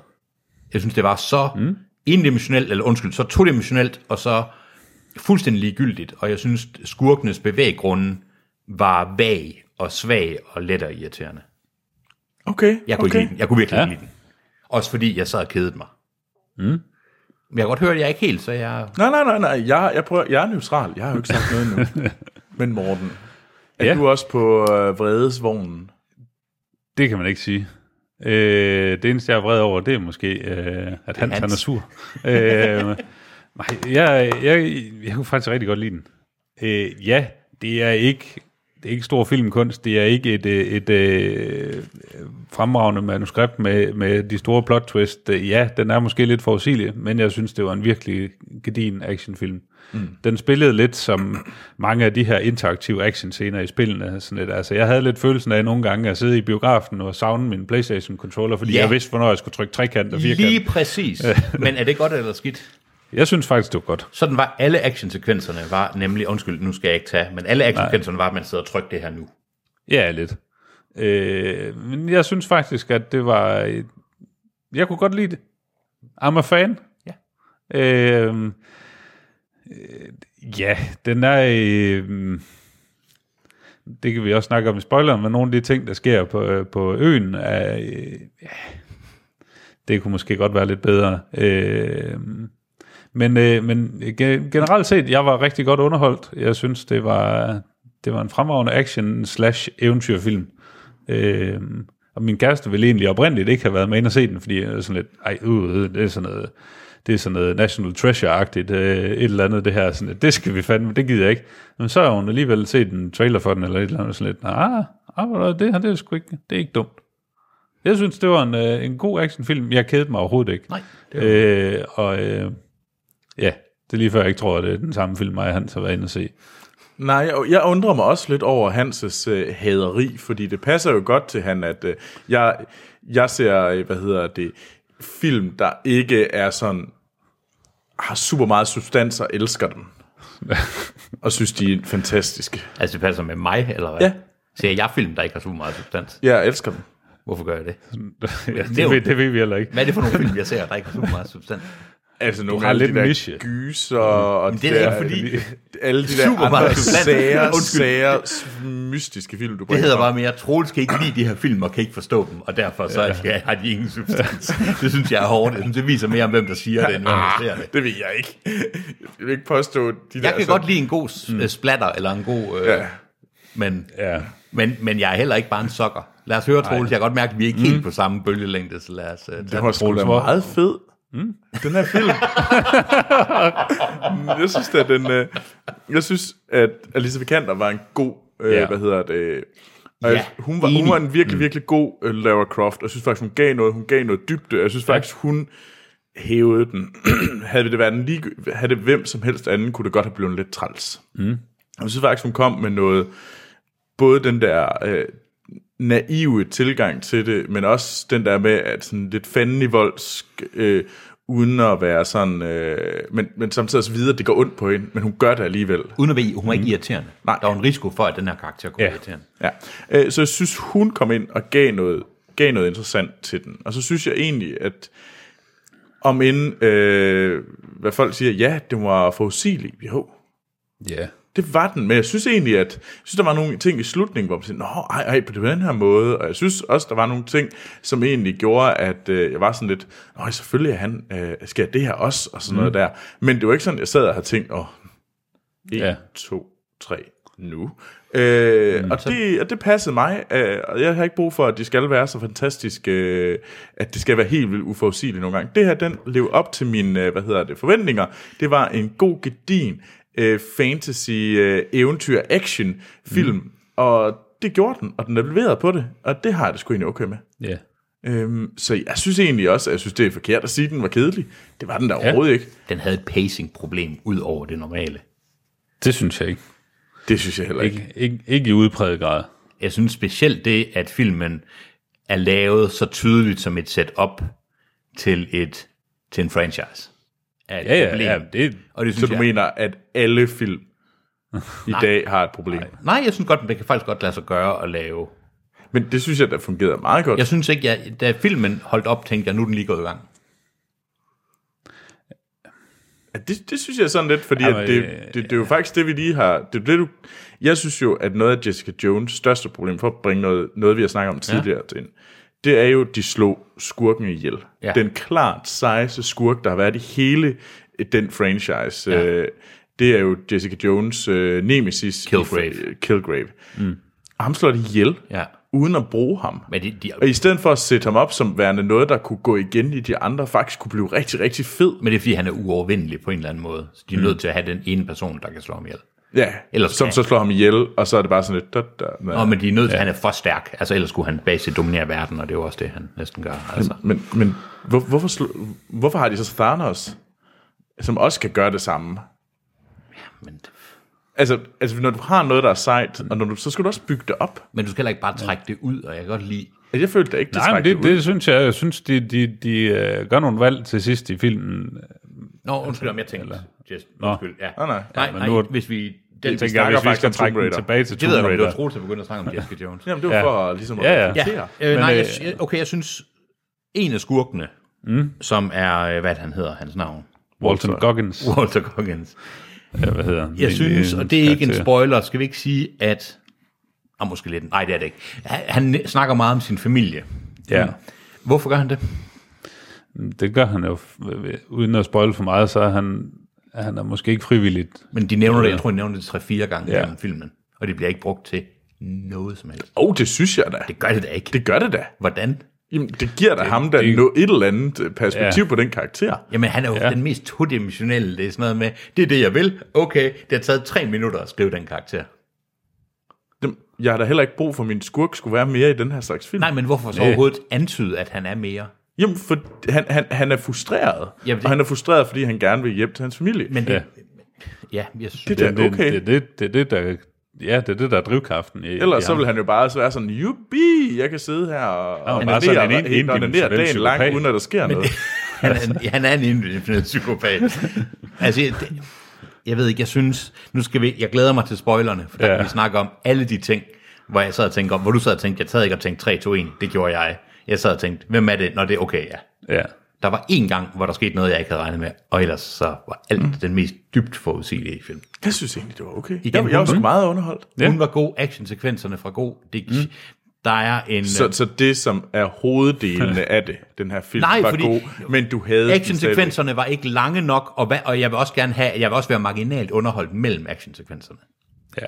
Speaker 2: Jeg synes, det var så mm. indimensionelt, eller undskyld, så todimensionelt, og så fuldstændig ligegyldigt, og jeg synes, skurkenes bevæggrunde var vag og svag og let og irriterende.
Speaker 1: Okay,
Speaker 2: Jeg
Speaker 1: okay.
Speaker 2: kunne, okay. lide den. jeg kunne virkelig
Speaker 3: Ja.
Speaker 2: ja. lide den. Også fordi jeg sad og kedede mig. Mm. Men jeg kan godt høre, at jeg er ikke helt, så jeg...
Speaker 1: Nej, nej, nej, nej. Jeg, jeg, prøver, jeg er neutral. Jeg har jo ikke sagt noget endnu. Men Morten, er
Speaker 3: Ja.
Speaker 1: ja. du også på øh, vredesvognen?
Speaker 3: Øh, det kan man ikke sige. Øh, det eneste, jeg er vred over, det er måske, øh, at han,
Speaker 2: Hans.
Speaker 3: han er
Speaker 2: (laughs)
Speaker 3: sur. øh, nej, jeg, jeg, jeg kunne faktisk rigtig godt lide den. Øh, ja, det er ikke... Det er ikke stor filmkunst, det er ikke et, øh, et, et øh, fremragende manuskript med, med de store plot twist. Øh, Ja, den er måske lidt forudsigelig, men jeg synes, det var en virkelig gedin actionfilm. Mm. Den spillede lidt som mange af de her interaktive actionscener i spillene. Sådan lidt. Altså, jeg havde lidt følelsen af nogle gange at sidde i biografen og savne min Playstation-controller, fordi
Speaker 2: Ja.
Speaker 3: ja. jeg vidste, hvornår jeg skulle trykke trekant og firkant.
Speaker 2: Lige præcis. Men er det godt eller skidt?
Speaker 3: Jeg synes faktisk, det var godt.
Speaker 2: Sådan var alle actionsekvenserne var nemlig... Undskyld, nu skal jeg ikke tage, men alle actionsekvenserne var, at man sidder og trykker det her nu.
Speaker 3: Ja, lidt. Øh, men jeg synes faktisk, at det var... Jeg kunne godt lide det. I'm a fan.
Speaker 2: Ja.
Speaker 3: Øhm, øh, ja, den er... Øh, det kan vi også snakke om i spoileren, men nogle af de ting, der sker på, øh, på øen, er, øh, ja, det kunne måske godt være lidt bedre. Øh, men, øh, men ge- generelt set, jeg var rigtig godt underholdt. Jeg synes, det var, det var en fremragende action-slash-eventyrfilm. Øh, og min kæreste ville egentlig oprindeligt ikke have været med ind og se den, fordi jeg er sådan lidt, ej, øh, det er sådan noget, det er sådan noget National Treasure-agtigt, øh, et eller andet det her, sådan lidt, det skal vi fandme, det gider jeg ikke. Men så har hun alligevel set en trailer for den, eller et eller andet, sådan lidt, nej, nah, det her, det er sgu ikke, det er ikke dumt. Jeg synes, det var en, øh, en god actionfilm. Jeg kedede mig overhovedet ikke.
Speaker 2: Nej, det
Speaker 3: øh, og øh, ja, det er lige før, jeg ikke tror, at det er den samme film, mig og Hans har været inde og se. (laughs)
Speaker 1: Nej, jeg, jeg undrer mig også lidt over Hanses øh, haderi, fordi det passer jo godt til han, at øh, jeg, jeg ser, øh, hvad hedder det, film, der ikke er sådan, har super meget substans og elsker dem. og synes, de er fantastiske.
Speaker 2: Altså, det passer med mig, eller hvad?
Speaker 1: Ja.
Speaker 2: Ser jeg film, der ikke har super meget substans?
Speaker 1: Jeg elsker dem.
Speaker 2: Hvorfor gør jeg det?
Speaker 3: ja, det,
Speaker 2: det er jo-
Speaker 3: ved, det ved vi heller ikke.
Speaker 2: Hvad er det for nogle film, jeg ser, der ikke har super meget substans?
Speaker 1: Altså nu
Speaker 3: har
Speaker 1: alle
Speaker 3: lidt Mm.
Speaker 1: de der
Speaker 3: niche.
Speaker 1: gys og, og
Speaker 2: Men
Speaker 1: de
Speaker 2: det er
Speaker 1: der,
Speaker 2: ikke fordi-
Speaker 1: (laughs) alle de der
Speaker 2: Super
Speaker 1: andre
Speaker 2: meget substans.
Speaker 1: sære,
Speaker 2: Undskyld.
Speaker 1: sære, s- mystiske film, du
Speaker 2: Det
Speaker 1: bringer
Speaker 2: hedder bare
Speaker 1: frem.
Speaker 2: mere, Troels kan ikke lide de her film og kan ikke forstå dem, og derfor så ja, har de ingen substans. Det synes jeg er hårdt. Jeg synes, det viser mere om, hvem der siger det, end hvem der ser det.
Speaker 1: Det ved jeg ikke. Jeg vil ikke påstå, de der...
Speaker 2: Jeg kan godt lide en god s- øh, splatter, eller en god... Øh,
Speaker 1: Ja.
Speaker 2: men,
Speaker 3: Ja.
Speaker 2: men, men jeg er heller ikke bare en sokker. Lad os høre, Troels. Jeg kan godt mærke, at vi er ikke helt på samme bølgelængde, så lad os... Øh,
Speaker 1: Den var sgu da meget fed. Mm. Den her film. (laughs) jeg synes, at den... Øh, jeg synes, at Alice Vikander var en god... Øh,
Speaker 3: Ja.
Speaker 1: Hvad hedder det? Øh,
Speaker 2: Ja,
Speaker 1: hun, var, hun
Speaker 2: enig.
Speaker 1: var en virkelig, virkelig god øh, Lara Croft. Jeg synes faktisk, hun gav noget, hun gav noget dybde. Jeg synes faktisk, hun hævede den. (clears throat) havde det været en lige, havde det hvem som helst anden, kunne det godt have blevet lidt træls. Mm. Jeg synes faktisk, hun kom med noget... Både den der... Øh, naive tilgang til det, men også den der med, at sådan lidt fandenivoldsk, øh, uden at være sådan, øh, men, men samtidig også vide, at det går ondt på hende, men hun gør det alligevel.
Speaker 2: Uden at være, hun var ikke irriterende.
Speaker 1: Nej.
Speaker 2: Der var en risiko for, at den her karakter kunne
Speaker 3: Ja.
Speaker 2: være irriterende.
Speaker 1: Ja. Øh, så jeg synes, hun kom ind og gav noget, gav noget interessant til den. Og så synes jeg egentlig, at om end, øh, hvad folk siger, ja, det var forudsigelig, jo,
Speaker 3: Ja.
Speaker 1: det var den, men jeg synes egentlig, at jeg synes, der var nogle ting i slutningen, hvor man sagde, nå, ej, ej, på den her måde, og jeg synes også, der var nogle ting, som egentlig gjorde, at øh, jeg var sådan lidt, nej, selvfølgelig er han, øh, skal jeg det her også, og sådan mm. noget der, men det var ikke sådan, jeg sad og havde tænkt, åh, 1,
Speaker 3: Ja.
Speaker 1: ja. 2, 3, nu. Øh, mm, og, det, og det passede mig, øh, og jeg har ikke brug for, at de skal være så fantastiske, øh, at det skal være helt vildt uforudsigeligt nogle gange. Det her, den lever op til mine, øh, hvad hedder det, forventninger. Det var en god, gedin øh, fantasy, øh, eventyr, action film, mm. og det gjorde den, og den er leveret på det, og det har jeg det sgu egentlig okay med.
Speaker 3: Ja.
Speaker 1: Øhm, så jeg synes egentlig også, at jeg synes, det er forkert at sige, at den var kedelig. Det var den der overhovedet ikke.
Speaker 2: Den havde et pacing-problem ud over det normale.
Speaker 3: Det synes jeg ikke.
Speaker 1: Det synes jeg heller ikke.
Speaker 3: Ikke, ikke, ikke i udpræget grad.
Speaker 2: Jeg synes specielt det, at filmen er lavet så tydeligt som et setup til, et, til en franchise. Er et
Speaker 3: Ja, ja,
Speaker 2: problem.
Speaker 3: ja, det-
Speaker 2: og det
Speaker 1: Så
Speaker 2: synes
Speaker 1: du
Speaker 2: jeg,
Speaker 1: mener, at alle film i dag har et problem?
Speaker 2: Nej, jeg synes godt, men det kan faktisk godt lade sig gøre at lave.
Speaker 1: Men det synes jeg, der fungerede meget godt.
Speaker 2: Jeg synes ikke, jeg, da filmen holdt op, tænkte jeg, nu er den lige gået i gang.
Speaker 1: Ja, Det, det synes jeg sådan lidt, fordi
Speaker 3: Jamen,
Speaker 1: at det,
Speaker 3: øh,
Speaker 1: det, det er jo faktisk det, vi lige har... Det, er det, du, jeg synes jo, at noget af Jessica Jones' største problem, for at bringe noget, noget vi har snakket om tidligere ja. ind, det er jo, at de slog skurken ihjel.
Speaker 2: Ja.
Speaker 1: Ja. Den klart sejeste skurk, der har været i hele øh, den franchise, ja. øh, det er jo Jessica Jones' øh, nemesis.
Speaker 2: Kilgrave.
Speaker 1: I- Kilgrave. Mm. Ham slår de ihjel,
Speaker 2: Ja.
Speaker 1: uden at bruge ham.
Speaker 2: Men de, de,
Speaker 1: Og i stedet for at sætte ham op som værende noget, der kunne gå igen i de andre, faktisk kunne blive rigtig, rigtig fed.
Speaker 2: men det er, fordi han er uovervindelig på en eller anden måde. Så de er nødt til at have den ene person, der kan slå ham ihjel.
Speaker 1: Ja,
Speaker 2: Ellers
Speaker 1: Ellers som
Speaker 2: kan-
Speaker 1: så slår ham ihjel, og så er det bare sådan lidt... Da, da, da.
Speaker 2: Og men de er nødt til, ja. han er for stærk. Altså ellers skulle han basisk dominere verden, og det er jo også det, han næsten gør. Altså.
Speaker 1: Men, men hvor, hvorfor, slå, hvorfor har de så Thanos, som også kan gøre det samme?
Speaker 2: Men,
Speaker 1: Altså, altså når du har noget, der er sejt, og når du, så skal du også bygge det op.
Speaker 2: men du skal heller ikke bare trække det ud, og jeg kan godt lide...
Speaker 1: Altså, jeg følte da ikke, det
Speaker 3: Nej, men
Speaker 1: trak
Speaker 3: det,
Speaker 1: ud.
Speaker 3: det synes jeg. Jeg synes, de, de, de øh, gør nogle valg til sidst i filmen.
Speaker 2: Nå, undskyld om jeg tænkte. Eller... Just,
Speaker 3: Nå.
Speaker 2: undskyld, ja.
Speaker 1: nej.
Speaker 2: nej,
Speaker 1: Ja,
Speaker 2: nej,
Speaker 3: men nu-
Speaker 2: hvis vi... Den,
Speaker 3: Jeg
Speaker 2: det,
Speaker 3: tænker,
Speaker 1: snakker
Speaker 3: hvis vi
Speaker 1: faktisk
Speaker 3: skal
Speaker 1: om
Speaker 3: trække
Speaker 1: Tomb
Speaker 3: den
Speaker 1: Raider.
Speaker 3: tilbage
Speaker 2: det
Speaker 3: til Tomb
Speaker 2: ved jeg godt, det var
Speaker 3: Raider.
Speaker 2: Troels, der begyndte at snakke om Jessica Jones.
Speaker 1: Jamen, det var
Speaker 3: Ja.
Speaker 1: for ligesom at
Speaker 3: Ja, ja.
Speaker 1: reflektere.
Speaker 2: Øh, nej,
Speaker 3: øh,
Speaker 2: jeg, sy- okay, jeg synes, en af skurkene, mm. som er, øh, hvad er det, han hedder, hans navn?
Speaker 3: Walton Goggins.
Speaker 2: Walter Goggins.
Speaker 3: Ja, hvad hedder han?
Speaker 2: Uh. Jeg synes,
Speaker 3: øh,
Speaker 2: og det er ikke en
Speaker 3: Karakter.
Speaker 2: spoiler, skal vi ikke sige, at... Ah, måske lidt. Nej, det er det ikke. Han, han snakker meget om sin familie.
Speaker 3: Ja.
Speaker 2: Hvorfor gør han det?
Speaker 3: Det gør han jo, f- uden at spoil for meget, så er han, han er måske ikke frivilligt.
Speaker 2: Men de nævner det, jeg tror, de nævner det 3-4 gange
Speaker 3: Ja.
Speaker 2: ja. i filmen. Og det bliver ikke brugt til noget som helst.
Speaker 1: Åh, oh, det synes jeg da.
Speaker 2: Det gør det da ikke.
Speaker 1: Det gør det da.
Speaker 2: Hvordan?
Speaker 1: Jamen, det giver da ham da det, et eller andet øh, perspektiv ja. på den karakter.
Speaker 2: Jamen, han er jo ja. den mest todimensionelle. Det er sådan noget med, det er det, jeg vil. Okay, det har taget tre minutter at skrive den karakter.
Speaker 1: Dem- Jeg har da heller ikke brug for, at min skurk skulle være mere i den her slags film.
Speaker 2: Nej, men hvorfor så overhovedet antyde, at han er mere?
Speaker 1: Jamen, for han, han, han er frustreret.
Speaker 2: Jamen, det-
Speaker 1: Og han er frustreret, fordi han gerne vil hjem til hans familie.
Speaker 2: Men det, ja. ja, jeg synes,
Speaker 1: Det
Speaker 2: det,
Speaker 1: er da okay.
Speaker 3: Det, det, det, det, det, der, ja, det er det, der er drivkraften. I,
Speaker 1: Ellers
Speaker 3: i
Speaker 1: så
Speaker 3: ham.
Speaker 1: vil han jo bare så være sådan, jubi, jeg kan sidde her og
Speaker 3: Han er
Speaker 1: onanere-
Speaker 3: bare sådan en ind-
Speaker 1: og onanere
Speaker 3: indimensionel
Speaker 1: dagen lang,
Speaker 3: psykopat.
Speaker 1: uden at der sker noget.
Speaker 2: han, er, han er en individuel psykopat. altså, jeg, det, jeg ved ikke, jeg synes, nu skal vi, jeg glæder mig til spoilerne, for der
Speaker 3: Ja.
Speaker 2: ja. kan vi snakke om alle de ting, hvor jeg sad og tænkte om, hvor du sad og tænkte, jeg sad ikke og tænkte 3, 2, 1, det gjorde jeg. Jeg sad og tænkte, hvem er det, når det er okay, ja.
Speaker 3: Ja.
Speaker 2: Der var én gang, hvor der skete noget, jeg ikke havde regnet med, og ellers så var alt mm. den mest dybt forudsigelige film.
Speaker 1: Jeg synes egentlig, det var okay.
Speaker 2: Igen,
Speaker 1: jeg, jeg var sgu meget underholdt.
Speaker 3: Ja.
Speaker 2: Ja. Hun var god, actionsekvenserne fra god. Det, mm. Der er en...
Speaker 1: Så, så det, som er hoveddelene
Speaker 3: (laughs)
Speaker 1: af det, den her film,
Speaker 2: Nej,
Speaker 1: var
Speaker 2: fordi-
Speaker 1: god, men du havde den stadigvæk.
Speaker 2: øh, Actionsekvenserne var ikke lange nok, og, hvad, og jeg vil også gerne have, jeg vil også være marginalt underholdt mellem actionsekvenserne.
Speaker 3: ja.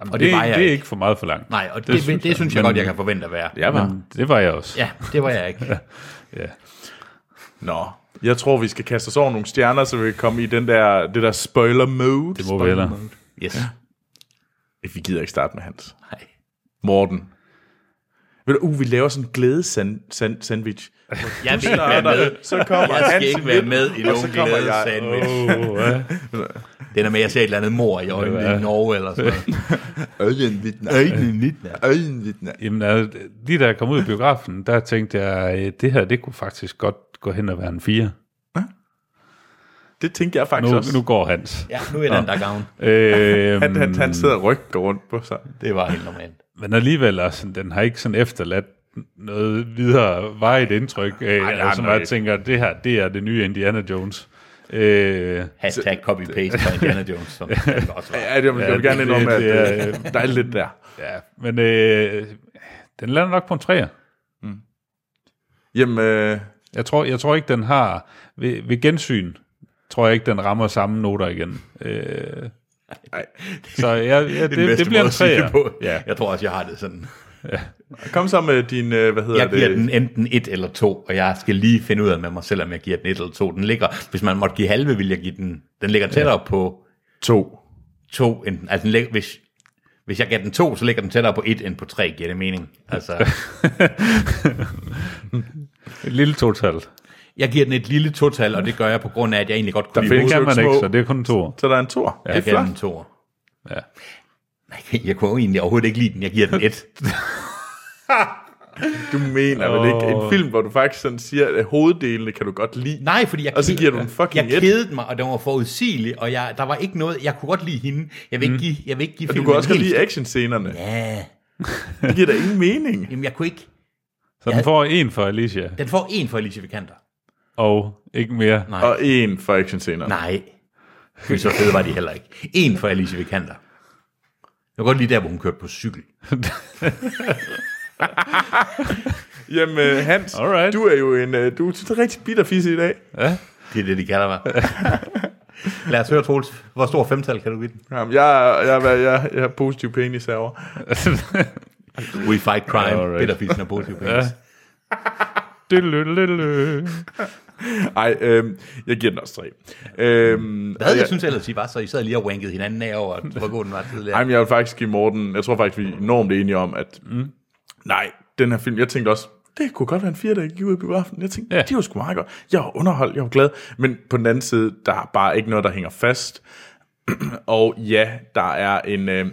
Speaker 3: Jamen,
Speaker 2: Og
Speaker 3: det,
Speaker 2: det var
Speaker 3: det,
Speaker 2: jeg
Speaker 3: det er
Speaker 2: ikke.
Speaker 3: ikke for meget for langt.
Speaker 2: Nej, og det, det, synes, det synes jeg
Speaker 3: Men-
Speaker 2: godt, jeg kan forvente at være.
Speaker 1: Jeg var.
Speaker 3: Men Det var jeg også.
Speaker 2: Ja, det var jeg ikke.
Speaker 3: Mm.
Speaker 1: Nå. Jeg tror, vi skal kaste os over nogle stjerner, så vi kan komme i den der, det der spoiler mode.
Speaker 3: Det må vi hellere.
Speaker 2: Yes.
Speaker 1: Vi gider ikke starte med Hans.
Speaker 2: Nej.
Speaker 1: Morten. Ved du, uh, vi laver sådan en (laughs) glædesandwich.
Speaker 2: Jeg vil ikke være med.
Speaker 1: Så kommer
Speaker 2: Jeg
Speaker 1: Hans
Speaker 2: skal ikke være
Speaker 1: midten,
Speaker 2: med i
Speaker 1: og så
Speaker 2: nogen
Speaker 1: kommer
Speaker 2: glæde
Speaker 1: jeg.
Speaker 2: sandwich.
Speaker 3: Oh, ja.
Speaker 2: Det er med, at jeg ser et eller andet mor i øjnene i Norge eller sådan noget.
Speaker 1: Øh.
Speaker 2: Øjenvidner. Øjenvidner.
Speaker 3: (laughs) Jamen, altså, lige da jeg kom ud i biografen, der tænkte jeg, øh, det her, det kunne faktisk godt gå hen og være en 4.
Speaker 1: Det tænkte jeg faktisk
Speaker 3: Nu,
Speaker 1: også.
Speaker 3: nu går Hans.
Speaker 2: Ja, nu er den der gavn.
Speaker 3: Øhm,
Speaker 1: Han, han, han sidder og rykker rundt på sig.
Speaker 2: Det var helt normalt.
Speaker 3: men alligevel, altså, den har ikke sådan efterladt noget videre varigt indtryk, øh,
Speaker 1: det har
Speaker 3: Ej,
Speaker 1: den
Speaker 3: som
Speaker 1: nok
Speaker 3: jeg
Speaker 1: ikke.
Speaker 3: tænker, det her, det er det nye Indiana Jones. Øh,
Speaker 2: Hashtag copy-paste fra Indiana Jones, som det også var.
Speaker 1: Ja, det, jeg vil, jeg vil gerne
Speaker 3: det-
Speaker 1: indrømme, at
Speaker 3: det er,
Speaker 1: øh, der er lidt der.
Speaker 3: ja, men øh, den lander nok på en 3'er.
Speaker 1: Jamen, øh,
Speaker 3: Jeg tror, jeg tror ikke, den har... Ved, ved gensyn tror jeg ikke, den rammer samme noter igen. Øh,
Speaker 1: ej.
Speaker 3: så ja, ja
Speaker 2: den
Speaker 3: det,
Speaker 2: bedste
Speaker 3: det bliver
Speaker 2: måde
Speaker 3: en
Speaker 2: at sige det
Speaker 3: 3'er.
Speaker 2: på.
Speaker 3: Ja.
Speaker 2: Jeg tror også, jeg har det sådan.
Speaker 1: kom så med din, øh, hvad hedder
Speaker 2: Jeg giver
Speaker 1: det?
Speaker 2: den enten et eller to, og jeg skal lige finde ud af med mig selv, om jeg giver den et eller to. Den ligger, hvis man måtte give halve, vil jeg give den, den ligger tættere på
Speaker 1: to.
Speaker 2: to, end, den- altså den ligger, hvis, hvis jeg gav den to, så ligger den tættere på et end på tre, giver det mening. Altså,
Speaker 3: Et lille total.
Speaker 2: (laughs) jeg giver den et lille total, og det gør jeg på grund af, at jeg egentlig godt kunne
Speaker 1: Der
Speaker 2: lide
Speaker 1: findes-
Speaker 3: Det
Speaker 1: er
Speaker 3: kan
Speaker 1: jo
Speaker 3: man
Speaker 1: små-
Speaker 3: ikke, så det er kun to.
Speaker 1: Så der er en tor. Ja, det er
Speaker 2: Jeg giver
Speaker 1: flot.
Speaker 2: den to.
Speaker 3: Ja.
Speaker 2: Jeg kunne jo egentlig overhovedet ikke lide den, jeg giver den et.
Speaker 1: Du mener vel ikke en
Speaker 3: Åh.
Speaker 1: film, hvor du faktisk sådan siger, at hoveddelene kan du godt lide.
Speaker 2: (laughs) Nej, fordi jeg,
Speaker 1: Og så giver du den fucking
Speaker 2: jeg
Speaker 1: et.
Speaker 2: kedede mig, og den var forudsigelig, og jeg, der var ikke noget, jeg kunne godt lide hende. Jeg vil ikke give, jeg vil ikke give
Speaker 1: Mm. Og du
Speaker 2: filmen
Speaker 1: kan også
Speaker 2: en
Speaker 1: godt
Speaker 2: hel-
Speaker 1: lide actionscenerne.
Speaker 2: Ja,
Speaker 1: Det giver da ingen mening.
Speaker 2: jamen jeg kunne ikke.
Speaker 3: Så den får en for Alicia,
Speaker 2: Den får en for Alicia Vikander.
Speaker 3: og ikke mere.
Speaker 2: Nej.
Speaker 1: Og en for actionscenerne.
Speaker 2: Nej. Fy, så fede var de heller ikke. En for Alicia Vikander. Jeg kan godt lide der, hvor hun kørte på cykel.
Speaker 1: Jamen, øh, Hans,
Speaker 3: Alright.
Speaker 1: du er jo en, øh, du er sådan rigtig bitterfisse i dag.
Speaker 2: Det er det, de
Speaker 1: (laughs)
Speaker 2: kalder mig. Lad os høre, Troels. Hvor stor femtal kan du give den?
Speaker 1: Jamen, jeg, er- jeg, jeg, jeg, jeg er positiv penis herovre.
Speaker 2: We fight crime.
Speaker 3: Alright.
Speaker 2: Right. Bitterfisen og positiv penis.
Speaker 3: Dylylylylø.
Speaker 1: Ej, øhm, jeg giver den også tre. Øhm,
Speaker 2: Hvad havde
Speaker 1: og
Speaker 2: jeg synes ellers, I var så? I sad lige og wankede hinanden af over, hvor god den var tidligere.
Speaker 1: Ej, men jeg vil faktisk give Morten, jeg tror faktisk, vi er enormt enige om, at mm. nej, den her film, jeg tænkte også, det kunne godt være en fire, der gik ud i biografen. Jeg tænkte, ja.
Speaker 3: Ja.
Speaker 1: det var sgu meget godt. Jeg var underholdt, jeg var glad. Men på den anden side, der er bare ikke noget, der hænger fast. (clears throat) og ja, der er en... Øh,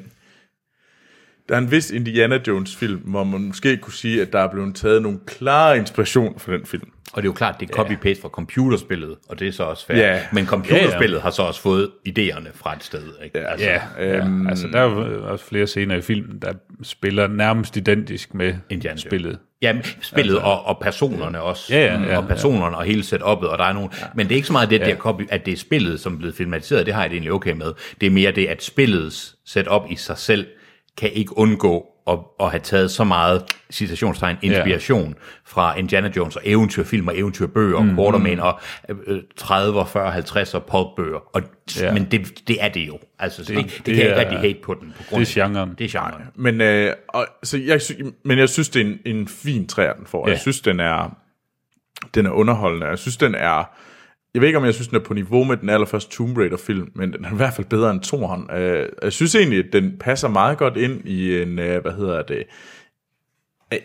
Speaker 1: der er en vis Indiana Jones-film, hvor man måske kunne sige, at der er blevet taget nogle klare inspirationer fra den film.
Speaker 2: Og det er jo klart, det er copy-paste fra computerspillet, og det er så også fair.
Speaker 1: Ja.
Speaker 2: Men computerspillet har så også fået idéerne fra et sted. Ikke? Ja. Altså,
Speaker 3: Ja,
Speaker 1: Øhm.
Speaker 3: ja, altså der er jo også flere scener i filmen, der spiller nærmest identisk med
Speaker 2: Indiana Jones.
Speaker 3: spillet.
Speaker 2: Ja, spillet altså, og, og personerne også. Mm.
Speaker 3: Ja, ja, ja,
Speaker 2: og personerne ja. og hele setup'et, og der er nogle... Ja. Men det er ikke så meget det, ja. der copy, at det er spillet, som er blevet filmatiseret, det har jeg det egentlig okay med. Det er mere det, at spillets setup i sig selv kan ikke undgå at, at have taget så meget, citationstegn, inspiration ja. fra Indiana Jones og eventyrfilm og eventyrbøger mm. og Quarterman og øh, 30, 40, 50 og popbøger. Og,
Speaker 3: Ja.
Speaker 2: ja. Men det, det er det jo. Altså, det, det, det,
Speaker 3: det
Speaker 2: kan jeg
Speaker 3: er-
Speaker 2: ikke rigtig hate på den. På grund
Speaker 3: det er
Speaker 2: af-
Speaker 3: genren.
Speaker 2: Det er genren.
Speaker 1: Men, øh, og, så jeg, sy- men jeg synes, det er en, en fin træer, den får. Ja.
Speaker 3: Ja.
Speaker 1: Jeg synes, den er, den er underholdende. Jeg synes, den er... Jeg ved ikke, om jeg synes, den er på niveau med den allerførste Tomb Raider-film, men den er i hvert fald bedre end Toren. Øh, jeg synes egentlig, at den passer meget godt ind i en, øh, hvad hedder det,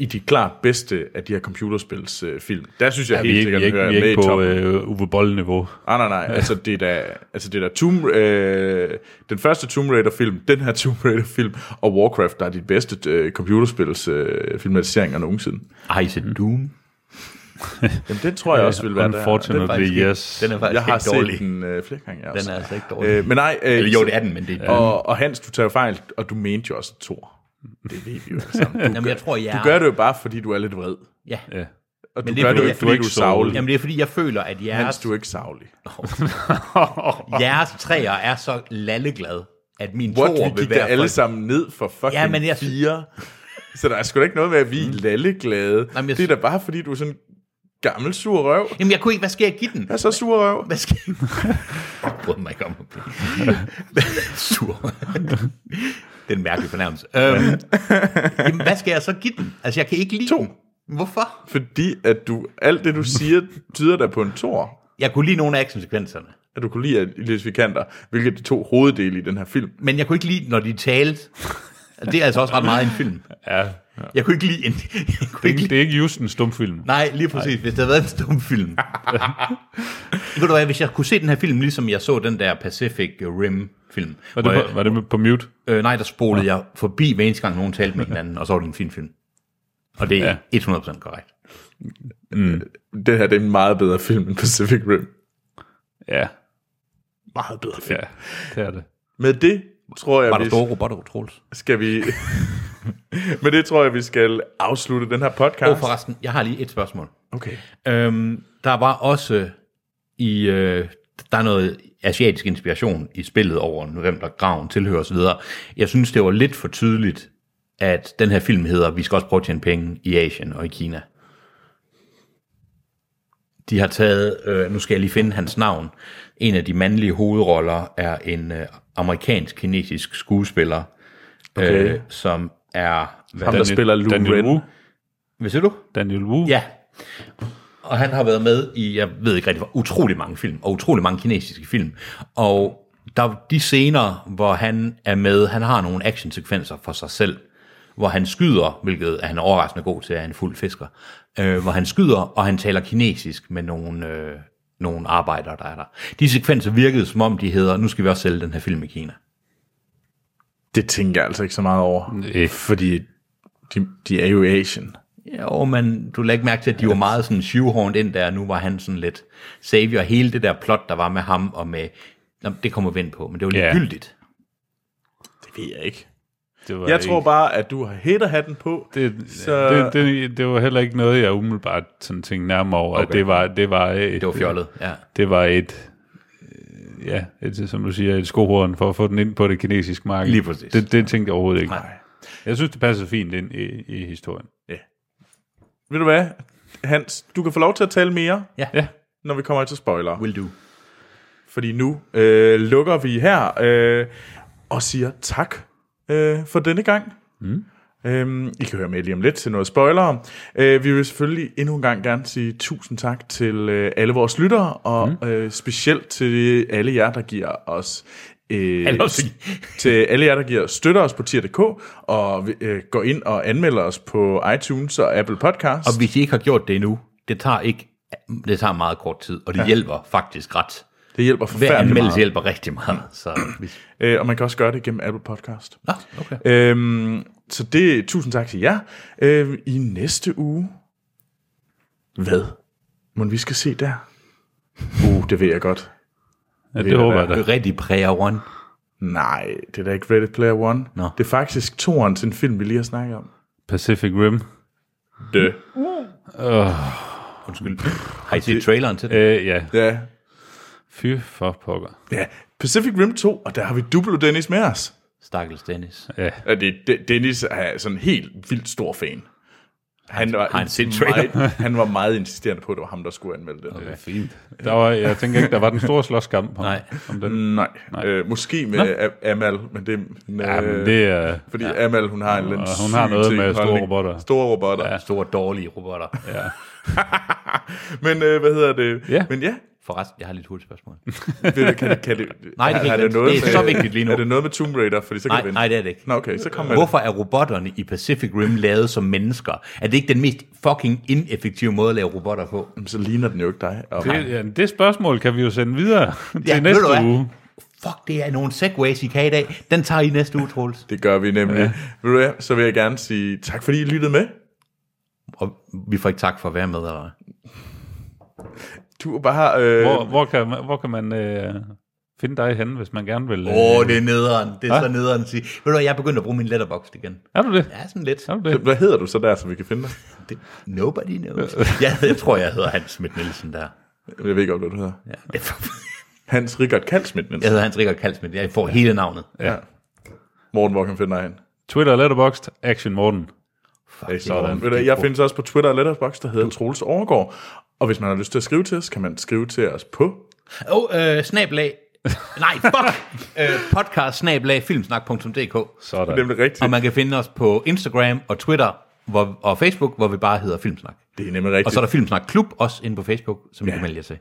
Speaker 1: i de klart bedste af de her computerspils øh, film. Der synes jeg
Speaker 3: Ja,
Speaker 1: ja,
Speaker 3: vi er
Speaker 1: helt
Speaker 3: ikke, vi
Speaker 1: sikkert,
Speaker 3: er ikke,
Speaker 1: den
Speaker 3: vi
Speaker 1: hører
Speaker 3: er
Speaker 1: med
Speaker 3: ikke
Speaker 1: i
Speaker 3: på
Speaker 1: toppen.
Speaker 3: øh, Uwe Boll-niveau.
Speaker 1: Nej, nej, nej. Altså, det er da, altså, det er da Tomb, øh, den første Tomb Raider-film, den her Tomb Raider-film og Warcraft, der er de bedste øh, computerspils øh, filmatiseringer nogensinde.
Speaker 2: Har I
Speaker 3: Mm.
Speaker 2: set Doom?
Speaker 1: Jamen, den tror jeg også vil være der.
Speaker 3: Unfortunately,
Speaker 2: faktisk ikke-
Speaker 3: yes.
Speaker 2: Den er faktisk
Speaker 1: Jeg har
Speaker 2: ikke dårlig.
Speaker 1: set den øh, flere gange, jeg
Speaker 2: Den er altså ikke dårlig.
Speaker 1: Øh, men nej, øh,
Speaker 2: Eller jo, det er den, men det er
Speaker 1: og, og Hans, du tager fejl, og du mente jo også Thor. Det ved vi jo alle sammen. Du,
Speaker 2: Jamen, jeg tror, jeg
Speaker 1: du
Speaker 2: (laughs) er-
Speaker 1: gør det jo bare, fordi du er lidt vred.
Speaker 2: Ja.
Speaker 3: Ja.
Speaker 1: Og
Speaker 2: Men
Speaker 1: du
Speaker 2: det
Speaker 1: gør
Speaker 2: er
Speaker 1: det jo
Speaker 2: fordi,
Speaker 1: ikke,
Speaker 2: at-
Speaker 1: fordi du er savlig.
Speaker 2: Jamen, det er fordi, jeg føler, at jeres,
Speaker 1: Hans, du er ikke savlig.
Speaker 2: jeres træer er så lalleglad, at min toer
Speaker 1: What, vi
Speaker 2: vil
Speaker 1: gik da
Speaker 2: være...
Speaker 1: alle
Speaker 2: for-
Speaker 1: sammen ned for fucking
Speaker 2: Ja, men jeg-
Speaker 1: fire. Så der er sgu da ikke noget med, at vi er lalleglade.
Speaker 2: Jamen, jeg-
Speaker 1: Det er da bare, fordi du er sådan en gammel sur røv.
Speaker 2: Jamen, jeg kunne ikke... Hvad skal jeg give den?
Speaker 1: Jeg er så sur røv.
Speaker 2: Hvad skal jeg... Jeg brød mig ikke om at (laughs) blive sur. det er en mærkelig fornærmelse. Øhm, jamen, hvad skal jeg så give den? Altså, jeg kan ikke lide
Speaker 1: To.
Speaker 2: den. Hvorfor?
Speaker 1: Fordi at du, alt det, du siger, tyder da på en tor.
Speaker 2: Jeg kunne lide nogle af actionsekvenserne.
Speaker 1: At du kunne lide Elias Vikander, hvilket er de to hoveddele i den her film.
Speaker 2: Men jeg kunne ikke lide, når de talte. Det er altså også ret meget i en film.
Speaker 3: Ja. Det,
Speaker 2: Jeg kunne ikke lide en... Jeg
Speaker 3: er
Speaker 2: kunne ikke
Speaker 3: ikke- det er ikke just en stumfilm.
Speaker 2: Nej, lige præcis. Hvis det havde været en stum film. Ved du hvad, hvis jeg kunne se den her film, ligesom jeg så den der Pacific Rim-film.
Speaker 3: Var
Speaker 2: hvor
Speaker 3: det,
Speaker 2: jeg-
Speaker 3: på, var det på mute?
Speaker 2: øh, nej, der spolede jeg forbi hver eneste gang, nogen talte med hinanden, og så var det en fin film. Og det er
Speaker 3: Ja.
Speaker 2: ja. 100% korrekt.
Speaker 1: Det her det er en meget bedre film end Pacific Rim.
Speaker 3: Ja.
Speaker 1: Meget bedre film.
Speaker 3: ja, det er det.
Speaker 1: Med det, tror jeg,
Speaker 2: Var der
Speaker 1: vi
Speaker 2: store robotter, Troels?
Speaker 1: skal vi... (laughs) Med det tror jeg, vi skal afslutte den her podcast.
Speaker 2: Og forresten, jeg har lige et spørgsmål.
Speaker 1: Okay.
Speaker 2: Øhm, der var også i... Øh, der er noget asiatisk inspiration i spillet over, hvem der graven tilhører osv. Jeg synes, det var lidt for tydeligt, at den her film hedder, vi skal også prøve at tjene penge i Asien og i Kina. De har taget, øh, nu skal jeg lige finde hans navn, en af de mandlige hovedroller er en øh, amerikansk-kinesisk skuespiller, okay. øh, som er... Hvad,
Speaker 1: Ham, der spiller Lou
Speaker 3: Daniel
Speaker 1: Ren.
Speaker 3: Wu.
Speaker 2: hvad siger du?
Speaker 3: Daniel Wu.
Speaker 2: Ja. Og han har været med i, jeg ved ikke rigtig, hvor utrolig mange film, og utrolig mange kinesiske film. Og der er de scener, hvor han er med, han har nogle actionsekvenser for sig selv, hvor han skyder, hvilket er han overraskende god til, er en fuld fisker, øh, hvor han skyder, og han taler kinesisk med nogle, øh, nogle arbejdere, der er der. De sekvenser virkede, som om de hedder, nu skal vi også sælge den her film i Kina.
Speaker 1: Det tænker jeg altså ikke så meget over.
Speaker 3: Næ.
Speaker 1: Fordi de, de er jo Asian.
Speaker 2: Jo, men du lagde ikke mærke til, at de var meget sådan shoehorned ind der, og nu var han sådan lidt savior. Hele det der plot, der var med ham og med... Nå, det kommer vi ind på, men det var
Speaker 3: Ja.
Speaker 2: ligegyldigt.
Speaker 1: Det ved jeg ikke.
Speaker 3: Det var
Speaker 1: Jeg
Speaker 3: ikke-
Speaker 1: tror bare, at du har hætterhatten på.
Speaker 3: Det,
Speaker 1: Så-
Speaker 3: så... det, det, det var heller ikke noget, jeg umiddelbart sådan tænkte nærmere over. Okay.
Speaker 2: Okay.
Speaker 3: Det, var, det, var et,
Speaker 2: Det var fjollet, ja.
Speaker 3: Det var et, øh, ja, et, som du siger, et skohorn for at få den ind på det kinesiske marked.
Speaker 2: Lige præcis.
Speaker 3: Det, det tænkte jeg overhovedet ikke.
Speaker 2: Nej.
Speaker 3: Jeg synes, det passer fint ind i, i historien.
Speaker 1: Ved du hvad, Hans? Du kan få lov til at tale mere,
Speaker 3: Ja,
Speaker 1: når vi kommer til spoiler.
Speaker 2: Will do.
Speaker 1: Fordi nu øh, lukker vi her øh, og siger tak øh, for denne gang. Mm. Øhm, I kan høre med lige om lidt til noget spoiler. Øh, vi vil selvfølgelig endnu en gang gerne sige tusind tak til øh, alle vores lyttere, og mm. øh, specielt til alle jer, der giver os... Øh,
Speaker 2: Alle os.
Speaker 1: til alle jer, der giver støtter os på tier.dk, og øh, går ind og anmelder os på iTunes og Apple Podcasts.
Speaker 2: Og hvis I ikke har gjort det endnu, det tager ikke det tager meget kort tid, og det ja. hjælper faktisk ret.
Speaker 1: det hjælper
Speaker 2: Hver
Speaker 1: forfærdeligt
Speaker 2: anmeldelse
Speaker 1: meget.
Speaker 2: hjælper rigtig meget. Så hvis...
Speaker 1: Øh, og man kan også gøre det gennem Apple Podcast.
Speaker 2: Nå, okay.
Speaker 1: Øhm, så det tusind tak til jer. Øhm, I næste uge... Hvad? Må vi skal se der? Uh, det ved jeg godt.
Speaker 3: ja det håber jeg da.
Speaker 2: Rigtig prayer one.
Speaker 1: Nej, det er da ikke Ready Player One.
Speaker 2: Nå.
Speaker 1: Det er faktisk toeren til en film, vi lige har snakket om.
Speaker 3: Pacific Rim.
Speaker 1: Dø.
Speaker 2: Undskyld. Har I set traileren til det?
Speaker 3: Øh, ja,
Speaker 1: Ja.
Speaker 3: fy for pokker.
Speaker 1: ja. Pacific Rim 2, og der har vi Duplo Dennis med os.
Speaker 2: Stakkels Dennis.
Speaker 1: Ja, det, De- Dennis er sådan en helt vildt stor fan. Han var,
Speaker 2: har han set
Speaker 1: meget, han var meget insisterende på, at det var ham, der skulle anmelde den.
Speaker 3: Det er fint. Der var, jeg tænker ikke, der var den store slåskamp om,
Speaker 2: Nej.
Speaker 3: om den.
Speaker 1: Nej, øh, måske med A- Amal, men det,
Speaker 3: Ja, men
Speaker 1: øh,
Speaker 3: det er...
Speaker 1: fordi Amal, hun har en eller anden
Speaker 3: Og hun har
Speaker 1: syg
Speaker 3: noget med
Speaker 1: tilholdning.
Speaker 3: store robotter.
Speaker 1: Store robotter. Ja.
Speaker 2: Store, dårlige robotter. Ja.
Speaker 1: Men øh, hvad hedder det?
Speaker 3: Ja.
Speaker 1: Men ja,
Speaker 2: Forresten, jeg har lidt hurtigt spørgsmål.
Speaker 1: Ved du, kan det, kan det,
Speaker 2: (laughs) Nej, det kan
Speaker 1: har- har
Speaker 2: ikke vente.
Speaker 1: noget
Speaker 2: Det er
Speaker 1: med-
Speaker 2: så vigtigt lige nu.
Speaker 1: Er det noget med Tomb Raider? Fordi så kan
Speaker 2: Nej,
Speaker 1: det vente.
Speaker 2: nej, det er det ikke.
Speaker 1: Nå, okay, så kommer
Speaker 2: Hvorfor er robotterne i Pacific Rim lavet som mennesker? Er det ikke den mest fucking ineffektive måde at lave robotter på?
Speaker 1: det. Så ligner den jo ikke dig. Og
Speaker 3: Det, ja, det spørgsmål kan vi jo sende videre (laughs) til
Speaker 2: ved
Speaker 3: næste
Speaker 2: du hvad?
Speaker 3: uge.
Speaker 2: Fuck, det er nogle segways, I kan i dag. Den tager I næste uge, Troels.
Speaker 1: Det gør vi nemlig. Ja. Ved du hvad, så vil jeg gerne sige tak, fordi I lyttede med.
Speaker 2: Og vi får ikke tak for at være med, eller hvad?
Speaker 1: Du er bare... Øh,
Speaker 3: Hvor, hvor kan man, hvor kan man øh, finde dig henne, hvis man gerne vil... Øh,
Speaker 2: Åh, oh, det er nederen. Det er så
Speaker 3: Hva?
Speaker 2: nederen at sige. Ved du hvad, jeg er begyndt at bruge min letterbox igen.
Speaker 3: Er du det?
Speaker 2: Ja, sådan lidt.
Speaker 3: Er du det?
Speaker 1: Hvad hedder du så der, så vi kan finde dig?
Speaker 2: Det, nobody knows. Jeg, jeg tror, jeg hedder Hans Schmidt Nielsen der.
Speaker 1: Jeg ved ikke, om du hedder.
Speaker 2: Ja, det er-
Speaker 1: Hans Rikard Kalsmidt, men
Speaker 2: Jeg hedder Hans Rikard Kalsmidt. Jeg får hele navnet.
Speaker 1: Morten, hvor kan man finde dig hen?
Speaker 3: Twitter, Letterboxd, Action Morten.
Speaker 2: Fuck,
Speaker 1: Det er
Speaker 2: det er-
Speaker 1: sådan. Ved du, hvad, jeg findes også på Twitter og Letterboxd, der hedder Troels Overgaard. Og hvis man har lyst til at skrive til os, kan man skrive til os på...
Speaker 2: Åh, oh, øh, snablag. Nej, (laughs) fuck. øh, podcast snablag filmsnak.dk.
Speaker 1: Det er
Speaker 3: Sådan.
Speaker 1: nemlig rigtigt.
Speaker 2: (laughs) Og man kan finde os på Instagram og Twitter hvor, og Facebook, hvor vi bare hedder Filmsnak.
Speaker 1: Det er nemlig rigtigt.
Speaker 2: Og så er der Filmsnak Klub også inde på Facebook, som ja. I kan melde jer til.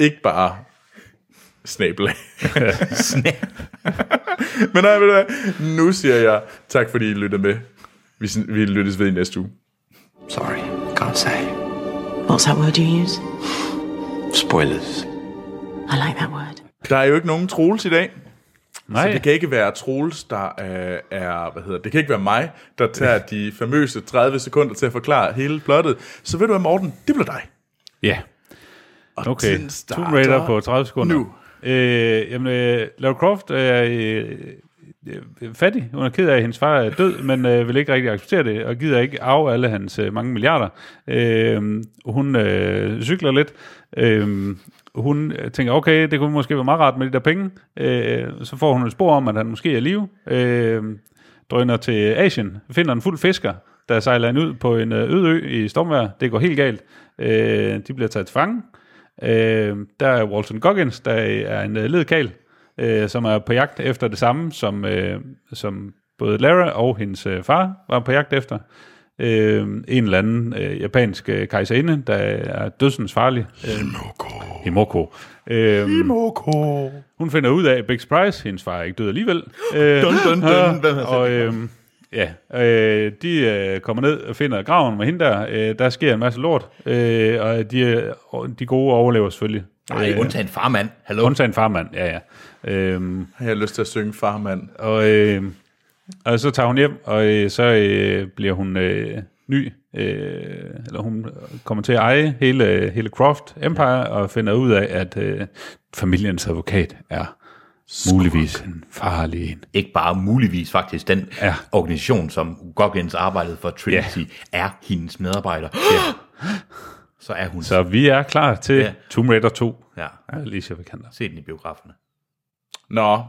Speaker 1: Ikke bare
Speaker 2: (laughs)
Speaker 1: snabel.
Speaker 2: Snap.
Speaker 1: (laughs) Men nej, ved du hvad? Nu siger jeg tak, fordi I lyttede med. Vi, vi lyttes ved i næste uge.
Speaker 5: Sorry, can't say.
Speaker 8: What's that word you use?
Speaker 5: Spoilers.
Speaker 8: I like that word.
Speaker 1: Der er jo ikke nogen Troels i dag, så
Speaker 3: Nej,
Speaker 1: det kan ikke være Troels, der øh, er, hvad hedder det, det kan ikke være mig, der tager de famøse 30 sekunder til at forklare hele plottet. Så ved du hvad, Morten, det bliver dig.
Speaker 3: ja.
Speaker 1: Og
Speaker 3: Okay,
Speaker 1: tiden starter
Speaker 3: Tomb Raider på 30 sekunder.
Speaker 1: nu.
Speaker 3: Øh, jamen, øh, Lara Croft er øh, øh, fattig. Hun er ked af, at hendes far er død, men øh, vil ikke rigtig acceptere det, og gider ikke af alle hans øh, mange milliarder. Øh, hun øh, cykler lidt. Øh, hun øh, tænker, okay, det kunne måske være meget rart med de der penge. Øh, så får hun et spor om, at han måske er i live. Øh, drøner til Asien, finder en fuld fisker, der sejler hende ud på en øh, øde ø i stormvejr. Det går helt galt. Øh, de bliver taget til fange. Øh, der er Walton Goggins, der er en øh, ledkal, øh, som er på jagt efter det samme, som, øh, som både Lara og hendes øh, far var på jagt efter. Øh, en eller anden øh, japansk øh, kejserinde, der er dødsens farlig. Øh, Himoko. Øh,
Speaker 1: Okay.
Speaker 3: hun finder ud af, big surprise, hendes far er ikke død alligevel.
Speaker 2: (gasps)
Speaker 3: Øh,
Speaker 2: Dun, dun, dun. Hvem har
Speaker 3: og øhm, ja, øh, de øh, kommer ned og finder graven med hende der. Øh, der sker en masse lort, øh, og de, øh, og de gode overlever selvfølgelig.
Speaker 2: Nej, undtagen farmand. Hallo.
Speaker 3: Undtagen farmand, ja ja. Øhm,
Speaker 1: Jeg har lyst til at synge farmand.
Speaker 3: og, øh, og så tager hun hjem, og øh, så øh, bliver hun øh, ny, øh, eller hun kommer til at eje hele, hele Croft Empire, ja. og finder ud af, at øh, familiens advokat er muligvis en farlig en.
Speaker 2: Ikke bare muligvis faktisk den
Speaker 3: Ja.
Speaker 2: ja. organisation, som Goggins arbejdede for Trinity, ja. er hendes medarbejder. Ja. (gasps) Så er hun. Så.
Speaker 3: Så vi er klar til ja.
Speaker 2: Ja.
Speaker 3: Tomb Raider 2.
Speaker 2: Ja.
Speaker 3: Ja, Alicia Vikander.
Speaker 2: Se den i biograferne.
Speaker 1: Nå.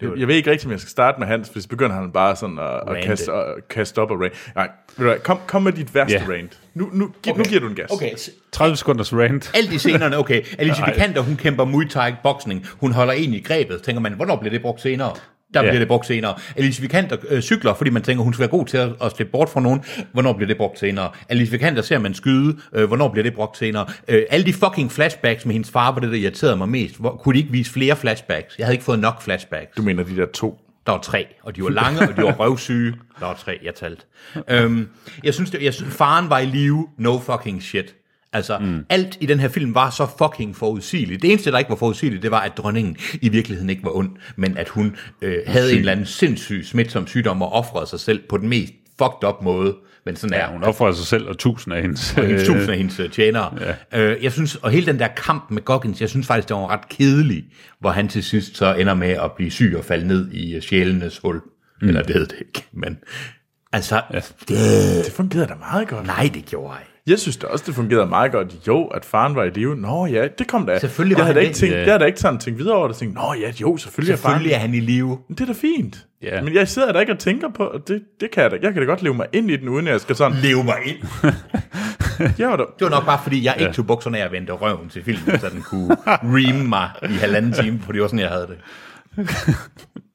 Speaker 2: Det var-
Speaker 1: Jeg ved ikke rigtig, om jeg skal starte med Hans, for så begynder han bare sådan at, at
Speaker 2: Rante.
Speaker 1: kaste, at kaste op og rant. Nej, ved du hvad, kom, kom med dit værste
Speaker 3: Ja.
Speaker 1: yeah. rant. Nu, nu, gi- nu giver du en gas.
Speaker 2: Okay, s-
Speaker 3: 30 sekunders rant.
Speaker 2: alt i scenerne, okay. Alicia
Speaker 3: Ej.
Speaker 2: Vikander, hun kæmper Muay Thai boksning. Hun holder en i grebet. Tænker man, hvornår bliver det brugt senere? Der
Speaker 3: Ja.
Speaker 2: bliver det brugt senere. Alicia Vikander øh, cykler, fordi man tænker, hun skal være god til at, at slippe bort fra nogen. Hvornår bliver det brugt senere? Alicia Vikander ser man skyde. Øh, hvornår bliver det brugt senere? Øh, alle de fucking flashbacks med hendes far var det, der irriterede mig mest. Hvor, kunne de ikke vise flere flashbacks? Jeg havde ikke fået nok flashbacks.
Speaker 1: Du mener de der to.
Speaker 2: Der var tre, og de var lange, og de var røvsyge. Der var tre, jeg talte. Øhm, jeg synes, det, jeg synes, faren var i live. No fucking shit. Altså, mm. alt i den her film var så fucking forudsigeligt. Det eneste, der ikke var forudsigeligt, det var, at dronningen i virkeligheden ikke var ond, men at hun øh, havde en eller anden sindssyg smitsom sygdom og offrede sig selv på den mest fucked up måde. Men sådan er
Speaker 3: Ja, hun offrer sig selv og tusind af hendes.
Speaker 2: og hendes
Speaker 3: øh,
Speaker 2: tusind af hendes øh, tjenere. Ja. Øh, jeg synes, og hele den der kamp med Goggins, jeg synes faktisk, det var ret kedelig, hvor han til sidst så ender med at blive syg og falde ned i øh, sjælenes hul. Mm. Eller det hed det ikke, men Altså, ja.
Speaker 1: Det fungerede da meget godt.
Speaker 2: nej, det gjorde jeg.
Speaker 1: Jeg synes da også, det fungerede meget godt. Jo, at faren var i live. Nå ja, det kom da.
Speaker 2: Selvfølgelig
Speaker 1: jeg
Speaker 2: var
Speaker 1: havde
Speaker 2: han
Speaker 1: ikke
Speaker 2: det.
Speaker 1: tænkt,
Speaker 2: Ja.
Speaker 1: Jeg havde da ikke sådan tænkt videre over det. Tænkt, Nå ja, jo, selvfølgelig,
Speaker 2: Selvfølgelig
Speaker 1: er
Speaker 2: er han i live.
Speaker 1: faren. Men det er da fint.
Speaker 3: Ja.
Speaker 1: Men jeg sidder da ikke og tænker på, og det, det kan jeg da. Jeg kan da godt leve mig ind i den, uden at jeg skal sådan.
Speaker 2: Leve mig ind.
Speaker 1: Jeg var da,
Speaker 2: Det var nok bare, fordi jeg ikke tog bukserne af og vendte røven til filmen, så den kunne ream mig i halvanden time, for det var sådan, jeg havde det.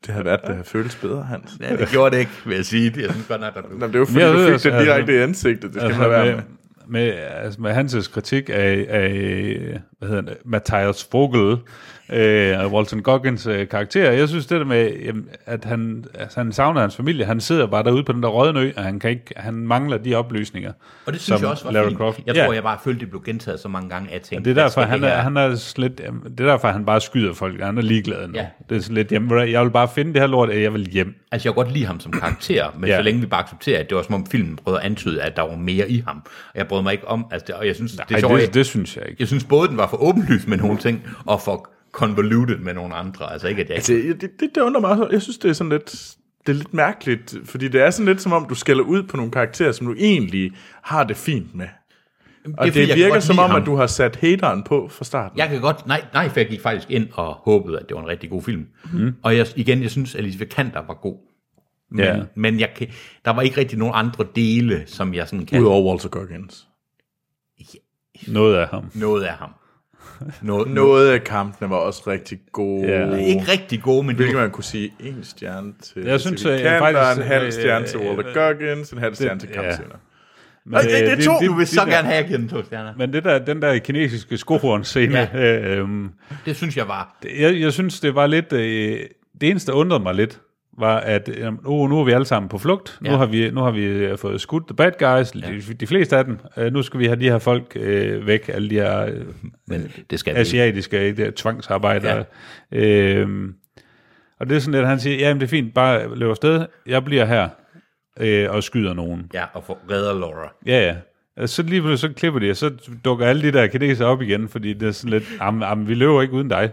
Speaker 1: det havde været, det havde føltes bedre, Hans.
Speaker 2: Ja, det gjorde det ikke, vil jeg sige. Det er sådan godt nok, at
Speaker 1: Nå, men det var fordi,
Speaker 3: Jeg
Speaker 1: du
Speaker 3: ved
Speaker 1: fik
Speaker 3: også,
Speaker 1: det
Speaker 3: altså-
Speaker 1: direkte i ansigtet. Det skal
Speaker 3: Altså,
Speaker 1: man lade være
Speaker 3: med,
Speaker 1: med.
Speaker 3: med, altså med hans kritik af, af hvad hedder det, Matthias Vogel øh, og Walton Goggins øh, karakter. Jeg synes det der med, jamen, at han, altså, han savner hans familie. Han sidder bare derude på den der røde ø, og han, kan ikke, han mangler de oplysninger.
Speaker 2: Og det synes
Speaker 3: som
Speaker 2: jeg også var
Speaker 3: Lara
Speaker 2: fint.
Speaker 3: Croft-
Speaker 2: Jeg
Speaker 3: Ja.
Speaker 2: tror, jeg bare følte, det blev gentaget så mange gange, at jeg tænkte,
Speaker 3: Det er
Speaker 2: hvad
Speaker 3: derfor,
Speaker 2: skal
Speaker 3: han
Speaker 2: det
Speaker 3: er,
Speaker 2: her?
Speaker 3: han er slet, jamen, det er derfor, han bare skyder folk. Han er ligeglad nu.
Speaker 2: Ja.
Speaker 3: Ja. Det er sådan lidt, jamen, ved du hvad, jeg vil bare finde det her lort, at jeg vil hjem.
Speaker 2: Altså, jeg kan godt lide ham som karakter, men ja.
Speaker 3: Ja.
Speaker 2: så længe vi bare accepterer, at det var som om filmen prøvede at antyde, at der var mere i ham. Og jeg brød mig ikke om, altså, det, og jeg synes, det,
Speaker 3: Ej,
Speaker 2: er sjovt,
Speaker 3: det, det synes jeg ikke.
Speaker 2: jeg synes både, den var for åbenlyst med nogle ting, og for convoluted med nogle andre. Altså ikke, at jeg ikke...
Speaker 1: Det, det, det, det undrer mig også. Jeg synes, det er sådan lidt, det er lidt mærkeligt, fordi det er sådan lidt som om, du skælder ud på nogle karakterer, som du egentlig har det fint med. Og
Speaker 2: er,
Speaker 1: det,
Speaker 2: fordi
Speaker 1: det
Speaker 2: jeg kan
Speaker 1: virker
Speaker 2: godt
Speaker 1: som
Speaker 2: lide
Speaker 1: om,
Speaker 2: ham.
Speaker 1: at du har sat hateren på fra starten.
Speaker 2: Jeg kan godt, nej, nej, for jeg gik faktisk ind og håbede, at det var en rigtig god film. Mm. Og jeg, igen, jeg synes, at Elisabeth Kanter var god. Men,
Speaker 3: Ja.
Speaker 2: men jeg, kan- der var ikke rigtig nogen andre dele, som jeg sådan kan
Speaker 1: Udover Walter Goggins.
Speaker 3: Noget af ham.
Speaker 2: noget af ham. Noget, noget.
Speaker 1: Noget af kampene var også rigtig gode.
Speaker 3: Ja.
Speaker 2: Ikke rigtig gode, men det
Speaker 1: Hvilket
Speaker 2: var,
Speaker 1: man kunne sige, en stjerne til Altså,
Speaker 3: Jeg synes,
Speaker 1: David
Speaker 3: øh,
Speaker 1: Kanter,
Speaker 3: faktisk,
Speaker 1: en halv
Speaker 3: øh,
Speaker 1: stjerne til
Speaker 3: øh,
Speaker 1: Walter Goggins, en halv stjerne til
Speaker 3: ja.
Speaker 1: kampscener.
Speaker 3: Men,
Speaker 2: det,
Speaker 3: øh,
Speaker 2: det, det, to.
Speaker 3: det-
Speaker 2: Du vil så
Speaker 3: det-
Speaker 2: gerne have, at jeg giver den to stjerner.
Speaker 3: Men det der, den der kinesiske skohorn-scene,
Speaker 2: Ja.
Speaker 3: ja. øh, øhm,
Speaker 2: Det synes jeg var...
Speaker 3: det- jeg, jeg synes, det var lidt... Øh, det eneste, der undrede mig lidt, var, at øh, oh, nu er vi alle sammen på flugt. Ja.
Speaker 2: Ja.
Speaker 3: Nu, har vi, nu har vi øh, fået skudt the bad guys, ja. de, de fleste af dem. Øh, nu skal vi have de her folk øh, væk, alle de her øh,
Speaker 2: Men det skal vi
Speaker 3: asiatiske de her tvangsarbejdere. Ja. Øh, og det er sådan lidt, at han siger, jamen det er fint, bare løb afsted, jeg bliver her øh, og skyder nogen.
Speaker 2: Ja, og for redder Laura.
Speaker 3: Ja, ja. Og Så lige pludselig så klipper de, og så dukker alle de der kineser op igen, fordi det er sådan lidt, am, am, vi løber ikke uden dig.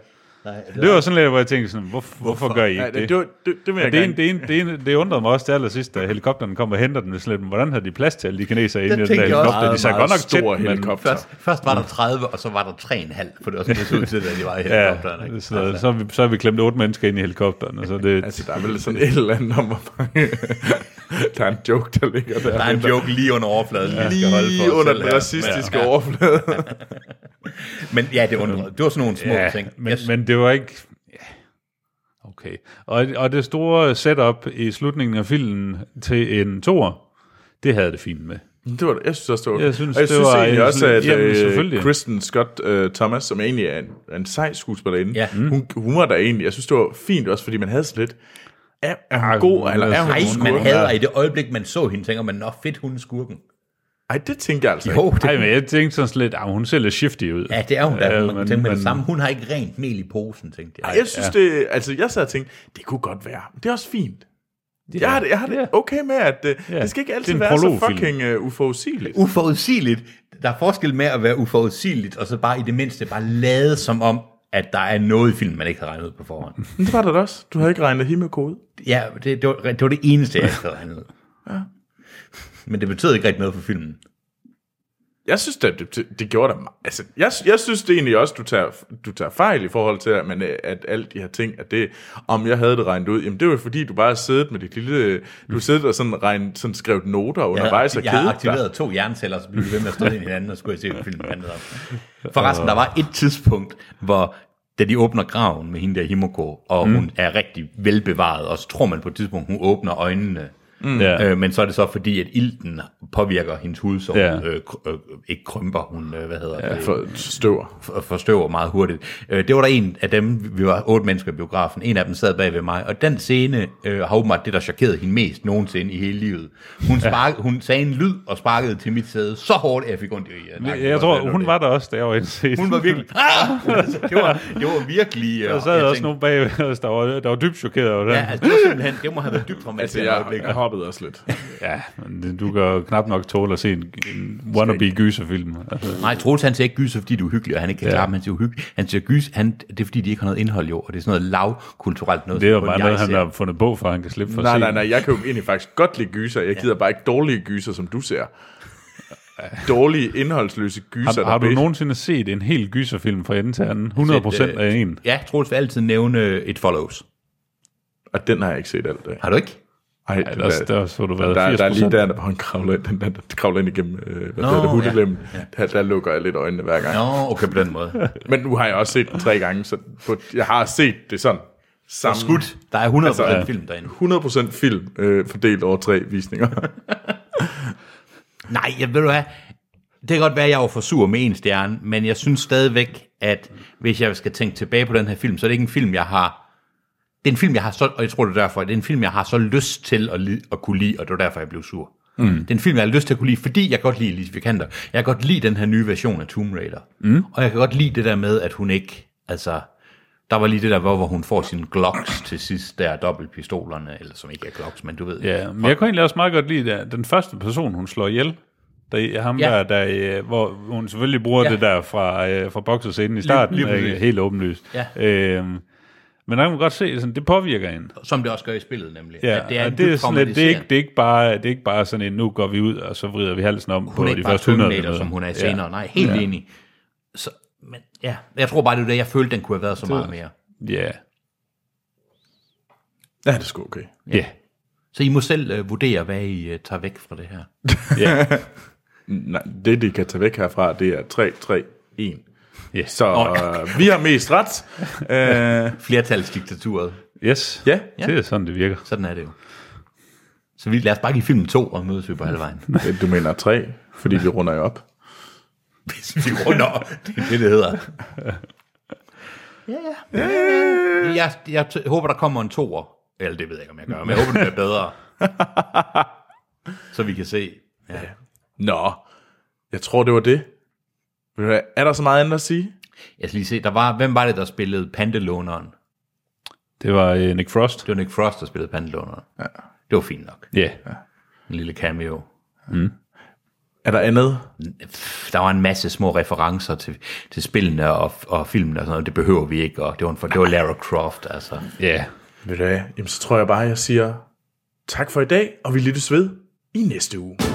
Speaker 2: Nej,
Speaker 3: Det var sådan lidt, hvor jeg tænkte sådan, hvorfor, hvorfor gør I ikke
Speaker 1: Ja, det,
Speaker 3: det?
Speaker 1: det, var- det, det vil jeg
Speaker 3: det,
Speaker 1: gerne.
Speaker 3: ene, det, ene, det, ene, det undrede mig også til allersidst, da helikopteren kom og henter den. Det er Sådan lidt, hvordan havde de plads til alle de kinesere inde i den
Speaker 2: tænkte
Speaker 3: der
Speaker 2: jeg også.
Speaker 3: helikopter? De sagde
Speaker 1: Meget,
Speaker 3: godt nok
Speaker 1: meget stor
Speaker 3: tæt, men
Speaker 1: helikopter.
Speaker 2: Først, først var der 30, og så var der 3,5, for det var sådan, det så ud til, da de var i
Speaker 3: Ja,
Speaker 2: helikopteren. ikke?
Speaker 3: så, altså. så, er vi, så er vi klemt otte mennesker ind i helikopteren. Og så er det,
Speaker 1: Altså, der er vel sådan et eller andet om, hvor mange... (laughs) der er en joke, der ligger der.
Speaker 2: Der er en joke lige under overfladen, ja. vi skal holde
Speaker 1: lige
Speaker 2: for os
Speaker 1: under
Speaker 2: selv
Speaker 1: den
Speaker 2: her.
Speaker 1: racistiske overflade.
Speaker 2: Men ja, det undrede. Det var sådan nogle små
Speaker 3: ja,
Speaker 2: ting.
Speaker 3: men,
Speaker 2: jeg,
Speaker 3: yes. men det var ikke... Ja. Okay. Og, og det store setup i slutningen af filmen til en toer, det havde det fint med.
Speaker 1: Det var, det. jeg synes også, det var
Speaker 3: Jeg synes,
Speaker 1: og jeg
Speaker 3: det
Speaker 1: synes
Speaker 3: var
Speaker 1: egentlig
Speaker 3: en-
Speaker 1: også, at
Speaker 3: Jamen,
Speaker 1: Jamen,
Speaker 3: selvfølgelig.
Speaker 1: Kristen Scott uh, Thomas, som egentlig er en, er en sej skuespillerinde,
Speaker 2: Ja.
Speaker 1: mm. hun, hun var der egentlig, jeg synes, det var fint også, fordi man havde sådan lidt, er, er hun god,
Speaker 3: hun
Speaker 1: eller
Speaker 3: er
Speaker 1: er hun
Speaker 2: nej,
Speaker 1: en
Speaker 2: man
Speaker 1: skurk?
Speaker 2: hader i det øjeblik, man så hende, tænker man, nå fedt, hun er skurken.
Speaker 1: Ej, det tænker jeg altså
Speaker 2: Jo, det,
Speaker 3: Nej, men jeg tænkte sådan lidt, at hun ser lidt shifty ud.
Speaker 2: ja, det er hun da. Man
Speaker 3: men-
Speaker 2: tænker med det
Speaker 3: men-
Speaker 2: samme. Hun har ikke rent mel i posen, tænkte jeg.
Speaker 1: Ej, jeg synes, ja. det, altså, jeg sad og tænkte, det kunne godt være, men det er også fint. Det jeg har det, jeg har det okay med, at uh,
Speaker 3: Ja.
Speaker 1: det skal ikke
Speaker 3: Det er
Speaker 1: altid
Speaker 3: en
Speaker 1: være så
Speaker 3: prologfilm.
Speaker 1: fucking uh, uforudsigeligt.
Speaker 2: uforudsigeligt. Der er forskel med at være uforudsigeligt, og så bare i det mindste bare lade som om, at der er noget i filmen, man ikke havde regnet ud på forhånd.
Speaker 1: Men det var der da også. Du havde ikke regnet Himmelko ud.
Speaker 2: Ja, det, det, var, det var det eneste, jeg ikke havde regnet ud. Men det betød ikke rigtig noget for filmen.
Speaker 1: Jeg synes, det, det, det gjorde der... me- Altså, jeg, jeg synes det egentlig også, du tager, du tager fejl i forhold til, at, man, øh, at alt de her ting, at det, om jeg havde det regnet ud, jamen det var jo fordi, du bare har siddet med dit lille... øh, Du har siddet og sådan, regnet, sådan skrevet noter undervejs
Speaker 2: jeg,
Speaker 1: og
Speaker 2: jeg har
Speaker 1: kedet dig.
Speaker 2: aktiveret to hjerneceller, så blev vi ved (laughs) med at stå ind i hinanden, og skulle jeg se, hvad filmen handlede om. Forresten, der var et tidspunkt, hvor da de åbner graven med hende der Himoko, og mm. hun er rigtig velbevaret, og så tror man på et tidspunkt, hun åbner øjnene. Mm.
Speaker 3: Ja.
Speaker 2: Øh, men så er det så fordi, at ilten påvirker hendes hudsår, ja.
Speaker 3: Ja.
Speaker 2: øh, kr- øh, ikke krymper, hun, øh, hvad hedder det,
Speaker 1: For støver.
Speaker 2: for- forstøver meget hurtigt. Øh, det var der en af dem, vi var otte mennesker i biografen, en af dem sad bag ved mig, og den scene øh, har åbenbart det, der chokerede hende mest nogensinde i hele livet. Hun, spark, hun sagde en lyd og sparkede til mit sæde så hårdt, at jeg fik ondt i øjet.
Speaker 3: Jeg, jeg tror, hun var der også, da jeg var
Speaker 2: (laughs)
Speaker 3: indset.
Speaker 2: Hun var
Speaker 3: (laughs)
Speaker 2: virkelig... Ah! Altså, det, var, det var virkelig... Øh,
Speaker 3: Der sad også nogen bag os, der var, der var dybt chokeret over det.
Speaker 2: altså, Ja, altså, det var simpelthen... Det må have været dybt traumatisk.
Speaker 1: Altså, jeg, jeg har mobbet os lidt.
Speaker 3: Ja, men det- du kan jo knap nok tåle at se en, en wannabe gyserfilm. Altså,
Speaker 2: Nej, Troels han ser ikke gyser, fordi du er hyggelig, og han ikke kan ja. klare, men han ser uhyggelig. Han ser gys, han, det er fordi, de ikke har noget indhold, jo, og det er sådan noget lavkulturelt noget.
Speaker 3: det er jo
Speaker 2: som
Speaker 3: bare
Speaker 2: kun
Speaker 3: noget,
Speaker 2: jeg
Speaker 3: han
Speaker 2: ser.
Speaker 3: har fundet på, for at han kan slippe for at
Speaker 1: nej,
Speaker 3: se
Speaker 1: nej,
Speaker 3: den.
Speaker 1: nej, jeg kan jo egentlig faktisk godt lide gyser. Jeg gider bare ikke dårlige gyser, som du ser. Dårlige, indholdsløse gyser.
Speaker 3: Har, har
Speaker 1: der
Speaker 3: du
Speaker 1: bas-
Speaker 3: nogensinde set en hel gyserfilm fra ende til anden?
Speaker 2: øh,
Speaker 3: 100% af en.
Speaker 2: Ja, Troels vil altid nævne øh, et follows.
Speaker 1: Og den har jeg ikke set alt af.
Speaker 2: Har du ikke?
Speaker 1: Ej, den
Speaker 3: Der, der, der så du været
Speaker 1: der,
Speaker 3: 80%.
Speaker 1: der er lige der, der, hvor han kravler ind, den der, der kravler ind igennem øh, hvad
Speaker 2: Nå,
Speaker 1: hedder det, hundelemmen.
Speaker 2: ja,
Speaker 1: Ja, ja. Der, der lukker jeg lidt øjnene hver gang.
Speaker 2: Nå, okay, på den måde.
Speaker 1: Men nu har jeg også set den tre gange, så på, jeg har set det sådan. Sammen.
Speaker 2: Skudt. Der er 100% altså,
Speaker 1: Altså, ja.
Speaker 2: film derinde.
Speaker 1: 100% film øh, fordelt over tre visninger. (laughs)
Speaker 2: Nej, jeg ved du hvad, det kan godt være, at jeg var for sur med en stjerne, men jeg synes stadigvæk, at hvis jeg skal tænke tilbage på den her film, så er det ikke en film, jeg har... Det er en film, jeg har så... Og jeg tror, det er derfor, det er en film, jeg har så lyst til at, li- at kunne lide, og det var derfor, jeg blev sur. Mm. Det er en film, jeg har lyst til at kunne lide, fordi jeg godt lide Alicia Vikander. Jeg kan godt lide den her nye version af Tomb Raider. Mm. Og jeg kan godt lide det der med, at hun ikke... Altså, der var lige det der, hvor, hvor hun får sine Glocks til sidst, der er dobbeltpistolerne, eller som ikke er Glocks, men du ved.
Speaker 3: Ja, men jeg kunne egentlig også meget godt lide at den første person, hun slår ihjel. Der, ham
Speaker 2: Ja.
Speaker 3: ja. der, der, øh, hvor hun selvfølgelig bruger
Speaker 2: Ja.
Speaker 3: ja. det der fra, øh, fra boksescenen i starten,
Speaker 2: lige
Speaker 3: lige,
Speaker 2: præcis.
Speaker 3: lige helt åbenlyst.
Speaker 2: Ja.
Speaker 3: Øhm, men der kan man godt se, sådan, det påvirker hende.
Speaker 2: Som det også gør i spillet, nemlig.
Speaker 3: Ja,
Speaker 2: at det er,
Speaker 3: og det, er sådan, lidt- det, er ikke,
Speaker 2: det,
Speaker 3: det, er ikke bare, det er ikke bare sådan en, nu går vi ud, og så vrider vi halsen om
Speaker 2: hun
Speaker 3: på
Speaker 2: er ikke
Speaker 3: de
Speaker 2: bare
Speaker 3: første 100. eller
Speaker 2: Terminator,
Speaker 3: noget.
Speaker 2: som hun er
Speaker 3: Ja.
Speaker 2: senere. Nej, helt ja. enig. Så, men ja, jeg tror bare, det er det, jeg følte, den kunne have været så meget mere.
Speaker 3: Ja,
Speaker 1: ja, det er sgu okay.
Speaker 3: ja.
Speaker 2: Så I må selv øh, vurdere, hvad I øh, tager væk fra det her.
Speaker 1: Nej, det, de kan tage væk herfra, det er 3, 3, 1.
Speaker 3: Ja.
Speaker 1: Så øh, vi har mest ret. Øh,
Speaker 2: Flertalsdiktaturet.
Speaker 3: Yes,
Speaker 1: ja,
Speaker 3: det er sådan, det virker.
Speaker 2: Sådan er det jo. Så vi, lad os bare give filmen to, og mødes vi på halvvejen.
Speaker 1: du mener 3, fordi vi runder jo op.
Speaker 2: (laughs) Hvis vi runder, det er det, det hedder. Ja, ja. ja, ja. Jeg, jeg t- håber, der kommer en toer. Eller det ved jeg ikke, om jeg gør, men jeg håber, det bliver (laughs) bedre. Så vi kan se. Ja.
Speaker 1: Nå, jeg tror, det var det. Ved du hvad, Er der så meget andet at sige?
Speaker 2: Jeg skal lige se, der var, hvem var det, der spillede pantelåneren?
Speaker 3: Det var øh, Nick Frost.
Speaker 2: Det var Nick Frost, der spillede pantelåneren. Ja. Det var fint nok.
Speaker 3: Ja,
Speaker 2: En lille cameo.
Speaker 1: Er der andet?
Speaker 2: Pff, Der var en masse små referencer til, til spillene og, og filmene og sådan noget. Det behøver vi ikke, og det var, en, for, det var Lara Croft, altså.
Speaker 3: ja.
Speaker 1: Ved du hvad, jamen, så tror jeg bare, jeg siger tak for i dag, og vi lyttes ved i næste uge.